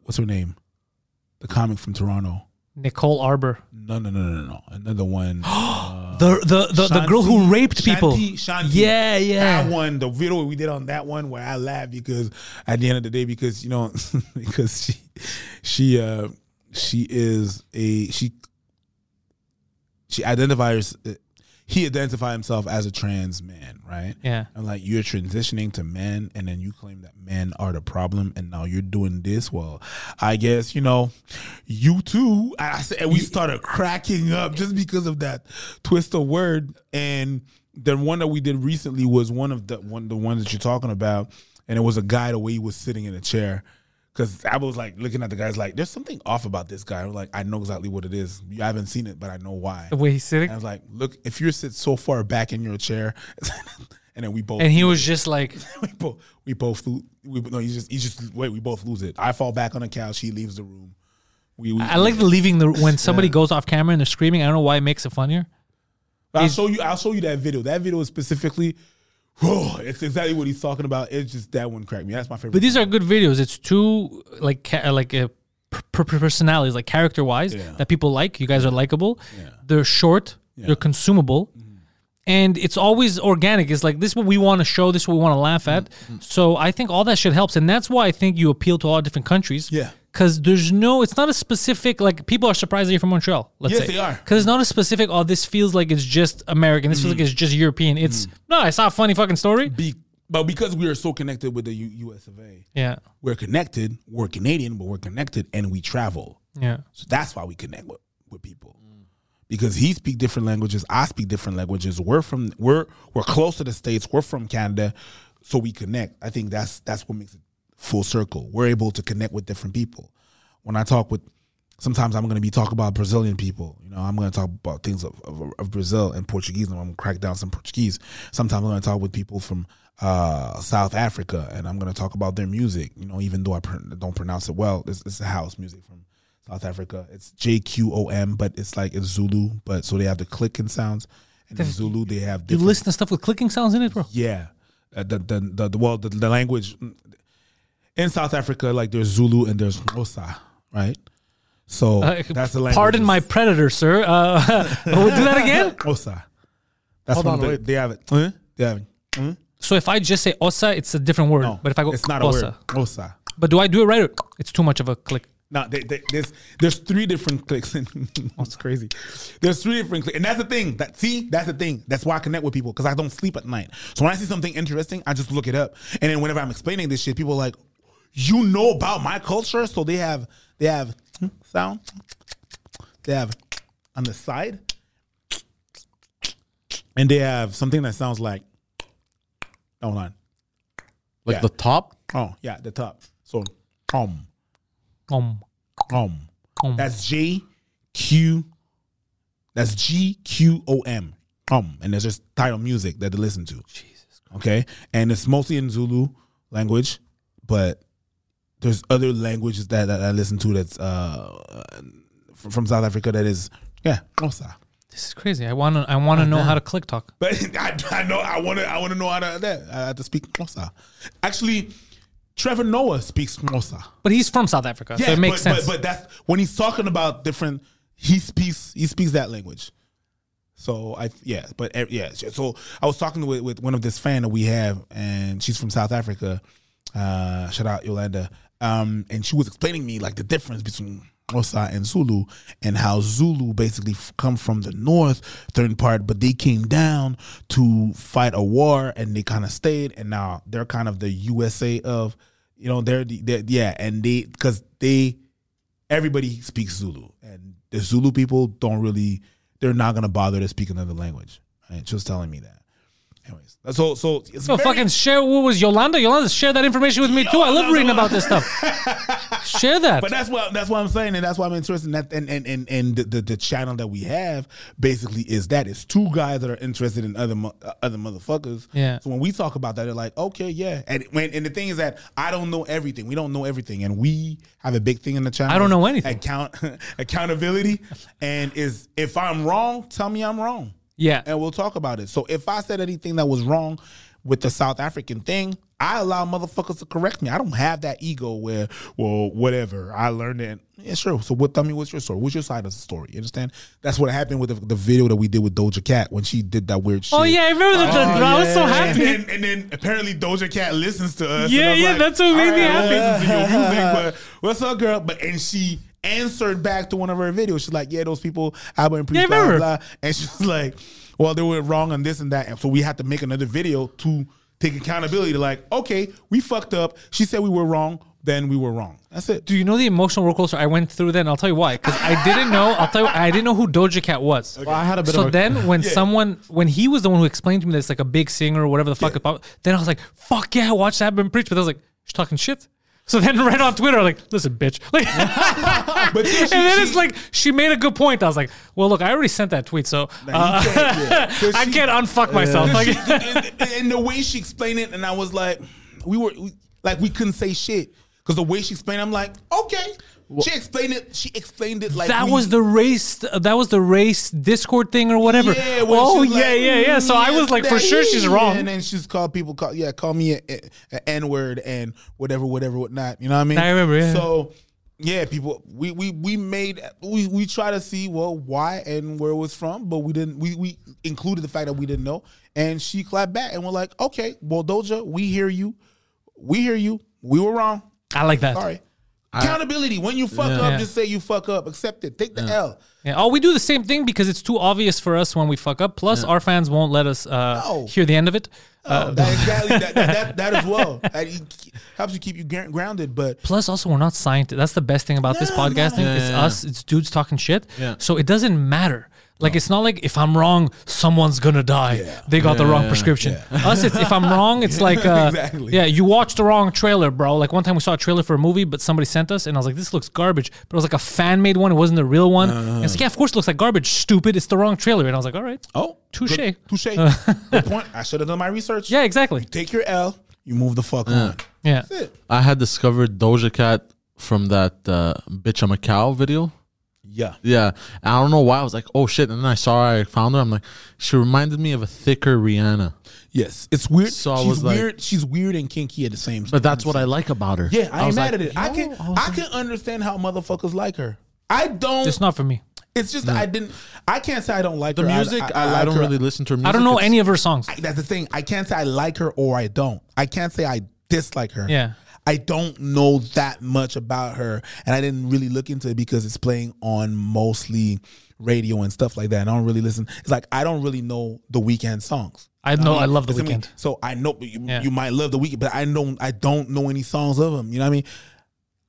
S3: what's her name? The comic from Toronto.
S2: Nicole Arbor,
S3: No, no, no, no, no. Another one.
S2: the the *gasps* the, the girl who
S3: Shanti-
S2: raped people.
S3: Shanti, Shanti.
S2: Yeah, yeah.
S3: That one, the video we did on that one, where I laughed because at the end of the day, because you know, *laughs* because she, she, uh, she is a she. She identifies. He identified himself as a trans man, right?
S2: Yeah.
S3: And like you're transitioning to men, and then you claim that men are the problem, and now you're doing this. Well, I guess you know, you too. And I said, and we started cracking up just because of that twist of word. And the one that we did recently was one of the one the ones that you're talking about, and it was a guy the way he was sitting in a chair. Cause I was like looking at the guys like, there's something off about this guy. I was like, I know exactly what it is. You haven't seen it, but I know why.
S2: The way he's
S3: And I
S2: sitting,
S3: was like, look, if you sit so far back in your chair, *laughs* and then we both
S2: and he was just like,
S3: *laughs* we both we both lo- we no, you just you just wait, we both lose it. I fall back on the couch, he leaves the room. We, we
S2: I like the leaving the when somebody goes off camera and they're screaming. I don't know why it makes it funnier.
S3: I'll show you I'll show you that video. That video is specifically *sighs* oh, it's exactly what he's talking about. It's just that one cracked me. That's my favorite.
S2: But these are good videos. It's two like ca- like uh, per- per- personalities, like character wise,
S3: Yeah.
S2: that people like. You guys are likable. They're short. They're consumable. And it's always organic. It's like this is what we want to show. This is what we want to laugh at. So I think all that shit helps, and that's why I think you appeal to all different countries.
S3: Yeah.
S2: Because there's no, it's not a specific like people are surprised that you're from Montreal. Let's
S3: Yes,
S2: say
S3: they are.
S2: because it's not a specific. Oh, this feels like it's just American. This feels
S3: Mm-hmm.
S2: like it's just European. It's no, I saw a funny fucking story.
S3: Be- but because we are so connected with the U- US of A,
S2: Yeah,
S3: we're connected. We're Canadian, but we're connected, and we travel.
S2: yeah,
S3: So that's why we connect with, with people. Because he speak different languages, I speak different languages. We're from we're we're close to the states. We're from Canada, so we connect. I think that's that's what makes it full circle. We're able to connect with different people. When I talk with, sometimes I'm going to be talking about Brazilian people. You know, I'm going to talk about things of, of, of Brazil and Portuguese, and I'm going to crack down some Portuguese. Sometimes I'm going to talk with people from uh, South Africa, and I'm going to talk about their music. You know, even though I pr- don't pronounce it well, it's, it's house music from South Africa. It's J Q O M, but it's like it's Zulu, but so they have the clicking sounds. And in Zulu, they have
S2: you
S3: different.
S2: listen to stuff with clicking sounds in it, bro.
S3: Yeah, uh, the, the the the well the, the language mm, in South Africa, like there's Zulu and there's Xhosa, right? So
S2: Uh,
S3: that's the language.
S2: Pardon my predator, sir. Uh, *laughs* we'll do that
S3: *laughs*
S2: again.
S3: Xhosa. That's
S4: Hold
S3: one
S4: on,
S3: of the-
S4: wait.
S3: they have it. They have it.
S2: So if I just say osa, it's a different word.
S3: No,
S2: but if I go
S3: it's not
S2: osa,
S3: a word. Xhosa.
S2: but do I do it right? Or it's too much of a click.
S3: No, they, they, there's there's three different clicks. *laughs* That's crazy. There's three different clicks, and that's the thing. That see, that's the thing. That's why I connect with people because I don't sleep at night. So when I see something interesting, I just look it up. And then whenever I'm explaining this shit, people are like, "You know about my culture?" So they have they have sound. They have on the side, and they have something that sounds like. Hold on.
S4: Like
S3: Yeah.
S4: the top?
S3: Oh yeah, the top. So um
S2: Um,
S3: um.
S2: um.
S3: That's J Q. That's G Q O M. Um, and there's just title music that they listen to. Jesus. Okay, and it's mostly in Zulu language, but there's other languages that, that I listen to that's uh from, from South Africa that is yeah Xhosa.
S2: this is crazy. I want to. I want to know how to click talk.
S3: But *laughs* I, I know I want to I want to know how to that I have to speak Xhosa. Actually, Trevor Noah speaks Xhosa.
S2: But he's from South Africa, so it makes
S3: but,
S2: sense.
S3: But, but that's when he's talking about different. He speaks. He speaks that language. So I yeah, but eh, yeah. So I was talking with, with one of this fan that we have, and she's from South Africa. Uh, shout out Yolanda. Um, and she was explaining me like the difference between Xhosa and Zulu, and how Zulu basically f- come from the north, third part, but they came down to fight a war, and they kind of stayed, and now they're kind of the USA of, you know, they're the they're, yeah, and they because they everybody speaks Zulu, and the Zulu people don't really. They're not gonna bother to speak another language. Right? She was telling me that. Anyways, so so it's
S2: so
S3: very-
S2: fucking share. What was Yolanda? Yolanda, share that information with me too. I love reading about this stuff. share that.
S3: But that's what that's what I'm saying, and that's why I'm interested in that. And and and, and the, the the channel that we have basically is that it's two guys that are interested in other mo- uh, other motherfuckers.
S2: Yeah.
S3: So when we talk about that, they're like, okay, yeah. And when and the thing is that I don't know everything. We don't know everything, and we have a big thing in the channel.
S2: I don't know
S3: is
S2: anything.
S3: Account *laughs* accountability, and is if I'm wrong, tell me I'm wrong
S2: yeah.
S3: and we'll talk about it. So if I said anything that was wrong with the South African thing, I allow motherfuckers to correct me. I don't have that ego where, well, whatever. I learned it. Yeah, sure. So what? Tell me what's your story. What's your side of the story? You understand? That's what happened with the, the video that we did with Doja Cat when she did that weird shit.
S2: Oh yeah, I remember that. that-
S3: Oh,
S2: I was so
S3: yeah.
S2: happy.
S3: And then, and then apparently Doja Cat listens to us.
S2: Yeah,
S3: and I was
S2: yeah,
S3: like,
S2: that's what made me
S3: "All right, I
S2: happy."
S3: listen to your music, but what's up, girl? But and she answered back to one of her videos. She's like, "Yeah, those people, I went pre
S2: Yeah, I
S3: blah,
S2: remember.
S3: blah." And she's like, "Well, they were wrong on this and that." And so we had to make another video to take accountability. To like, okay, we fucked up. She said we were wrong. Then we were wrong. That's
S2: *laughs*
S3: it.
S2: Do you know the emotional roller coaster I went through then? I'll tell you why. Because I didn't know. I'll tell you. I didn't know who Doja Cat was.
S4: Well, I had a bit
S2: So
S4: of a,
S2: then, when someone, when he was the one who explained to me that it's like a big singer or whatever the fuck, about, then I was like, "Fuck yeah, watch that and preach." But I was like, "She's talking shit." So then, *laughs* right on Twitter, I'm like, "Listen, bitch." *laughs* Like,
S3: But she-
S2: and then
S3: she-
S2: it's
S3: *laughs*
S2: like she made a good point. I was like, "Well, look, I already sent that tweet, so uh,
S3: you can't, yeah.
S2: *laughs*
S3: 'Cause
S2: I
S3: she-
S2: can't unfuck myself." Like,
S3: and, and the way she explained it, and I was like, we were we, like, we couldn't say shit because the way she explained, it, I'm like, okay, She explained it. She explained it like
S2: *laughs* that
S3: we-
S2: was the race. That was the race Discord thing or whatever.
S3: Yeah, when
S2: oh
S3: she's
S2: yeah,
S3: like,
S2: yeah, yeah. So I
S3: "Mm,
S2: was like, for
S3: yes,
S2: sure she's
S3: that-
S2: wrong.
S3: And then she's called people, call, yeah, call me an word and whatever, whatever, whatnot. You know what I mean?
S2: I remember, yeah.
S3: So, yeah, people, we we we made we we try to see well why and where it was from, but we didn't. We we included the fact that we didn't know, and she clapped back and we're like, okay, well, Doja, we hear you, we hear you. We were wrong.
S2: I like that.
S3: Sorry. Accountability. When you fuck
S2: Yeah.
S3: up, just say you fuck up. Accept it. Take the L.
S2: Yeah. Oh, we do the same thing because it's too obvious for us when we fuck up. Plus, our fans won't let us uh,
S3: No.
S2: hear the end of it.
S4: Uh,
S3: Oh, *laughs* that, exactly. That, that, that, that as
S4: *laughs*
S3: well. That it k- helps you keep you gr- grounded. But
S2: Plus, also, we're not scientists. That's the best thing about this podcasting. it's us. It's dudes talking shit.
S4: Yeah.
S2: So it doesn't matter. Like it's not like if I'm wrong, someone's gonna die. They got the wrong prescription. Us, it's, if I'm wrong, it's like uh,
S3: Exactly.
S2: yeah, you watched the wrong trailer, bro. Like one time we saw a trailer for a movie, but somebody sent us, and I was like, this looks garbage. But it was like a fan made one. It wasn't the real one. And it's like, yeah, of course it looks like garbage. Stupid. It's the wrong trailer. And I was like, all right.
S3: oh,
S2: Touche.
S3: good- touche.
S4: *laughs*
S3: Good point. I should have done my research.
S2: Yeah, exactly.
S3: Take your L. You move the
S4: Uh.
S3: fuck on.
S2: Yeah.
S4: I had discovered Doja Cat from that uh, "Bitch I'm a Cow" video.
S3: Yeah.
S4: Yeah, And I don't know why I was like, "Oh shit!" And then I saw her, I found her. I'm like, she reminded me of a thicker Rihanna,
S3: Yes. It's weird.
S4: So I
S3: she's
S4: was like-
S3: weird. she's weird and kinky at the same time.
S4: but that's what I like about her.
S3: yeah, I, ain't
S4: was
S3: mad
S4: like,
S3: at it. I
S4: yo,
S3: can
S4: was
S3: I can understand how motherfuckers like her. I don't.
S2: It's not for me.
S3: it's just I didn't. I can't say I don't like
S4: the
S3: her. I-
S4: music. I, I,
S3: like
S4: don't
S3: her.
S4: really listen to her music.
S2: I don't know
S4: It's-
S2: any of her songs.
S3: I- that's the thing. I can't say I like her or I don't. I can't say I dislike her.
S2: Yeah.
S3: I don't know that much about her, and I didn't really look into it because it's playing on mostly radio and stuff like that. And I don't really listen. It's like I don't really know the weekend songs.
S2: I know. I love the
S3: That's what mean.
S2: weekend.
S3: So I know you,
S2: Yeah.
S3: you might love the weekend, but I don't. I don't know any songs of him. You know what I mean?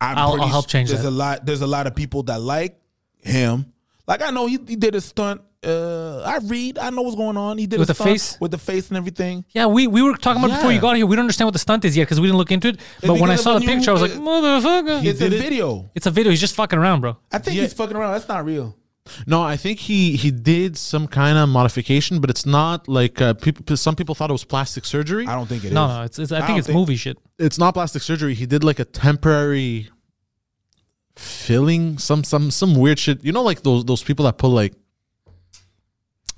S3: I'm
S2: I'll-
S3: pretty
S2: I'll help
S3: su-
S2: change
S3: There's
S2: that.
S3: a lot. There's a lot of people that like him. Like I know he, he did a stunt. Uh, I read. I know what's going on. He did
S2: With
S3: a
S2: the
S3: stunt
S2: face?
S3: with the face and everything.
S2: Yeah, we, we were talking about it before you
S4: Yeah.
S2: got here. We don't understand what the stunt is yet because we didn't look into it. But when I
S3: because
S2: saw
S3: of
S2: the
S3: the new-
S2: picture, I was like,
S3: uh,
S2: motherfucker.
S3: It's a video.
S2: It's a video. He's just fucking around, bro.
S3: I think he's fucking around. That's not real.
S4: No, I think he he did some kind of modification, but it's not like uh, people. Some people thought it was plastic surgery.
S3: I don't think it is.
S2: No, no, it's, it's I, think
S3: don't
S2: it's
S3: think-
S2: movie shit.
S4: It's not plastic surgery. He did like a temporary filling, some some some weird shit. You know, like those those people that pull like.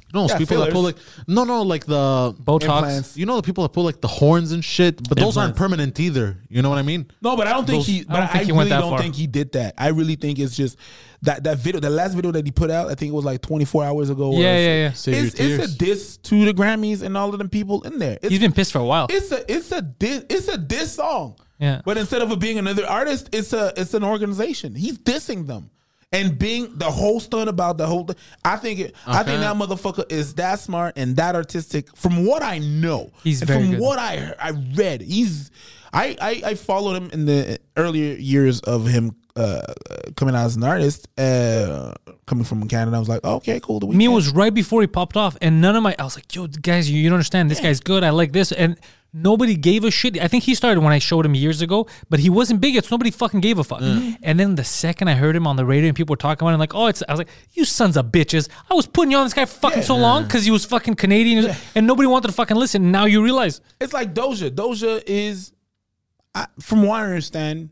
S4: You know, those
S3: Yeah,
S4: people that pull like no, no, like the
S2: Botox.
S3: Implants.
S4: You know the people that pull like the horns and shit, but those aren't
S2: Implants.
S4: permanent either. You know what I mean?
S3: No, but I don't think
S2: Those- I
S3: he.
S2: don't
S3: But I,
S2: think he
S3: really
S2: went that
S3: don't
S2: far.
S3: think he did that. I really think it's just that that video, the last video that he put out. I think it was like 24 hours ago. or
S2: Yeah, yeah, yeah.
S3: It's,
S4: Save your
S3: it's a
S4: tears.
S3: diss to the Grammys and all of them people in there. It's,
S2: He's been pissed for a while.
S3: it's a it's a diss it's a diss song.
S2: Yeah.
S3: But instead of it being another artist, it's a it's an organization. He's dissing them. And being the whole stunt about the whole, I think it, I think
S2: Uh-huh.
S3: that motherfucker is that smart and that artistic. From what I know,
S2: He's
S3: and
S2: very
S3: from
S2: good.
S3: what I heard- I read, he's I, I I followed him in the earlier years of him uh, coming out as an artist, uh, coming from Canada. I was like, okay, cool. The
S2: Me
S3: Weeknd.
S2: was right before he popped off, and none of my I was like, "Yo, guys, you, you don't understand. This guy's good. I like this." And nobody gave a shit. I think he started when I showed him years ago, but he wasn't big yet, so nobody fucking gave a fuck. And then the second I heard him on the radio and people were talking about him, like, "Oh, it's," I was like, "You sons of bitches! I was putting you on this guy fucking so long because he was fucking Canadian, and nobody wanted to fucking listen. Now you realize,
S3: It's like Doja. Doja is, I, from what I understand,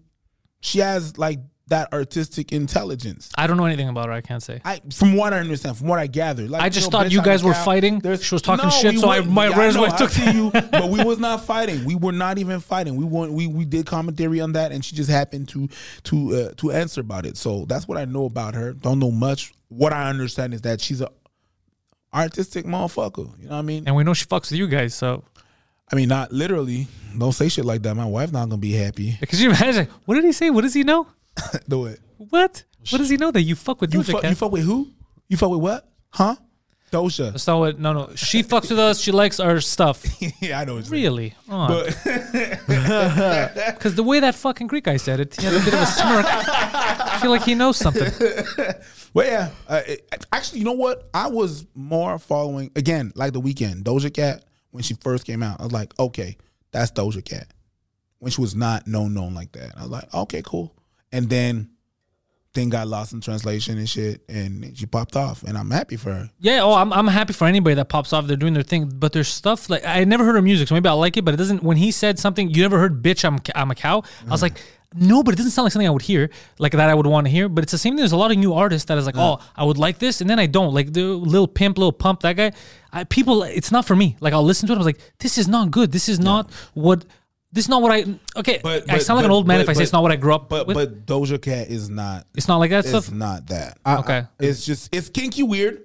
S3: she has like that artistic intelligence.
S2: I don't know anything about her. I can't say.
S3: I, from what I understand, from what I gathered, like
S2: I just
S3: yo,
S2: thought
S3: bitch,
S2: you
S3: I'm a
S2: guys were
S3: cow.
S2: fighting. She was talking shit, so I
S3: weren't.
S2: might
S3: I
S2: as well
S3: know, I
S2: took
S3: see
S2: that. *laughs*
S3: you, but we was not fighting. We were not even fighting. We weren't, we we did commentary on that, and she just happened to to uh, to answer about it. So that's what I know about her. Don't know much. What I understand is that she's a artistic motherfucker. You know what I mean?
S2: And we know she fucks with you guys, so
S3: I mean, not literally. Don't say shit like that. My wife's not gonna be happy.
S2: *laughs*
S3: *laughs*
S2: because you imagine, what did he say? What does he know?
S3: Do it.
S2: What? What does he know that you fuck with
S3: You
S2: Doja
S3: fuck,
S2: Cat?
S3: you fuck with who? You fuck with what? Huh? Doja.
S2: So it, no, no. She fucks with us. She likes our stuff.
S3: *laughs* yeah, I know. What you're
S2: Really? *laughs* Because the way that fucking Greek guy said it, he had a bit of a smirk. I feel like he knows something.
S3: Well, yeah. Uh, it- actually, you know what? I was more following again, like the weekend Doja Cat when she first came out. I was like, okay, that's Doja Cat. When she was not known, known like that, I was like, okay, cool. And then thing got lost in translation and shit, and she popped off, and I'm happy for her.
S2: Yeah. Oh, I'm, I'm happy for anybody that pops off. They're doing their thing. But there's stuff
S3: Mm-hmm.
S2: like I never heard her music, so maybe I like it. But it doesn't. When he said something, you never heard "bitch, I'm c- I'm a cow." I was like, no, but it doesn't sound like something I would hear, like that I would want to hear. But it's the same thing. There's a lot of new artists that is like, oh, I would like this, and then I don't. Like the little pimp, little pump, that guy. I, people, it's not for me. Like I'll listen to it. I was like, this is not good. This is not what. This is not what I. Okay,
S3: But,
S2: I
S3: but-
S2: sound like an
S3: but-
S2: old man
S3: but-
S2: if I say
S3: but-
S2: it's not what I grew up
S3: But
S2: with.
S3: but Doja Cat is not.
S2: it's not like that
S3: It's
S2: stuff.
S3: not that.
S2: okay,
S3: It's just it's kinky weird.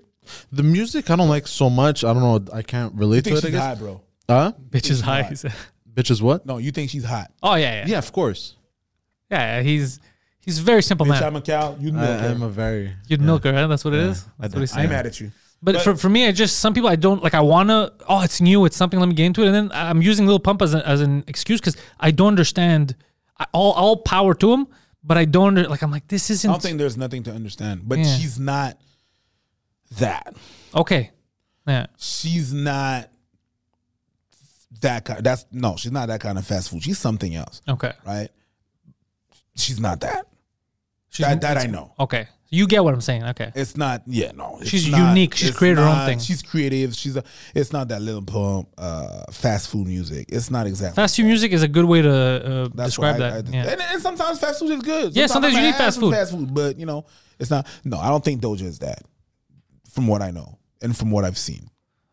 S4: The music I don't like so much. I don't know. I can't relate
S3: You think
S4: to it. I
S3: she's
S4: guess.
S3: hot, bro?
S4: Huh?
S2: bitch is high.
S4: Bitches what?
S3: No, you think she's hot?
S2: *laughs* Oh yeah, yeah, yeah.
S4: Yeah, of course.
S2: yeah he's he's a very simple
S3: Bitch,
S2: man.
S3: I'm a cow. You
S4: I,
S3: milk her.
S4: am a very.
S2: You'd milk her. Huh? That's what it is. That's what he's
S3: I'm
S2: saying.
S3: mad at you.
S2: But, for, for me, I just some people I don't like. I wanna oh, it's new, it's something. Let me get into it, and then I- I'm using Lil Pump as, a, as an excuse because I don't understand. I, all all power to him, but I don't under, like. I'm like this
S3: I
S2: isn't
S3: don't think there's nothing to understand. But
S2: Yeah.
S3: she's not that.
S2: okay. Yeah,
S3: She's not that kind. That's no. She's not that kind of fast food. She's something else,
S2: okay.
S3: right? She's not that.
S2: She's,
S3: that that I know.
S2: okay, you get what I'm saying. Okay,
S3: It's not. Yeah, no. it's
S2: She's
S3: not-
S2: unique. She's
S3: it's
S2: created her own
S3: not-
S2: thing.
S3: She's creative. She's a. It's not that little pump. Uh, fast food music. It's not exactly.
S2: fast food music is a good way to uh,
S3: That's
S2: describe
S3: why I-
S2: that.
S3: I-
S2: yeah.
S3: and, and sometimes fast food is good.
S2: Yeah, sometimes
S3: I'm
S2: you
S3: a
S2: need fast
S3: ass
S2: food.
S3: with Fast food, but you know, it's not. No, I don't think Doja is that. From what I know and from what I've seen,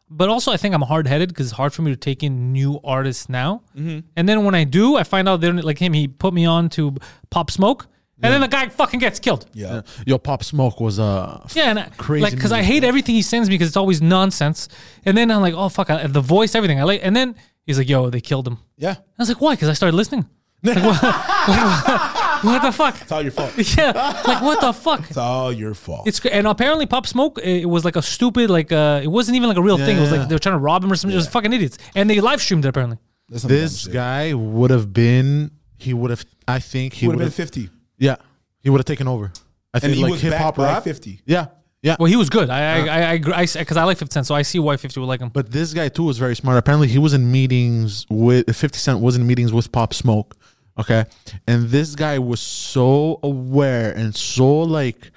S2: but also I think I'm hard headed because it's hard for me to take in new artists now. And then when I do, I find out they're like him. He put me on to Pop Smoke, and then the guy fucking gets killed.
S3: yeah.
S4: Yo, Pop Smoke was uh, a.
S2: Yeah, and I,
S4: Crazy
S2: like because I
S4: music,
S2: hate everything he sends me because it's always nonsense. And then I'm like, oh fuck, I, the voice, everything. I like, and then he's like, yo, they killed him.
S3: Yeah,
S2: I was like, why? Because I started listening. Like, *laughs* what, like, what, what the fuck?
S3: *laughs* it's all
S2: *laughs*
S3: your fault. it's
S2: Yeah, like what the fuck?
S3: all your fault.
S2: It's cra- and apparently Pop Smoke, it was like a stupid, like uh, it wasn't even like a real thing. It was like they were trying to rob him or something. It was fucking idiots, and they live streamed it apparently.
S3: It's
S4: This
S3: shit.
S4: guy would have been. He would have. I think he
S3: would have
S4: would
S3: been
S4: have.
S3: fifty,
S4: Yeah, he would have taken over. I
S3: and
S4: think
S3: he
S4: like
S3: was
S4: hip
S3: back
S4: hop
S3: by
S4: rap.
S3: fifty.
S4: Yeah, yeah.
S2: Well, he was good. I I I because I, I, 'cause I like 50 Cent, so I see why 50 would like him.
S4: But this guy too was very smart. Apparently, he was in meetings with Fifty Cent was in meetings with Pop Smoke. Okay, and this guy was so aware and so like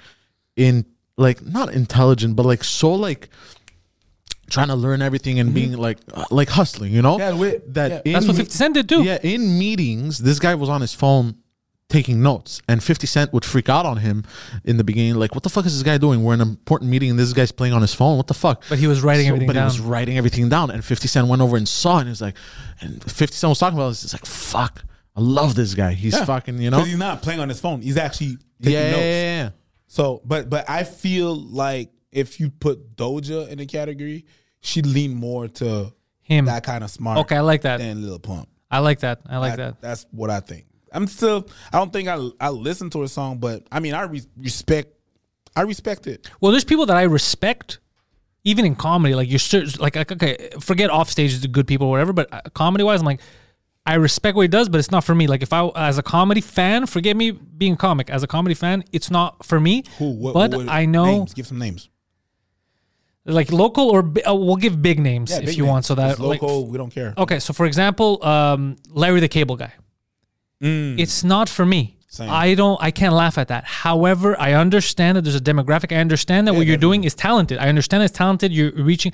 S4: in like not intelligent, but like so like trying to learn everything and being like uh, like hustling. You know
S3: Mm-hmm. Yeah, wait, yeah.
S4: that in
S2: That's what
S4: me-
S2: 50 Cent did too.
S4: Yeah, in meetings, this guy was on his phone taking notes, and 50 Cent would freak out on him in the beginning, like, what the fuck is this guy doing? We're in an important meeting, and this guy's playing on his phone. What the fuck?
S2: But he was writing everything
S4: but
S2: down.
S4: he was writing everything down, and 50 Cent went over and saw, it, and he was like, and 50 Cent was talking about this. It's like, fuck, I love this guy. He's fucking, you know?
S3: 'Cause he's not playing on his phone. He's actually
S4: Yeah,
S3: taking
S4: yeah,
S3: notes.
S4: yeah, yeah.
S3: So, but but I feel like if you put Doja in the category, she'd lean more to
S2: Him.
S3: that kind of smart.
S2: Okay, I like that.
S3: than Lil Pump.
S2: I like that. I like
S3: I-
S2: that.
S3: That's what I think. I'm still. I don't think I I listen to her song, but I mean I re- respect. I respect it.
S2: Well, there's people that I respect, even in comedy. Like you're cer- like like, okay, forget off stage the good people or whatever. But comedy wise, I'm like, I respect what he does, but it's not for me. Like if I as a comedy fan, forget me being a comic. As a comedy fan, it's not for me.
S3: Who? What,
S2: but
S3: what-
S2: I know
S3: Names, give some names.
S2: like local or bi- uh, we'll give big names
S3: Yeah,
S2: if
S3: big
S2: you want.
S3: names.
S2: So that
S3: It's
S2: like, Oh,
S3: local, we don't care.
S2: Okay, so for example, um, Larry the Cable Guy. It's not for me.
S3: Mm. Same.
S2: I don't. I can't laugh at that. However, I understand that there's a demographic. I understand that what you're doing is talented. I understand it's talented. You're reaching.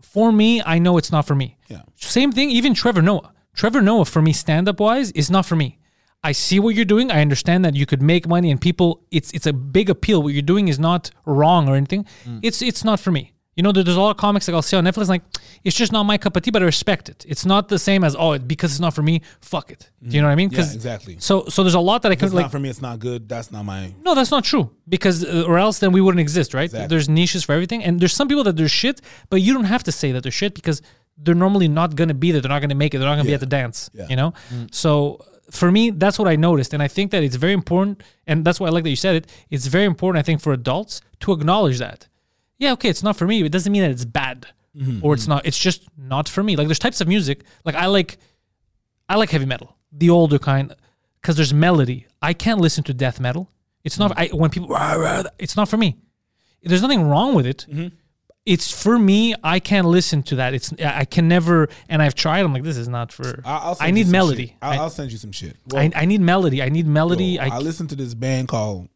S2: For me, I know it's not for me.
S3: Yeah.
S2: Same thing. Even Trevor Noah. Trevor Noah for me, stand up wise, is not for me. I see what you're doing. I understand that you could make money and people. It's it's a big appeal. What you're doing is not wrong or anything.
S3: Mm.
S2: It's it's not for me. You know, there- there's a lot of comics like I'll see on Netflix. Like, it's just not my cup of tea, but I respect it. It's not the same as oh, it- because it's not for me. Fuck it. Do you know what I mean?
S3: Mm. Yeah,
S2: 'Cause-
S3: exactly.
S2: So so there's a lot that I could
S3: It's
S2: like.
S3: not for me. It's not good. That's not my.
S2: No, that's not true. Because uh, or else then we wouldn't exist, right?
S3: Exactly.
S2: There's niches for everything, and there's some people that they're shit, but you don't have to say that they're shit because they're normally not gonna be there. They're not gonna make it. They're not gonna be at the dance.
S3: Yeah. Mm.
S2: You know. So for me, that's what I noticed, and I think that it's very important, and that's why I like that you said it. It's very important, I think, for adults to acknowledge that. Yeah, okay, it's not for me. But it doesn't mean that it's bad
S3: Mm-hmm,
S2: or it's not. It's just not for me. Like there's types of music. Like I like I like heavy metal, the older kind, because there's melody. I can't listen to death metal. It's not
S3: Mm.
S2: I, when people. "Rah, rah," It's not for me. There's nothing wrong with it.
S3: Mm-hmm.
S2: It's for me. I can't listen to that. It's I I can never. And I've tried. I'm like, this is not for.
S3: I'll, I'll send
S2: I
S3: you
S2: need
S3: some
S2: melody.
S3: shit.
S2: I,
S3: I'll, I'll send you some shit.
S2: I, I need melody. I need melody.
S3: Yo,
S2: I,
S3: I listened to this band called.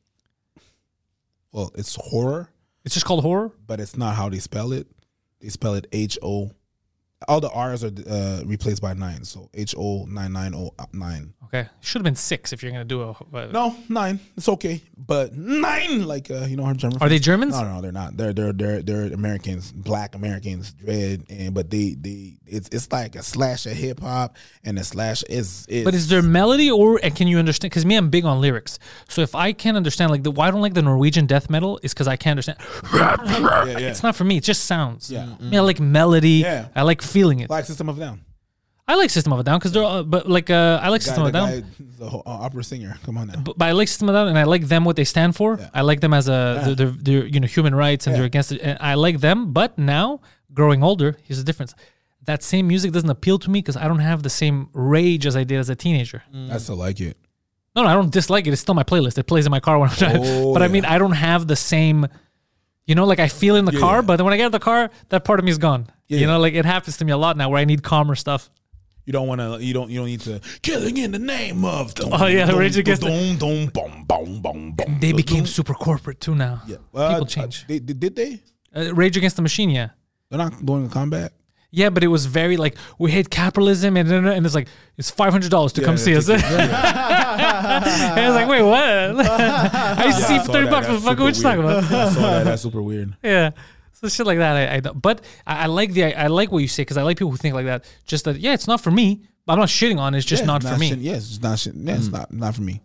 S3: Well, it's horror,
S2: it's just called horror.
S3: but it's not how they spell it. They spell it H O all the R's are uh, replaced by nine. So H O nine nine O nine.
S2: Okay, should have been six if you're gonna do a. But
S3: No, nine. It's okay, but nine. Like uh, you know, her German.
S2: Are they Germans?
S3: No, no, they're not. They're they're they're they're Americans, Black Americans, dread, and but they they it's it's like a slash of hip hop and a slash is. It's,
S2: But is there melody or and can you understand? Because me, I'm big on lyrics. So if I can't understand, like the why I don't like the Norwegian death metal is because I can't understand.
S3: yeah, yeah.
S2: It's not for me. It just sounds.
S3: Yeah.
S2: I, mean, I like melody.
S3: Yeah.
S2: I like feeling it.
S3: like System of a Down?
S2: I like System of a Down because they're. all but like uh, I like System of
S3: the
S2: a Down. Mm-hmm.
S3: guy, the whole, uh, opera singer. Come on now.
S2: but, but I like System of a Down, and I like them what they stand for. I like them as a they're, they're, they're, you know human rights and they're against it. And I like them, but now growing older, here's the difference. That same music doesn't appeal to me because I don't have the same rage as I did as a teenager.
S3: I still like it.
S2: No, no, I don't dislike it. It's still my playlist. It plays in my car when I'm driving. *laughs*
S3: Oh,
S2: but I
S3: yeah.
S2: mean, I don't have the same, you know, like I feel in the car, but then when I get out of the car, that part of me is gone. you
S3: yeah.
S2: know, like it happens to me a lot now where I need calmer stuff.
S3: You don't want to. You don't. You don't need to. Killing in the name of.
S2: Oh, yeah, Rage Against the- They became
S3: So,
S2: super corporate too now. Yeah. People change.
S3: They, they- did they?
S2: Uh, rage Against the Machine, yeah.
S3: They're not going to combat.
S2: Yeah, but it was very like we hate capitalism and and it's like it's five hundred dollars to come see us. *laughs* and I was like, wait,
S3: *laughs*
S2: what? *laughs* I used to see
S3: I
S2: for
S3: saw
S2: thirty
S3: that.
S2: bucks. What
S3: That's
S2: the fuck? What you
S3: super
S2: talking
S3: weird.
S2: about?
S3: I saw that. That's super weird.
S2: yeah. So shit like that, I, I don't. But I, I like the I, I like what you say because I like people who think like that. Just that, yeah, it's not for me. But I'm not shitting on. it. It's *laughs* just
S3: Yeah,
S2: not, for me. Mm.
S3: shit- yeah, it's just not shit. Yeah, it's not not for me.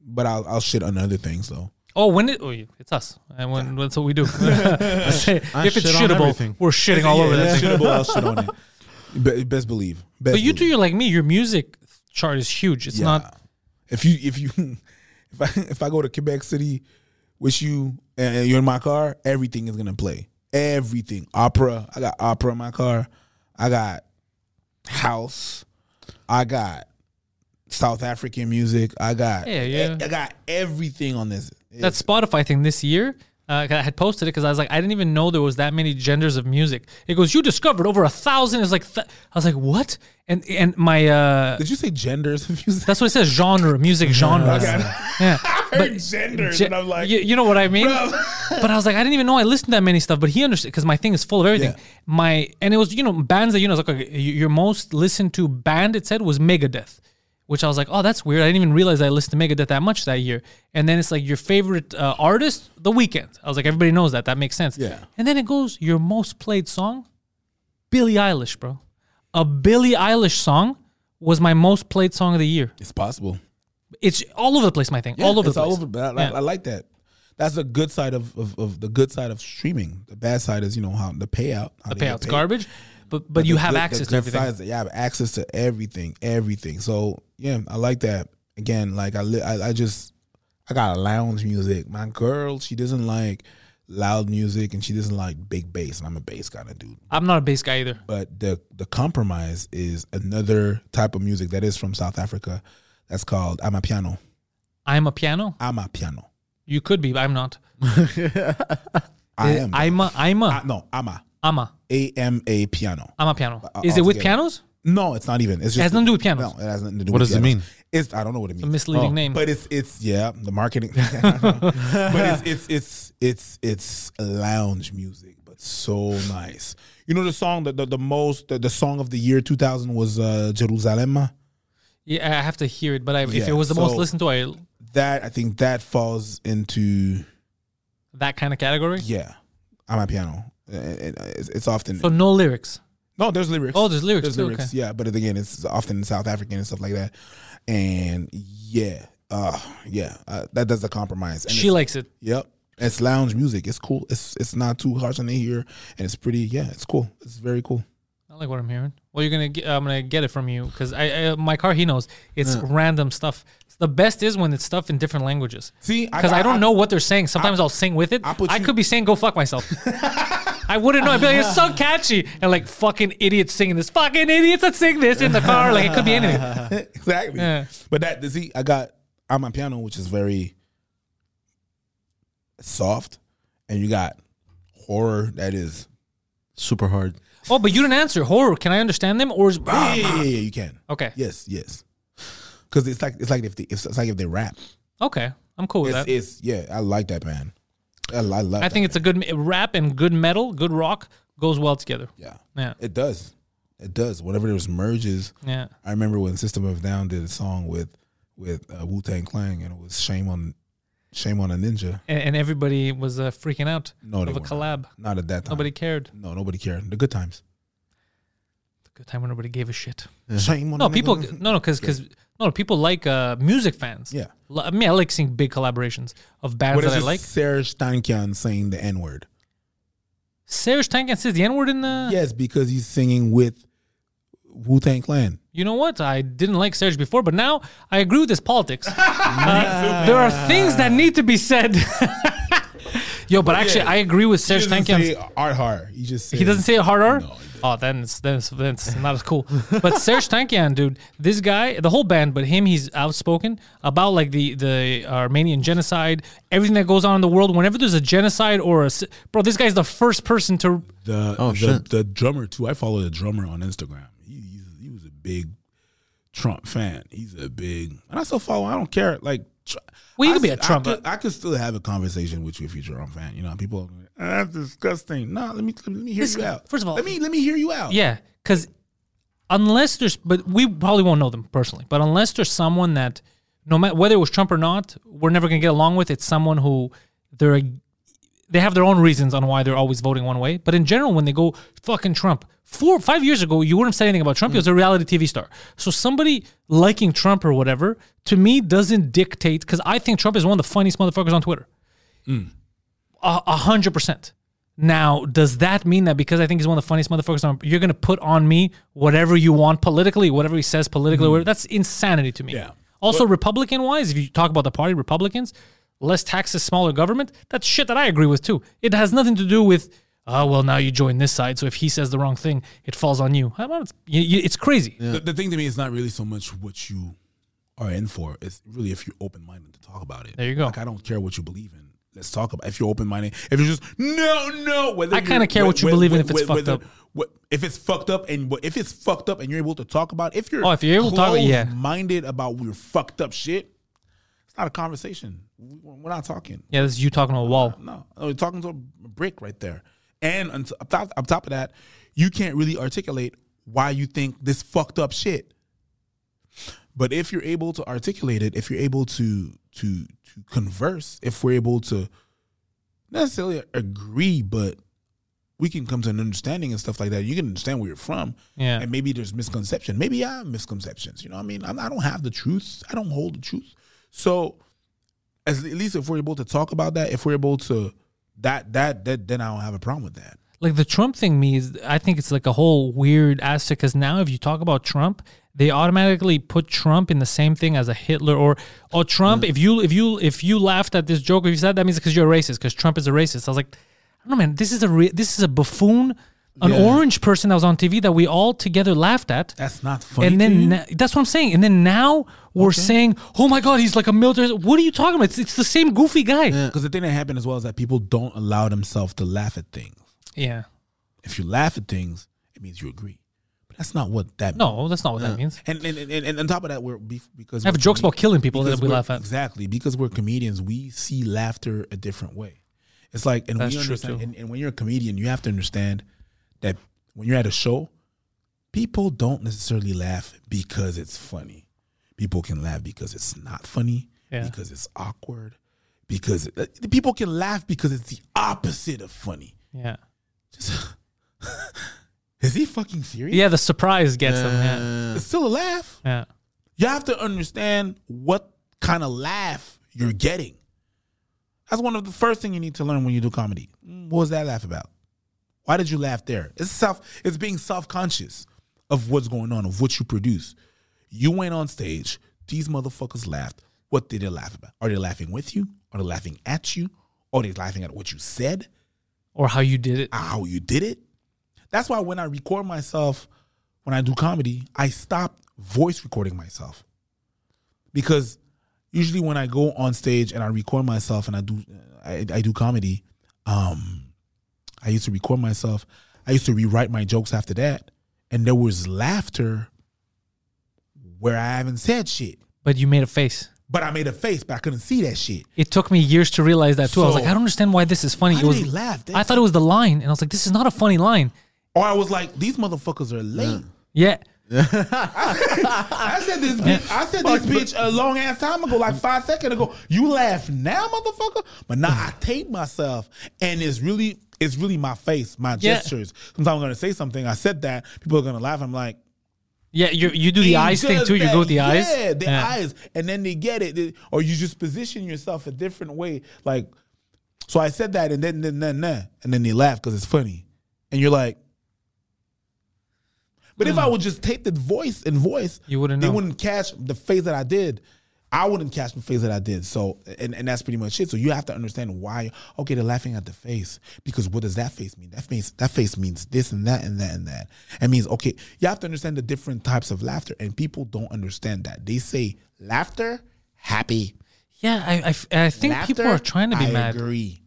S3: But I'll I'll shit on other things though.
S2: Oh, when it, oh, yeah, it's us, and when that's what we
S3: *laughs*
S2: do. *laughs* if it's
S4: shit on
S2: shittable,
S4: everything.
S2: we're shitting all over that.
S3: It's
S2: Thing.
S3: shittable, I'll shit on it. Be- best believe. Best
S2: But you
S3: believe.
S2: two, you're like me. Your music chart is huge. It's
S3: Yeah.
S2: not.
S3: if you *laughs* if you if I if I go to Quebec City with you and you're in my car, everything is gonna play. Everything. Opera. I got opera in my car. I got house. I got South African music. I got e,
S2: Yeah, yeah.
S3: I, got everything on this.
S2: that Spotify thing this year. Uh, 'cause I had posted it because I was like, I didn't even know there was that many genders of music. It goes, you discovered over a thousand. Is like, th-. I was like, what? And and my uh,
S3: Did you say genders *laughs* of music?
S2: that's what it says, genre, music genres.
S3: *laughs*
S2: Yeah,
S3: heard genders, and I'm like,
S2: you, you know what I mean. but I was like, I didn't even know I listened to that many stuff. But he understood because my thing is full of everything.
S3: Yeah.
S2: My and it was you know bands that you know I was like okay, y- your most listened to band it said was Megadeth, which I was like, oh that's weird. I didn't even realize I listened to Megadeth that much that year. And then it's like your favorite uh, artist, The Weeknd. I was like, everybody knows that. That makes sense.
S3: Yeah.
S2: And then it goes your most played song, Billie Eilish, bro. A Billie Eilish song was my most played song of the year.
S3: It's possible.
S2: It's all over the place. My thing, all over
S3: it's
S2: the place.
S3: all over. But I, I-
S2: Yeah.
S3: I like that. That's the good side of, of, of the good side of streaming. The bad side is you know how the payout. How
S2: the
S3: they get
S2: payout's
S3: paid.
S2: garbage, but but you
S3: The
S2: have
S3: good- the
S2: access to
S3: good
S2: everything.
S3: side is that you have access to everything, everything. So yeah, I like that. Again, like I, li- I, I just, I got lounge music. My girl, she doesn't like loud music, and she doesn't like big bass. And I'm a bass kind of dude.
S2: I'm not a bass guy either.
S3: But the the compromise is another type of music that is from South Africa. That's called I'm a piano.
S2: I'm a piano.
S3: I'm a piano.
S2: You could be, but I'm not.
S3: I am.
S2: I'm a. I'm
S3: I-
S2: a.
S3: Ah, no, I'm a
S2: I'm a.
S3: A M A piano.
S2: I'm a piano.
S3: Uh,
S2: Is it with
S3: altogether.
S2: pianos?
S3: No, it's not even. It's just
S2: has nothing to do with pianos.
S3: No, it has nothing to do.
S4: What
S3: with
S4: does it
S3: pianos.
S4: mean?
S3: It's I don't know what it means.
S2: A misleading
S4: Oh,
S2: name.
S3: But it's it's yeah the marketing,
S2: *laughs*
S3: *laughs* but it's it's it's it's it's lounge music, but so nice. You know the song that the, the most the, the song of the year 2000 was uh, Jerusalem.
S2: yeah, I have to hear it. But I, if
S3: Yeah,
S2: it was the most
S3: so-
S2: listened to, I
S3: That I think that falls into
S2: that kind of category.
S3: yeah, I'm a piano. Uh, it- It's it's often
S2: So no lyrics.
S3: No, there's lyrics.
S2: Oh, there's lyrics
S3: There's
S2: too,
S3: lyrics.
S2: okay.
S3: Yeah, but again, it's often South African and stuff like that. And yeah, uh, yeah, uh, that does a compromise. And
S2: She
S3: it's-
S2: likes it.
S3: Yep, it's lounge music. It's cool. It's it's not too harsh on the ear, and it's pretty. Yeah, it's cool. It's very cool.
S2: I like what I'm hearing. Well, you're gonna. Get, I'm gonna get it from you because I, I my car. He knows it's random stuff. The best is when it's stuff in different languages.
S3: See, I-
S2: because I,
S3: I-
S2: don't
S3: I-
S2: know what they're saying. Sometimes I, will sing with it. I,
S3: I put you-
S2: could be saying "Go fuck myself." I wouldn't know. I'd be like, "It's so catchy," and like fucking idiots singing this. Fucking idiots that sing this in the car. Like it could be
S3: *laughs*
S2: anything.
S3: *laughs* exactly.
S2: Yeah.
S3: But that see, I got I'm a piano, which is very soft, and you got horror that is.
S4: Super hard.
S2: Oh, but you didn't answer horror. Can I understand them or is
S3: Yeah, yeah, yeah, yeah, you can.
S2: *laughs* okay?
S3: Yes, yes. Because it's like it's like if they, it's, it's like if they rap.
S2: Okay, I'm cool with
S3: It's,
S2: that.
S3: it's yeah, I like that man. I, li- I love.
S2: I think it's a good rap and good metal, good rock goes well together.
S3: yeah,
S2: Yeah.
S3: It does. It does. Whenever there's merges,
S2: Yeah.
S3: I remember when System of a Down did a song with with uh, Wu Tang Clan, and it was "Shame on Shame on a Ninja."
S2: And, and everybody was uh, freaking out
S3: No,
S2: of
S3: they
S2: a
S3: weren't.
S2: collab.
S3: Not at that time.
S2: Nobody cared.
S3: No, nobody cared. The good times.
S2: Good time when nobody gave a shit.
S3: Shame on
S2: No,
S3: a
S2: people.
S3: nigga.
S2: No, no, because because no, people like uh, music fans.
S3: Yeah.
S2: Li- I mean, I like seeing big collaborations of bands
S3: What is
S2: that I
S3: this
S2: like.
S3: Serge Tankian saying the N word?
S2: Serge Tankian says the N word in the.
S3: Yes, because he's singing with Wu Tang Clan.
S2: You know what? I didn't like Serge before, but now I agree with his politics. *laughs* Uh, there are things that need to be said. *laughs* Yo, but actually, I agree with Serge Tankian.
S3: art hard. He just
S2: He doesn't say it harder.
S3: No, he
S2: oh, then it's, then it's, then it's not as cool. But Serge Tankian, dude, this guy, the whole band, but him, he's outspoken about like the the Armenian genocide, everything that goes on in the world. Whenever there's a genocide or a s- bro, this guy's the first person to.
S3: the
S4: Oh,
S3: the,
S4: shit.
S3: the drummer too. I follow the drummer on Instagram. He, he's, he was a big Trump fan. He's a big, and I still follow. him. I don't care. Like, tr-
S2: Well, you
S3: I
S2: could be a
S3: s- I
S2: Trump-
S3: could- I could still have a conversation with you if you're a Trump fan. You know, people. Are like, "Ah, that's disgusting. No, let me let me hear
S2: This-
S3: you out.
S2: first of all-
S3: let me let me hear you out.
S2: Yeah, because unless there's, but we probably won't know them personally. But unless there's someone that, no matter whether it was Trump or not, we're never gonna get along with. It's someone who they're they have their own reasons on why they're always voting one way. But in general, when they go fucking Trump, four five years ago, you wouldn't have said anything about Trump. He was a reality TV star. So somebody liking Trump or whatever to me doesn't dictate because I think Trump is one of the funniest motherfuckers on Twitter. A a hundred percent. Now, does that mean that because I think he's one of the funniest motherfuckers on, you're gonna put on me whatever you want politically, whatever he says politically? whatever That's insanity to me.
S3: Yeah.
S2: Also, Republican wise, if you talk about the party, Republicans, less taxes, smaller government, that's shit that I agree with too. It has nothing to do with, oh, well, now you join this side. So if he says the wrong thing, it falls on you. I don't know, it's, you- you- it's crazy.
S3: The, the thing to me is not really so much what you are in for. It's really if you're open minded to talk about it.
S2: There you go.
S3: Like I don't care what you believe in. Let's talk about if you're open minded. If you're just no, no. Whether
S2: I
S3: you're-
S2: kinda care what you
S3: whe-
S2: believe in
S3: whe-
S2: if it's
S3: whe-
S2: fucked
S3: whether-
S2: up.
S3: whe- if it's fucked up and wh- if it's fucked up and you're able to talk about it, if you're
S2: Oh, if you're able to talk- yeah.
S3: minded about your fucked up shit, it's not a conversation. We- We're not talking.
S2: Yeah, this is you talking to a wall.
S3: No, Oh, you're talking to a brick right there. And on t- up top, up top of that, you can't really articulate why you think this fucked up shit. But if you're able to articulate it, if you're able to to to converse, if we're able to not necessarily agree, but we can come to an understanding and stuff like that. You can understand where you're from,
S2: Yeah.
S3: And maybe there's misconception. Maybe I have misconceptions. You know, what I mean, I'm, I don't have the truth. I don't hold the truth. So as at least if we're able to talk about that, if we're able to that that that then I don't have a problem with that.
S2: like the Trump thing means I think it's like a whole weird aspect because now if you talk about Trump, they automatically put Trump in the same thing as a Hitler or oh
S3: Mm.
S2: Trump. If you if you if you laughed at this joke or if you said that means because you're a racist because Trump is a racist. I was like, I don't know, man. This is a re- this is a buffoon, an orange person that was on TV that we all together laughed at.
S3: That's not funny.
S2: And
S3: to
S2: then
S3: you?
S2: na- that's what I'm saying. And then now we're saying, "Oh my God, he's like a military." What are you talking about? It's, it's the same goofy guy. Yeah.
S3: because the thing that happened as well is that people don't allow themselves to laugh at things. If you laugh at things, it means you agree. But that's not what that means.
S2: No, that's not what that means.
S3: And and, and and on top of that, we're be- because
S2: I have
S3: we're
S2: jokes about killing people
S3: because
S2: that we
S3: we're-
S2: laugh at.
S3: Exactly because we're comedians, we see laughter a different way. It's like and
S2: That's true,
S3: we understand.
S2: too.
S3: And, and when you're a comedian, you have to understand that when you're at a show, people don't necessarily laugh because it's funny. People can laugh because it's not funny,
S2: Yeah.
S3: because it's awkward, because uh, people can laugh because it's the opposite of funny.
S2: Yeah.
S3: Just, is he fucking serious?
S2: Yeah, the surprise gets them. Yeah.
S3: it's still a laugh.
S2: Yeah.
S3: You have to understand what kind of laugh you're getting. That's one of the first thing you need to learn when you do comedy. Mm, What was that laugh about? Why did you laugh there? It's self. It's being self conscious of what's going on, of what you produce. You went on stage. These motherfuckers laughed. What did they laugh about? Are they laughing with you? Are they laughing at you? Are they laughing at what you said?
S2: Or how you did it.
S3: how you did it. That's why when I record myself, when I do comedy, I stop voice recording myself because usually when I go on stage and I record myself and I do I, I do comedy, um, I used to record myself. I used to rewrite my jokes after that, and there was laughter where I haven't said shit,
S2: But you made a face.
S3: but I made a face, but I couldn't see that shit.
S2: It took me years to realize that too. I was
S3: So-
S2: like, I don't understand why this is funny.
S3: Why
S2: it
S3: do
S2: was
S3: they laugh? They-
S2: I thought it was the line, and I was like, this is not a funny line.
S3: Or I was like, these motherfuckers are late.
S2: Yeah.
S3: I said this bitch. I said this bitch a long ass time ago, like five seconds ago. You laugh now, motherfucker. But now I tape myself, and it's really, it's really my face, my
S2: Yeah.
S3: gestures. Sometimes I'm gonna say something. I said that people are gonna laugh. I'm like,
S2: Yeah, you you do the
S3: he
S2: eyes thing
S3: does
S2: too. You
S3: that.
S2: go with the eyes.
S3: Yeah, the
S2: Yeah.
S3: eyes, and then they get it, They- or you just position yourself a different way. Like, so I said that, and then then then then, and then they laugh because it's funny, and you're like. But if I would just tape the voice and voice,
S2: Hmm. You wouldn't
S3: They
S2: know.
S3: wouldn't catch the phase that I did. I wouldn't catch the phase that I did. So, and, and that's pretty much it. So you have to understand why. Okay, they're laughing at the face because what does that face mean? That face that face means this and that and that and that. It means okay. You have to understand the different types of laughter, and people don't understand that. They say laughter, happy.
S2: Yeah, I, I f- I think people
S3: Laughter,
S2: are trying to be
S3: I
S2: mad.
S3: Agree.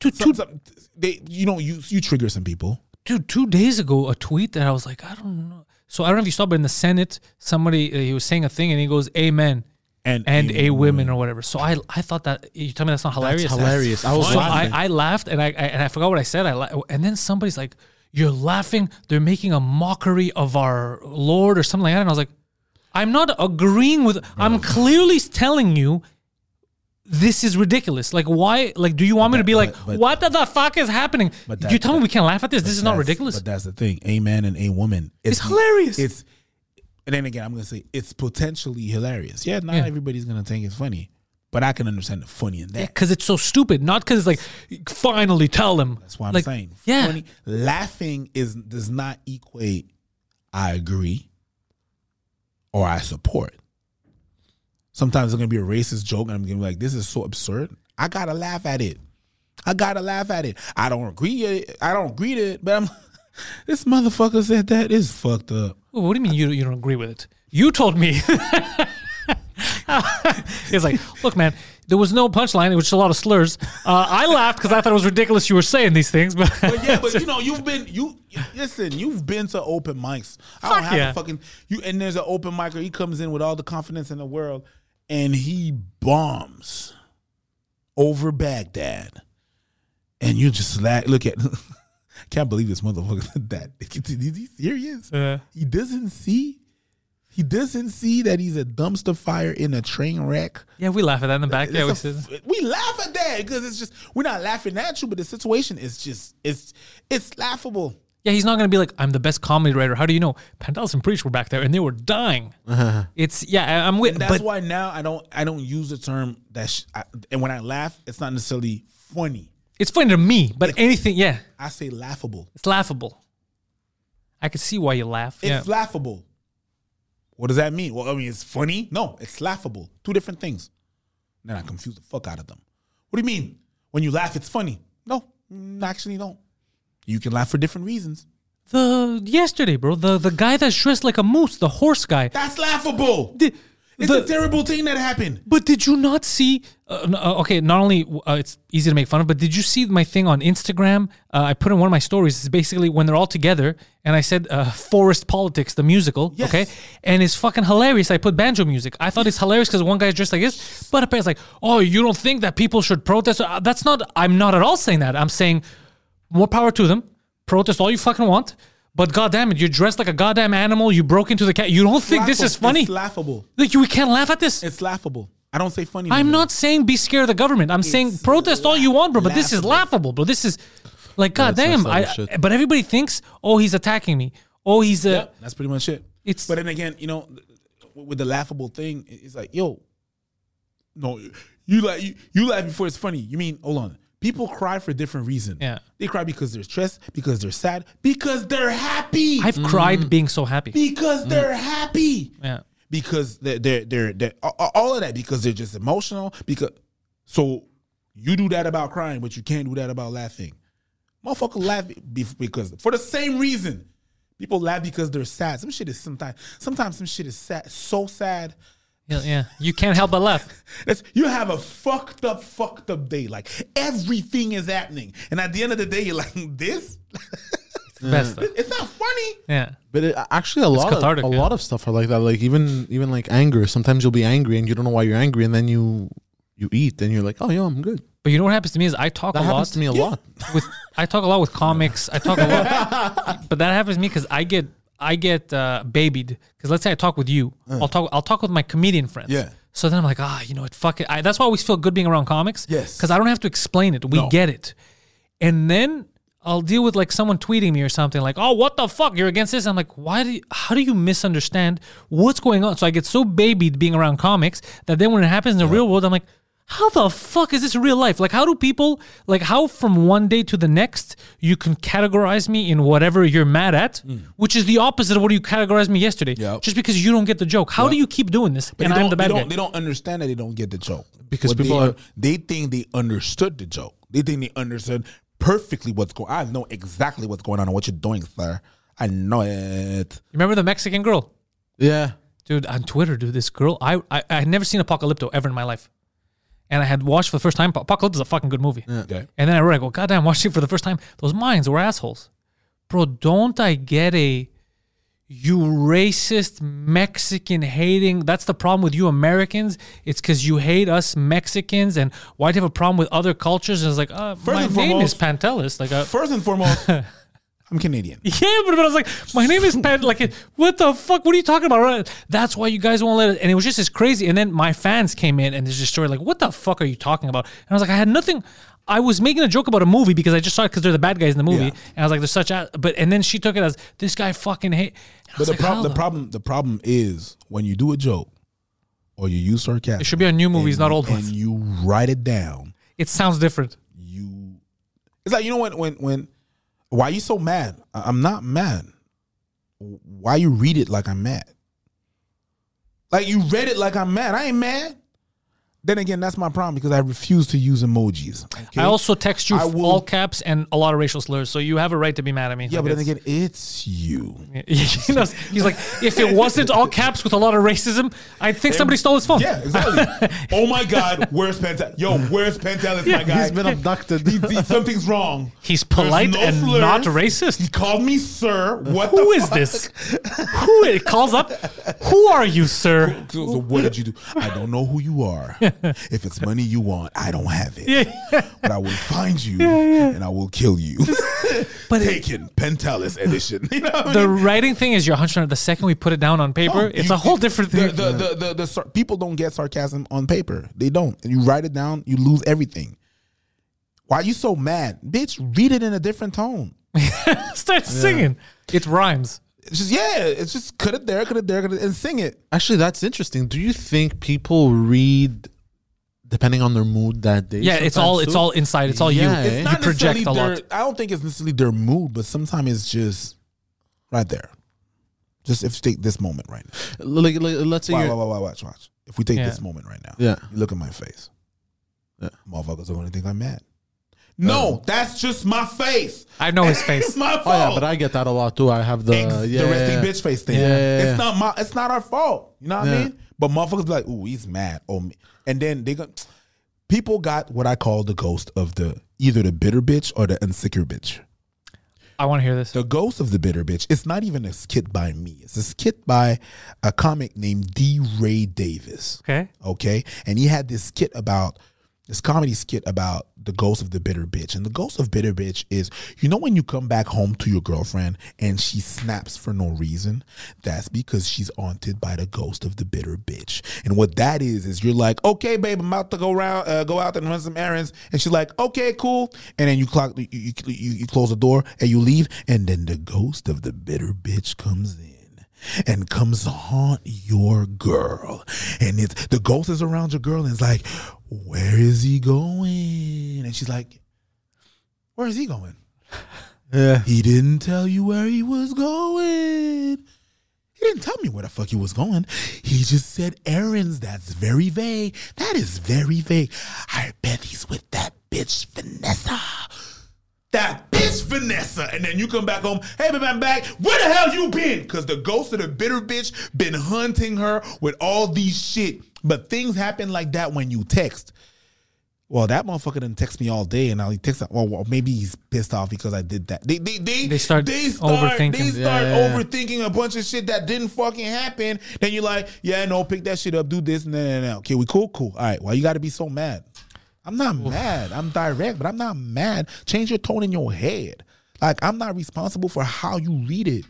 S2: Two, two,
S3: Some- some- they, you know, you you trigger some people.
S2: dude, two days ago, a tweet that I was like, I don't know. So I don't know if you saw, but in the Senate, somebody uh, he was saying a thing, and he goes, "Amen."
S3: And
S2: And
S3: a
S2: a women or whatever. So I I thought that you tell me that's not hilarious.
S4: hilarious. I was
S2: so I,
S4: laughing.
S2: I laughed and I, I and I forgot what I said. I la- and then somebody's like, "You're laughing. They're making a mockery of our Lord or something like that." And I was like, "I'm not agreeing with. I'm clearly telling you." This is ridiculous. Like, why? Like, do you want me to be like,
S3: but-
S2: what the, the fuck is happening?
S3: But
S2: you
S3: that-
S2: tell me we can't laugh at this. This is not
S3: That's-
S2: ridiculous.
S3: But that's the thing. A man and a woman.
S2: It's hilarious.
S3: It's and then again, I'm gonna say it's potentially hilarious. Yeah, not
S2: Yeah.
S3: everybody's gonna think it's funny, but I can understand the funny in that.
S2: because it's so stupid. Not because it's like finally tell him.
S3: That's why I'm
S2: Like,
S3: saying.
S2: Yeah,
S3: Funny, laughing is does not equate I agree or I support. Sometimes it's gonna be a racist joke and I'm gonna be like, this is so absurd. I gotta laugh at it. I gotta laugh at it. I don't agree it. I don't agree to it, but I'm *laughs* this motherfucker said that is fucked up.
S2: Well, what do you mean you, you don't agree with it? You told me. *laughs* It's like, look, man, there was no punchline. It was just a lot of slurs. Uh, I laughed because I thought it was ridiculous you were saying these things, but *laughs*
S3: But yeah, but you know, you've been you listen, you've been to open mics. I don't
S2: Fuck
S3: have
S2: yeah.
S3: to fucking you and there's an open micer, he comes in with all the confidence in the world and he bombs over Baghdad. And you just like look at *laughs* can't believe this motherfucker did that. *laughs* Is he serious?
S2: Yeah.
S3: He doesn't see he doesn't see that he's a dumpster fire in a train wreck.
S2: yeah, we laugh at that in the back. Yeah, we
S3: It's a
S2: said,
S3: f- we laugh at that because it's just we're not laughing at you, but the situation is just it's it's laughable.
S2: yeah, he's not gonna be like, I'm the best comedy writer. How do you know? Pantelis and Preach were back there, and they were dying.
S3: *laughs*
S2: It's yeah, I, I'm with,
S3: And that's
S2: but
S3: why now I don't I don't use the term that sh- I, and when I laugh, it's not necessarily funny.
S2: it's funny to me. But anything, yeah,
S3: I say laughable.
S2: it's laughable. I could see why you laugh.
S3: It's
S2: yeah,
S3: laughable. What does that mean? Well, I mean, it's funny. No, it's laughable. Two different things. Then I confuse the fuck out of them. What do you mean? When you laugh, it's funny? No, mm, actually, don't. You can laugh for different reasons.
S2: the yesterday, bro, the the guy that's dressed like a moose, the horse guy.
S3: That's laughable.
S2: The-
S3: It's
S2: the-
S3: a terrible thing that happened.
S2: But did you not see? Uh, n- uh, okay, not only uh, it's easy to make fun of, but did you see my thing on Instagram? Uh, I put in one of my stories. It's basically when they're all together, and I said uh, "Forest Politics" the musical.
S3: Yes.
S2: Okay, and it's fucking hilarious. I put banjo music. I thought it's hilarious because one guy's dressed like this, but apparently it's like, oh, you don't think that people should protest? Uh, that's not. I'm not at all saying that. I'm saying more power to them. Protest all you fucking want. But goddamn it, you're dressed like a goddamn animal. You broke into the cat. You don't think this is
S3: Laughable.
S2: funny?
S3: It's laughable.
S2: like you, we can't laugh at this.
S3: It's laughable. I don't say funny.
S2: I'm
S4: Mm-hmm.
S3: no more.
S2: not saying be scared of the government. I'm saying protest all you want, bro. But this is laughable, bro. This is like goddamn.
S4: that's
S2: I,
S4: some shit.
S2: but everybody thinks, oh, he's attacking me. Oh, he's a.
S3: Yep, that's pretty much it.
S2: It's-
S3: but then again, you know, with the laughable thing, it's like, yo, no, you like you, you laugh before it's funny. You mean hold on? People cry for different reasons.
S2: Yeah.
S3: they cry because they're stressed, because they're sad, because they're happy,
S2: I've
S4: Mm-hmm.
S2: cried being so happy.
S3: because they're happy,
S2: Mm. yeah.
S3: because they're they're they're, they're all all of that because they're just emotional. Because so you do that about crying, but you can't do that about laughing. Motherfucker laugh be- because for the same reason. People laugh because they're sad. Some shit is sometimes sometimes some shit is sad, so sad.
S2: yeah, yeah. You can't help but laugh.
S3: That's, you have a fucked up, fucked up day. Like everything is happening, and at the end of the day, you're like, "This, *laughs*
S2: The best. though.
S3: it's not funny."
S2: Yeah.
S4: But it, actually, a lot
S2: cathartic,
S4: of a
S2: yeah.
S4: lot of stuff are like that. Like even even like anger. Sometimes you'll be angry and you don't know why you're angry, and then you you eat and you're like, oh yeah, I'm good.
S2: But you know what happens to me is I talk
S4: That
S2: a lot
S4: happens to me a lot.
S2: with I talk a lot with comics. I talk a lot,
S3: *laughs*
S2: but that happens to me because I get I get uh, babied. Because let's say I talk with you, I'll talk I'll talk with my comedian friends.
S3: Uh. Yeah.
S2: So then I'm like, ah, you know what? Fuck it. I, that's why I always feel good being around comics.
S3: Yes.
S2: Because I don't have to explain it. We
S3: No.
S2: get it. And then I'll deal with like someone tweeting me or something like, oh, what the fuck? You're against this? I'm like, why do you, how do you misunderstand what's going on? So I get so babied being around comics that then when it happens in the real world, I'm like, how the fuck is this real life? Like, how do people, like, how from one day to the next, you can categorize me in whatever you're mad at, which is the opposite of what you categorized me yesterday,
S3: Mm. Yep.
S2: just because you don't get the joke. How do you keep doing this?
S3: But
S2: and
S3: they
S2: I'm
S3: don't-
S2: the bad
S3: they
S2: guy.
S3: don't, They don't understand that they don't get the joke
S4: Because people
S3: they,
S4: are-
S3: they think they understood the joke. They think they understood perfectly what's going. I know exactly what's going on and what you're doing, sir. I know it.
S2: Remember the Mexican girl?
S4: Yeah.
S2: dude on twitter dude this girl i i, I had never seen apocalypto ever in my life and i had watched for the first time apocalypto is a fucking good movie
S3: Okay.
S2: and then i read i go god damn watching for the first time those minds were assholes bro don't i get a you racist mexican hating that's the problem with you americans it's because you hate us mexicans and why do you have a problem with other cultures and it's like uh, my
S3: and
S2: name is
S3: foremost-
S2: pantelis like uh,
S3: First and
S2: *laughs*
S3: foremost, I'm Canadian.
S2: yeah, but, but I was like, my name is Pat. Like, what the fuck? What are you talking about? Right? That's why you guys won't let it. And it was just as crazy. And then my fans came in and there's this story like, what the fuck are you talking about? And I was like, I had nothing. I was making a joke about a movie because I just saw it because they're the bad guys in the movie.
S3: Yeah.
S2: And I was like, they're such. A-. But and then she took it as this guy fucking hate. And I
S3: But
S2: was
S3: the,
S2: like,
S3: prob-
S2: how
S3: the problem, the problem is when you do a joke or you use sarcasm.
S2: It should be on new movies,
S3: and
S2: not
S3: you-
S2: old ones.
S3: And you write it down.
S2: It sounds different.
S3: you it's like you know when when when why you so mad I- i'm not mad why you read it like i'm mad like you read it like i'm mad i ain't mad then again that's my problem because i refuse to use emojis okay?
S2: I also text you
S3: I will-
S2: all caps and a lot of racial slurs, so you have a right to be mad at me.
S3: yeah
S2: Like,
S3: but then
S2: it's-
S3: again
S2: *laughs*
S3: it's you
S2: he knows, he's like, if it wasn't all caps with a lot of racism, I think somebody stole his phone.
S3: yeah
S2: *laughs*
S3: exactly oh my god where's pentel yo where's pentel is my guy
S4: He's been abducted.
S3: He- he- something's wrong
S2: He's
S3: There's
S2: polite
S3: no
S2: and
S3: slurs.
S2: not
S3: he
S2: racist.
S3: called me sir what
S2: Who
S3: the
S2: is
S3: fuck?
S2: this? Who it calls up? Who are you, sir?
S3: So, so what did you do? I don't know who
S2: *laughs*
S3: you are. if it's money you want, I don't have it. But I will find you and I will kill you. *laughs*
S2: But it-
S3: Taken, Pentalis edition. *laughs* You know what I
S2: the
S3: mean?
S2: writing thing is your hunch. The second we put it down on paper,
S3: No,
S2: it's
S3: Oh, you-
S2: a whole different
S3: the-
S2: thing.
S3: The, the, the, the sar- people don't get sarcasm on paper. They don't. And you write it down, you lose everything. Why you so mad? Bitch, read it in a different tone.
S2: *laughs* Start singing. It rhymes.
S3: It's just, yeah, it's just cut it there, cut it there, cut it, and sing it.
S4: Actually, that's interesting. Do you think people read depending on their mood that day?
S2: Yeah, it's all
S4: sometimes
S2: it's
S4: too?
S2: all inside. It's all
S4: Yeah,
S2: you.
S4: eh?
S2: you project a
S3: necessarily
S2: lot.
S3: their- I don't think it's necessarily their mood, but sometimes it's just right there. Just if you take this moment right now.
S4: like, like let's say
S3: Watch,
S4: you're,
S3: watch, watch, watch, watch. If we take
S2: Yeah.
S3: this moment right now,
S4: Yeah.
S3: you look at my face.
S4: Yeah.
S3: Motherfuckers are gonna think I'm mad. No, that's just my face.
S2: I know his face.
S3: *laughs* It's my fault.
S4: oh yeah, but I get that a lot too. I have the
S3: Ex-
S4: yeah,
S3: the resting
S4: yeah,
S3: bitch face thing.
S4: Yeah, yeah, yeah.
S3: It's not my. It's not our fault. You know what I
S4: Yeah.
S3: mean? But motherfuckers be like, "Ooh, he's mad." Oh, me. and then they go. People got what I call the ghost of the either the bitter bitch or the insecure bitch.
S2: I want to hear this.
S3: The Ghost of the Bitter Bitch. It's not even a skit by me. It's a skit by a comic named D. Ray Davis.
S2: Okay.
S3: Okay. And he had this skit about this comedy skit about the ghost of the bitter bitch. And the ghost of bitter bitch is, you know, when you come back home to your girlfriend and she snaps for no reason, that's because she's haunted by the ghost of the bitter bitch. And what that is, is you're like, okay, babe, I'm about to go around, uh, go out and run some errands. And she's like, okay, cool. And then you clock, you, you, you, you close the door and you leave. And then the ghost of the bitter bitch comes in and comes to haunt your girl. And it's the ghost is around your girl and it's like, where is he going? And she's like, where is he going?
S4: yeah.
S3: He didn't tell you where he was going. He didn't tell me where the fuck he was going. He just said errands. That's very vague. That is very vague. I bet he's with that bitch Vanessa. That bitch Vanessa. And then you come back home. Hey, baby, I'm back. Where the hell you been? Cause the ghost of the bitter bitch been hunting her with all these shit. But things happen like that when you text. Well, that motherfucker didn't text me all day, and now he texts. Well, well, maybe he's pissed off because I did that. They they they,
S2: They start overthinking.
S3: They start
S4: Yeah, yeah, yeah.
S3: overthinking a bunch of shit that didn't fucking happen. Then you're like, yeah, no, pick that shit up, do this, and then okay, we cool, cool. All right, why you got to be so mad? I'm not mad. I'm direct, but I'm not mad. Change your tone in your head. Like I'm not responsible for how you read it.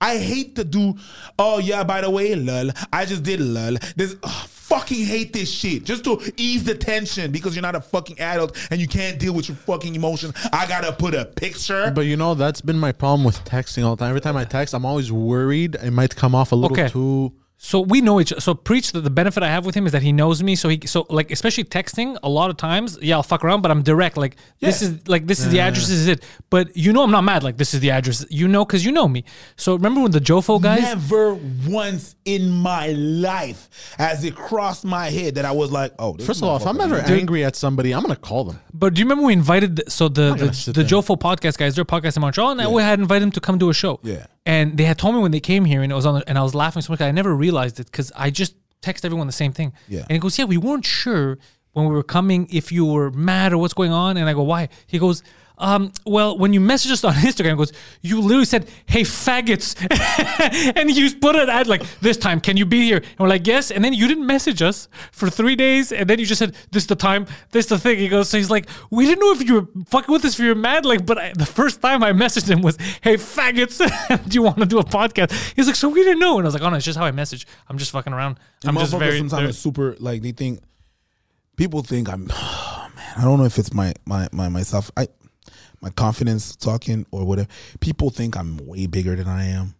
S3: I hate to do. Oh yeah, by the way, lol. I just did lol. This ugh, fucking hate this shit just to ease the tension because you're not a fucking adult and you can't deal with your fucking emotions. I gotta put a picture.
S4: But you know, that's been my problem with texting all the time. Every time I text, I'm always worried it might come off a little
S2: Okay.
S4: too.
S2: So we know each. So preach that the benefit I have with him is that he knows me. So he so like especially texting a lot of times. Yeah, I'll fuck around, but I'm direct. Like this is like this is the address. This is it. But you know I'm not mad. Like this is the address. You know because you know me. So remember when the Jofo guys?
S3: Never once in my life has it crossed my head that I was like, oh. this
S4: First of all, if I'm
S3: motherfucker-
S4: ever angry at somebody, I'm gonna call them.
S2: But do you remember we invited the, so the
S4: gonna
S2: the,
S4: sit
S2: the
S4: there.
S2: Jofo podcast guys, their podcast in Montreal, and I we had invited them to come do a show.
S3: Yeah.
S2: And they had told me when they came here, and it was on, the, and I was laughing so much I never realized it because I just text everyone the same thing.
S3: Yeah.
S2: And he goes, yeah, we weren't sure when we were coming if you were mad or what's going on, and I go, why? He goes. Um, well, when you message us on *laughs* Instagram, he goes, you literally said, "Hey, faggots," *laughs* and you put an ad like, "This time, can you be here?" And we're like, "Yes." And then you didn't message us for three days, and then you just said, "This is the time, this is the thing." He goes, so he's like, "We didn't know if you were fucking with us, if you were mad." Like, but I, the first time I messaged him was, "Hey, faggots, *laughs* do you want to do a podcast?" He's like, "So we didn't know," and I was like, "Oh no, it's just how I message. I'm just fucking around. I'm
S3: And
S2: just
S3: motherfuckers
S2: very."
S3: sometimes are super like they think people think I'm *sighs* man, I don't know if it's my my my myself I my confidence talking or whatever. People think I'm way bigger than I am.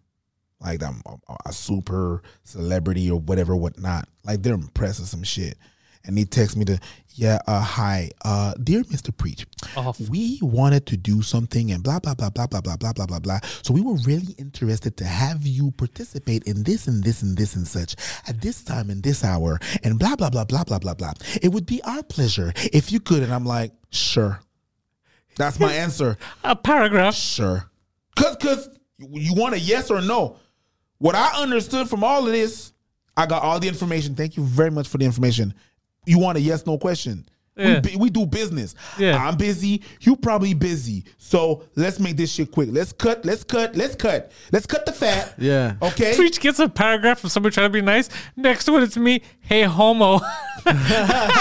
S3: Like I'm a, a super celebrity or whatever whatnot. Like they're impressed with some shit. And they text me to, yeah, uh, hi, uh, dear Mr. Preach,
S2: Oh, f-
S3: we wanted to do something and blah blah blah blah blah blah blah blah blah blah. So we were really interested to have you participate in this and this and this and such at this time and this hour and blah blah blah blah blah blah blah. It would be our pleasure if you could. And I'm like, sure. That's my answer.
S2: a paragraph.
S3: Sure. Cause cause you want a yes or no. What I understood from all of this, I got all the information. Thank you very much for the information. You want a yes no question.
S2: Yeah.
S3: We, bu- we do business.
S2: Yeah.
S3: I'm busy. You probably busy. So let's make this shit quick. Let's cut. Let's cut. Let's cut. Let's cut the fat.
S4: Yeah.
S3: Okay.
S2: Preach gets a paragraph from somebody trying to be nice. Next one, it's me. Hey, homo. *laughs*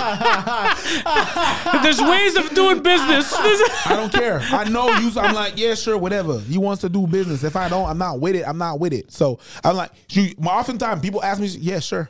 S2: There's ways of doing business. *laughs* This-
S3: I don't care. I know you. I'm like, yeah, sure, whatever. He wants to do business. If I don't, I'm not with it. I'm not with it. So I'm like, you. My oftentimes people ask me, yeah, sure,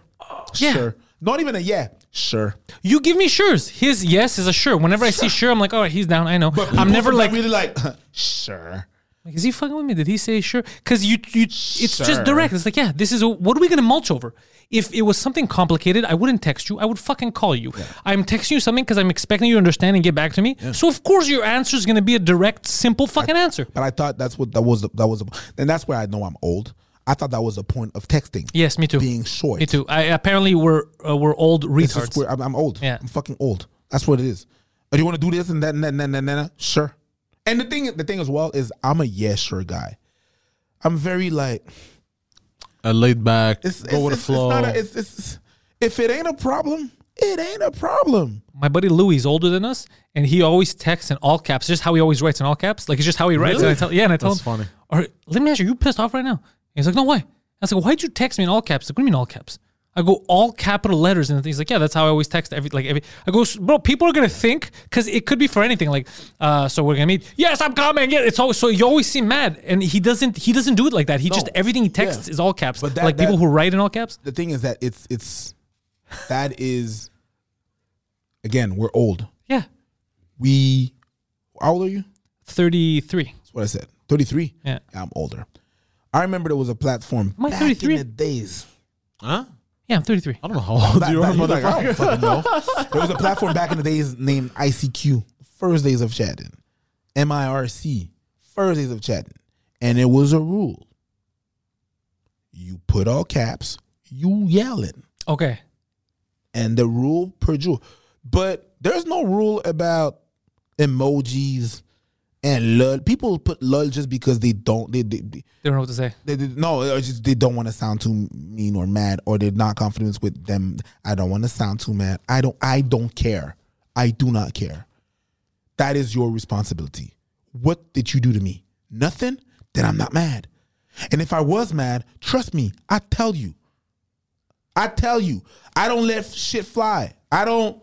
S2: yeah.
S3: sure. Not even a yeah, sure.
S2: You give me sures. His yes is a sure. Whenever I see sure, I'm like, all right, he's down. I know. I'm
S3: People
S2: never
S3: sometimes
S2: like,
S3: really like *laughs* sure.
S2: like, is he fucking with me? Did he say sure? Because you, you, it's just
S3: Sure.
S2: direct. It's like, yeah, this is a, what are we gonna mulch over? If it was something complicated, I wouldn't text you. I would fucking call you. I'm texting you something because I'm expecting you to understand and get back to me. So of course your answer is gonna be a direct, simple fucking answer.
S3: But I thought that's what that was. The, that was, the, and that's where I know I'm old. I thought that was the point of texting.
S2: Yes, me too.
S3: Being short.
S2: Me too. I apparently we're uh, we're old
S3: It's just
S2: retards.
S3: where I'm, I'm old.
S2: Yeah.
S3: I'm fucking old. That's what it is. Oh, you want to do this and that and that and that and that, and that? Sure. And the thing, the thing as well is, I'm a yeah sure guy. I'm very like
S4: I laid back,
S3: it's, it's,
S4: go with the
S3: it's, it's
S4: flow.
S3: not a, it's, it's if it ain't a problem, it ain't a problem.
S2: My buddy Louis is older than us, and he always texts in all caps. Just how he always writes in all caps. Like it's just how he writes. And I tell, yeah, and I tell
S4: That's
S2: him,
S4: funny.
S2: All right, let me ask you. You pissed off right now? And he's like, no, why? I was like, why'd you text me in all caps? Like, what do you mean all caps? I go all capital letters, and he's like, yeah, that's how I always text every like every. I go, bro, people are gonna think because it could be for anything. Like, uh, so we're gonna meet. Yes, I'm coming. Yeah, it's always so you always seem mad, and he doesn't. He doesn't do it like that. He just everything he texts is all caps.
S3: But that-
S2: like people
S3: that-
S2: who write in all caps.
S3: The thing is that it's it's that is again we're old.
S2: Yeah,
S3: We how old are you?
S2: thirty three.
S3: That's what I said. 33.
S2: Yeah.
S3: I'm older. I remember there was a platform
S2: Am I
S3: back
S2: 33?
S3: in the days.
S4: huh?
S2: Yeah, I'm 33.
S4: I don't know how old
S3: Back-
S4: you are,
S3: back- you're like, I
S4: motherfucker.
S3: don't fucking
S4: *laughs*
S3: know. There was a platform back in the days named ICQ, First Days of Chatting, MIRC, First Days of Chatting. And it was a rule. You put all caps, you yelling.
S2: Okay.
S3: and the rule per jewel. But there's no rule about emojis and lul. People put lul just because they don't they they, they,
S2: They don't know what to say.
S3: they, they- no or just they don't want to sound too mean or mad or they're not confident with them. I don't want to sound too mad. I don't I don't care. I do not care. That is your responsibility. What did you do to me? Nothing? Then I'm not mad. And if I was mad, trust me, I tell you. I tell you, I don't let shit fly. I don't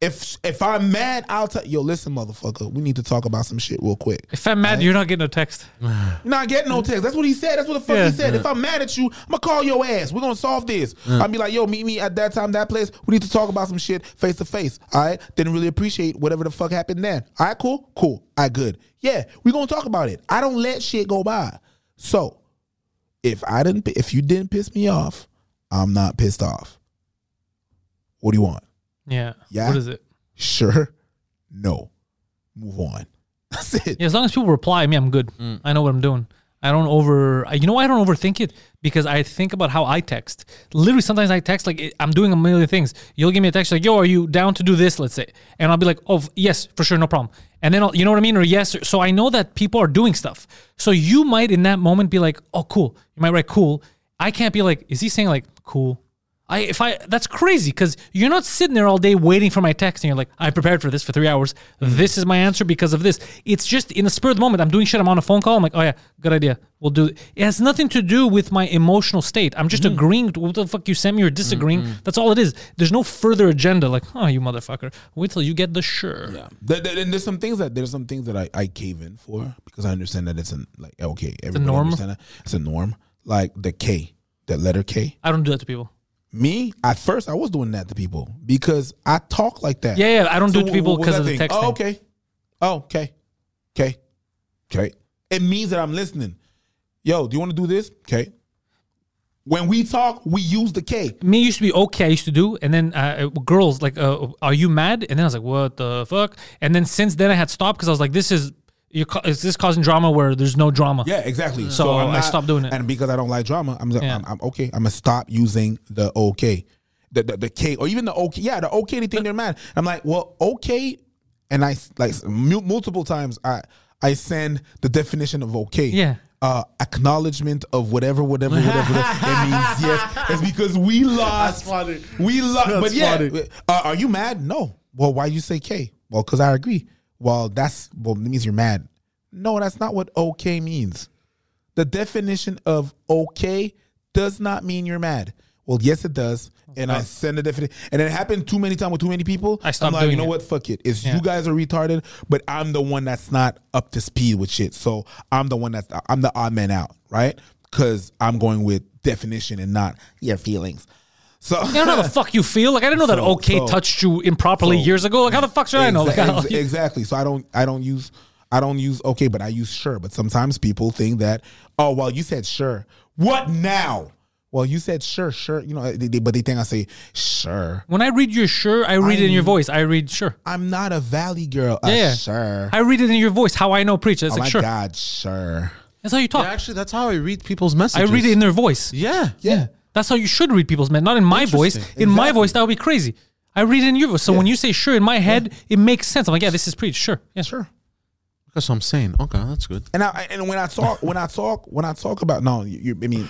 S3: If if I'm mad, I'll tell yo. Listen, motherfucker, we need to talk about some shit real quick.
S2: If I'm mad, you're not getting a text.
S3: Not getting no text. That's what he said. That's what the fuck
S2: Mm. Yeah.
S3: he said. If I'm mad at you, I'm gonna call your ass. We're gonna solve this. I'll be like, yo, meet me at that time, that place. We need to talk about some shit face to face. All right. Didn't really appreciate whatever the fuck happened then. All right, cool, cool. I good. Yeah, we gonna talk about it. I don't let shit go by. So if I didn't, if you didn't piss me off, I'm not pissed off. What do you want?
S2: Yeah.
S3: Yeah.
S2: What is it?
S3: Sure. No. Move on. *laughs* That's it.
S2: Yeah, as long as people reply me, I'm good. I know what I'm doing. I don't over. I- You know, why I don't overthink it because I think about how I text. Literally, sometimes I text like I'm doing a million things. You'll give me a text like, "Yo, are you down to do this?" Let's say, and I'll be like, "Oh, f- yes, for sure, no problem." And then I'll, you know what I mean, or yes. Or, so I know that people are doing stuff. So you might in that moment be like, "Oh, cool." You might write "cool." I can't be like, "Is he saying like cool?" I if I that's crazy because you're not sitting there all day waiting for my text and you're like I prepared for this for three hours. This is my answer because of this. It's just in the spur of the moment. I'm doing shit. I'm on a phone call. I'm like, oh yeah, good idea. We'll do. It, it has nothing to do with my emotional state. I'm
S3: Mm-hmm.
S2: just agreeing to what the fuck you sent me or disagreeing. That's all it is. There's no further agenda. Like, oh you motherfucker, wait till you get the sure.
S3: Yeah. Th- th- and there's some things that there's some things that I, I cave in for because I understand that it's an like okay, everybody
S2: norm?
S3: understand that it's a norm. Like the K, that letter K.
S2: I don't do that to people.
S3: Me, at first I was doing that to people because I talk like that.
S2: Yeah, yeah. I don't do
S3: So
S2: it to people
S3: what was
S2: because
S3: that
S2: of the
S3: thing?
S2: text.
S3: Oh,
S2: thing.
S3: okay. Oh, okay. Okay. Okay. It means that I'm listening. Yo, do you want to do this? Okay. When we talk, we use the K.
S2: me it used to be okay. I used to do, and then uh, girls like, uh, "Are you mad?" And then I was like, "What the fuck?" And then since then, I had stopped because I was like, "This is you. ca- Is this causing drama where there's no drama?"
S3: Yeah, exactly. So,
S2: I stopped doing it.
S3: and because I don't like drama, I'm, just,
S2: Yeah.
S3: I'm, I'm okay. I'm gonna stop using the okay, the, the the K, or even the okay. Yeah, the okay. They think they're mad. I'm like, well, okay, and I s- like s- mu- multiple times. I I send the definition of okay.
S2: Yeah.
S3: Uh, acknowledgement of whatever,
S2: *laughs*
S3: whatever, whatever that means. Yes, it's because we lost. We lost. But yeah, uh, are you mad? No. Well, why you say K? Well, because I agree. Well, that's well, it means you're mad. No, that's not what okay means. The definition of okay does not mean you're mad. Well, yes, it does. And I send the definition. And it happened too many times with too many people.
S2: I stopped
S3: am like, you
S2: doing
S3: know
S2: it.
S3: what? Fuck it. It's
S2: Yeah.
S3: you guys are retarded, but I'm the one that's not up to speed with shit. So I'm the one that's I'm the odd man out, right? Because I'm going with definition and not your feelings. So
S2: I don't know how the fuck you feel. Like I didn't know that
S3: So-
S2: okay
S3: so-
S2: touched you improperly
S3: so-
S2: years ago. Like how the fuck should I know? Like,
S3: Exa-
S2: I don't-
S3: ex- exactly. So I don't I don't use I don't use okay, but I use sure. But sometimes people think that oh well you said sure. What now? Well you said sure sure you know they, they, but they think I say sure.
S2: when I read your sure, I read it in your voice. I read sure.
S3: I'm not a valley girl. Uh,
S2: Yeah, yeah.
S3: sure.
S2: I read it in your voice. How I know preach. That's
S3: oh
S2: like
S3: my
S2: sure.
S3: god sure.
S2: That's how you talk.
S4: actually, that's how I read people's
S2: I
S4: messages.
S2: read it in their voice.
S4: Yeah.
S3: Yeah.
S2: That's how you should read people's men, not in my voice. In my voice, that would be crazy. I read it in your voice. So when you say sure in my head, it makes sense. I'm like, yeah, this is preach. Sure. Yeah.
S3: Sure.
S4: That's what I'm saying. Okay, that's good.
S3: And I and when I talk when I talk when I talk about no you, you I mean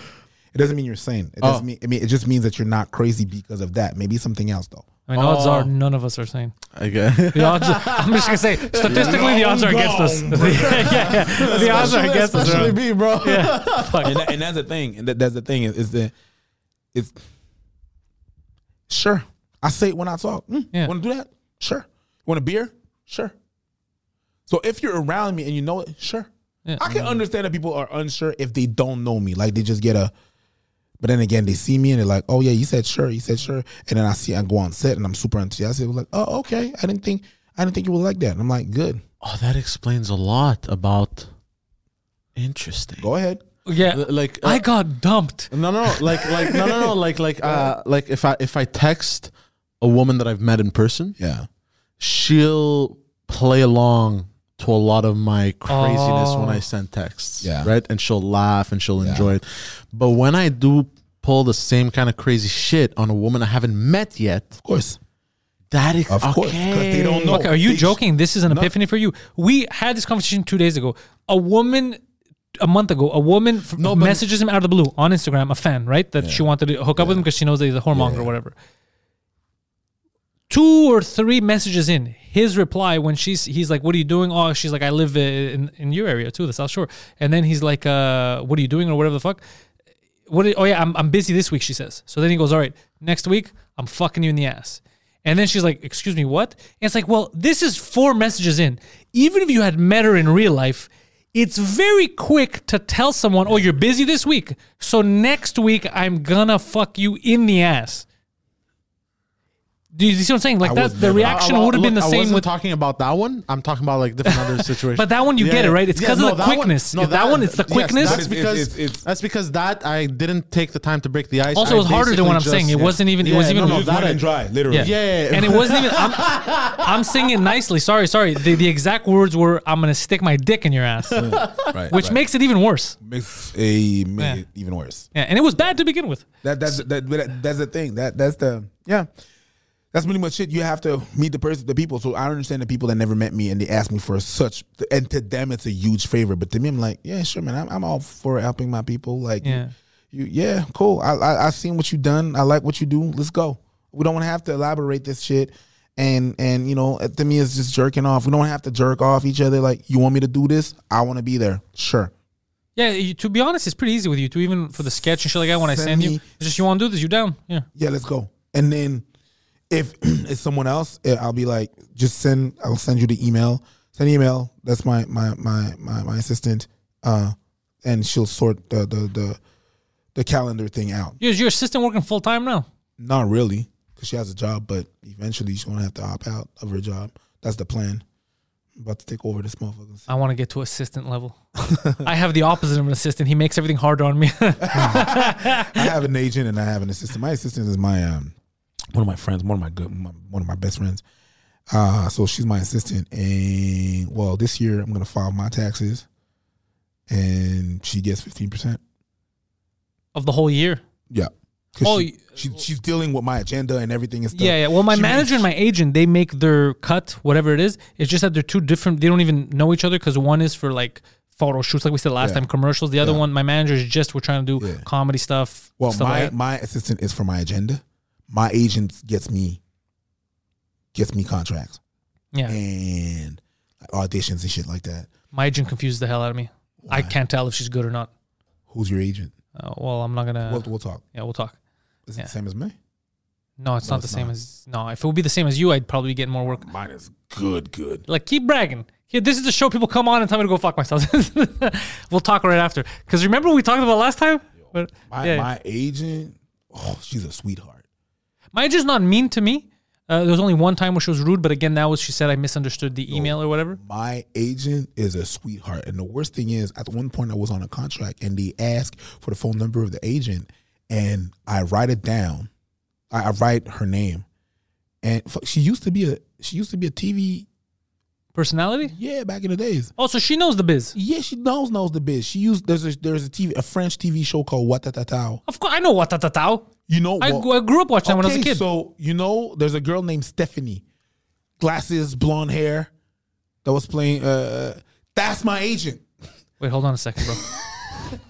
S3: it doesn't mean you're sane. It doesn't
S4: Oh.
S3: mean I mean it just means that you're not crazy because of that. Maybe something else though.
S2: I mean, odds
S4: Oh.
S2: are none of us are *laughs* saying.
S4: I guess. *laughs*
S2: The odds are, I'm just gonna say statistically, the odds are against us. *laughs* yeah, yeah, the odds are against us. bro.
S3: *laughs*
S4: me, bro.
S2: Yeah, fuck.
S3: and, that, and that's the thing. And that, that's the thing is, is that it's sure. I say it when I talk. Mm,
S2: Yeah.
S3: Want to do that? Sure. Want a beer? Sure. So if you're around me and you know it, sure.
S2: Yeah.
S3: I can understand that people are unsure if they don't know me. Like they just get a. But then again, they see me and they're like, "Oh yeah, you said sure, you said sure." And then I see I go on set and I'm super enthusiastic. Like, "Oh okay, I didn't think I didn't think you would like that." And I'm like, "Good,
S4: Oh, that explains a lot about. Interesting.
S3: go ahead."
S2: Yeah,
S4: L- Like uh,
S2: I got dumped.
S4: No, no, no. Like, like, no, no, no. Like, like, *laughs* uh, like if I if I text a woman that I've met in person,
S3: Yeah.
S4: she'll play along to a lot of my craziness when I send texts.
S3: Yeah.
S4: Right, and she'll laugh and she'll enjoy it. But when I do pull the same kind of crazy shit on a woman I haven't met yet,
S3: Of course.
S4: that is
S3: Of course, 'cause they don't know.
S2: Look, are you
S3: They-
S2: joking? This is an epiphany for you. We had this conversation two days ago. A woman, a month ago, a woman f-
S4: but-
S2: messages him out of the blue on Instagram, a fan, right? That she wanted to hook up with him because she knows that he's a whoremonger or whatever. Two or three messages in, his reply when she's he's like, "What are you doing?" Oh, she's like, "I live in in your area too, the South Shore." And then he's like, uh, "What are you doing?" or whatever the fuck. What? Did, oh yeah, I'm I'm busy this week. She says. So then he goes, "All right, next week I'm fucking you in the ass." And then she's like, "Excuse me, what?" And it's like, "Well, this is four messages in. Even if you had met her in real life, it's very quick to tell someone, "Oh, you're busy this week. So next week I'm gonna fuck you in the ass." Do you see what I'm saying? Like that, the reaction
S4: I- I-
S2: would have been the
S4: look, I
S2: same
S4: wasn't
S2: with
S4: talking about that one. I'm talking about like
S2: *laughs*
S4: different other situations.
S2: But that one you get it, right? It's 'cause of the
S4: that one-
S2: quickness. If that one, it's the quickness.
S4: that's
S2: It's-
S4: because
S3: it's- it's-
S4: that's because that I didn't take the time to break the ice.
S2: Also,
S4: I
S2: it was harder than what I'm
S4: basically
S2: saying. It
S4: just-
S2: wasn't even. It was
S4: Yeah,
S2: even.
S4: no, no,
S3: Just wet
S4: that I-
S3: and dry, literally.
S2: Yeah.
S4: Yeah.
S2: And it wasn't even.
S4: *laughs*
S2: I'm, I'm saying it nicely. Sorry, sorry. The, the exact words were, "I'm gonna stick my dick in your ass,"
S3: Right,
S2: which
S3: right.
S2: makes it even worse.
S3: makes a make
S2: Yeah.
S3: it even worse.
S2: Yeah, and it was bad to begin with.
S3: That that's that, that that's the thing. That that's the yeah. That's pretty much it. You have to meet the person, the people. So I understand the people that never met me and they asked me for such, and to them it's a huge favor. But to me, I'm like, yeah, sure, man. I'm, I'm all for helping my people. Like,
S2: Yeah.
S3: you, yeah, cool. I, I I seen what you done. I like what you do. Let's go. We don't want to have to elaborate this shit. And and you know, to me, it's just jerking off. We don't have to jerk off each other. Like, you want me to do this? I want to be there. Sure.
S2: Yeah, you, to be honest, it's pretty easy with you too. Even for the sketch and shit like that, when I
S3: Send
S2: send
S3: me-
S2: you, it's just you want to do this, you down. Yeah,
S3: yeah, let's go. And then if *clears throat* it's someone else, eh, I'll be like, just send. I'll send you the email. Send email. That's my my my my, my assistant, uh, and she'll sort the the the, the calendar thing out.
S2: Yeah, is your assistant working full time now?
S3: Not really, because she has a job, but eventually she's gonna have to opt out of her job. That's the plan. I'm about to take over this motherfucker.
S2: I want to get to assistant
S3: *laughs*
S2: level. I have the opposite of an assistant. He makes everything harder on me. *laughs*
S3: I have an agent and I have an assistant. My assistant is my um one of my friends, one of my good, my, one of my best friends. Uh, so she's my assistant, and well, this year I'm gonna file my taxes, and she gets fifteen percent.
S2: of the whole year.
S3: Yeah. 'Cause
S2: Oh,
S3: she,
S2: y-
S3: she- she's dealing with my agenda and everything and stuff.
S2: Yeah, yeah. Well, my
S3: She
S2: manager and my agent, they make their cut, whatever it is. It's just that they're two different. They don't even know each other because one is for like photo shoots, like we said last
S3: Yeah.
S2: time, commercials. The other
S3: Yeah.
S2: one, my manager is just we're trying to do
S3: Yeah.
S2: comedy stuff.
S3: Well,
S2: stuff
S3: my
S2: like that.
S3: my assistant is for my agenda. My agent gets me gets me contracts
S2: yeah,
S3: and auditions and shit like that.
S2: my agent confuses the hell out of me. I can't tell if she's good or not.
S3: Who's your agent?
S2: Uh, well, I'm not gonna.
S3: we'll, we'll talk.
S2: yeah, we'll talk.
S3: Is it
S2: yeah.
S3: the same as me?
S2: No, it's
S3: No,
S2: not the
S3: it's
S2: same
S3: not.
S2: as no. If it would be the same as you, I'd probably get more work.
S3: Mine is good, good.
S2: Like keep bragging. Here, this is the show people come on and tell me to go fuck myself. *laughs* we'll talk right after. Because remember we talked about last time. But,
S3: My
S2: yeah.
S3: my agent, oh, she's a sweetheart.
S2: My agent's not mean to me. Uh, there was only one time where she was rude, but again, that was she said I misunderstood the email or whatever.
S3: My agent is a sweetheart, and the worst thing is, at one point I was on a contract, and they asked for the phone number of the agent, and I write it down. I, I write her name, and fuck, she used to be a she used to be a TV
S2: Personality?
S3: yeah back in the days.
S2: Oh, so she knows the biz.
S3: Yeah, she knows knows the biz. She used there's a there's a TV a French TV show called Watatatao.
S2: Of course, I know what tatatao.
S3: You know
S2: I,
S3: well-
S2: gr- I grew up watching that when I was a kid.
S3: So you know, there's a girl named Stephanie, glasses, blonde hair, that was playing. Uh, that's my agent.
S2: Wait, hold on a second, bro. *laughs*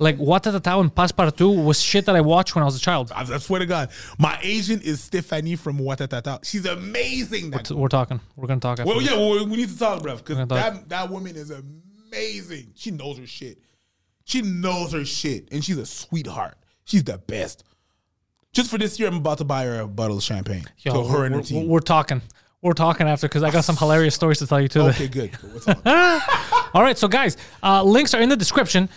S2: like what tatatao and passepartout was shit that I watched when I was a child.
S3: I, I swear to God, my agent is Stephanie from Watatata. She's amazing. That
S2: So we're talking. We're gonna talk. After
S3: well, yeah, well, we need to talk, bruv,
S2: We're
S3: because
S2: gonna talk.
S3: that that woman is amazing. She knows her shit. She knows her shit, and she's a sweetheart. She's the best. Just for this year, I'm about to buy her a bottle of champagne.
S2: Yo,
S3: to her
S2: we're,
S3: and her
S2: we're-
S3: team.
S2: we're talking. We're talking after because I got
S3: *laughs*
S2: some hilarious stories to tell you too.
S3: okay, good. What's up?
S2: *laughs* All right, so guys, uh, links are in the description.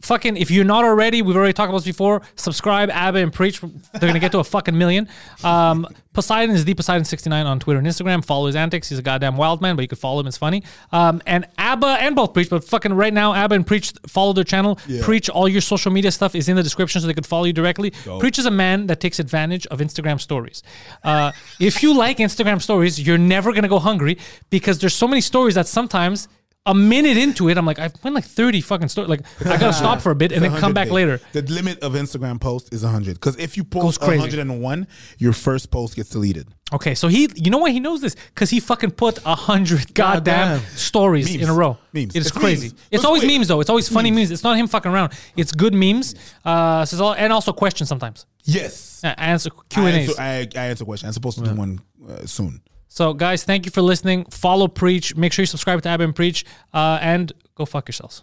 S2: Fucking, if you're not already, we've already talked about this before. Subscribe, Abba, and preach. They're gonna get to a fucking million. Um, Poseidon is the Poseidon69 on Twitter and Instagram. Follow his antics. He's a goddamn wild man, but you could follow him. It's funny. Um, and Abba and both preach, but fucking right now, Abba and preach. Follow their channel. Preach. All your social media stuff is in the description, so they could follow you directly. Preach is a man that takes advantage of Instagram stories. Uh, if you like Instagram stories, you're never gonna go hungry because there's so many stories that sometimes a minute into it, I'm like, I've went like 30 fucking stories. Like, I
S3: *laughs*
S2: gotta stop for a bit and then come
S3: 100
S2: back
S3: day.
S2: later.
S3: The limit of Instagram posts is 100. Because if you post
S2: crazy.
S3: 101, your first post gets deleted.
S2: Okay, so he, you know why he knows this? Because he fucking put a hundred goddamn
S3: Goddamn.
S2: stories in
S3: Memes.
S2: a row.
S3: Memes.
S2: It is
S3: It's
S2: crazy.
S3: memes.
S2: It's
S3: Let's
S2: always
S3: quit.
S2: memes though. It's always funny memes. It's not him fucking around. It's good memes. Uh, so it's all, and also questions sometimes.
S3: Yes.
S2: Uh, answer Q
S3: I
S2: and
S3: answer,
S2: A's.
S3: I, I answer questions. I'm supposed to do one uh, soon.
S2: So guys, thank you for listening. Follow Preach. Make sure you subscribe to Ab and Preach. Uh, and go fuck yourselves.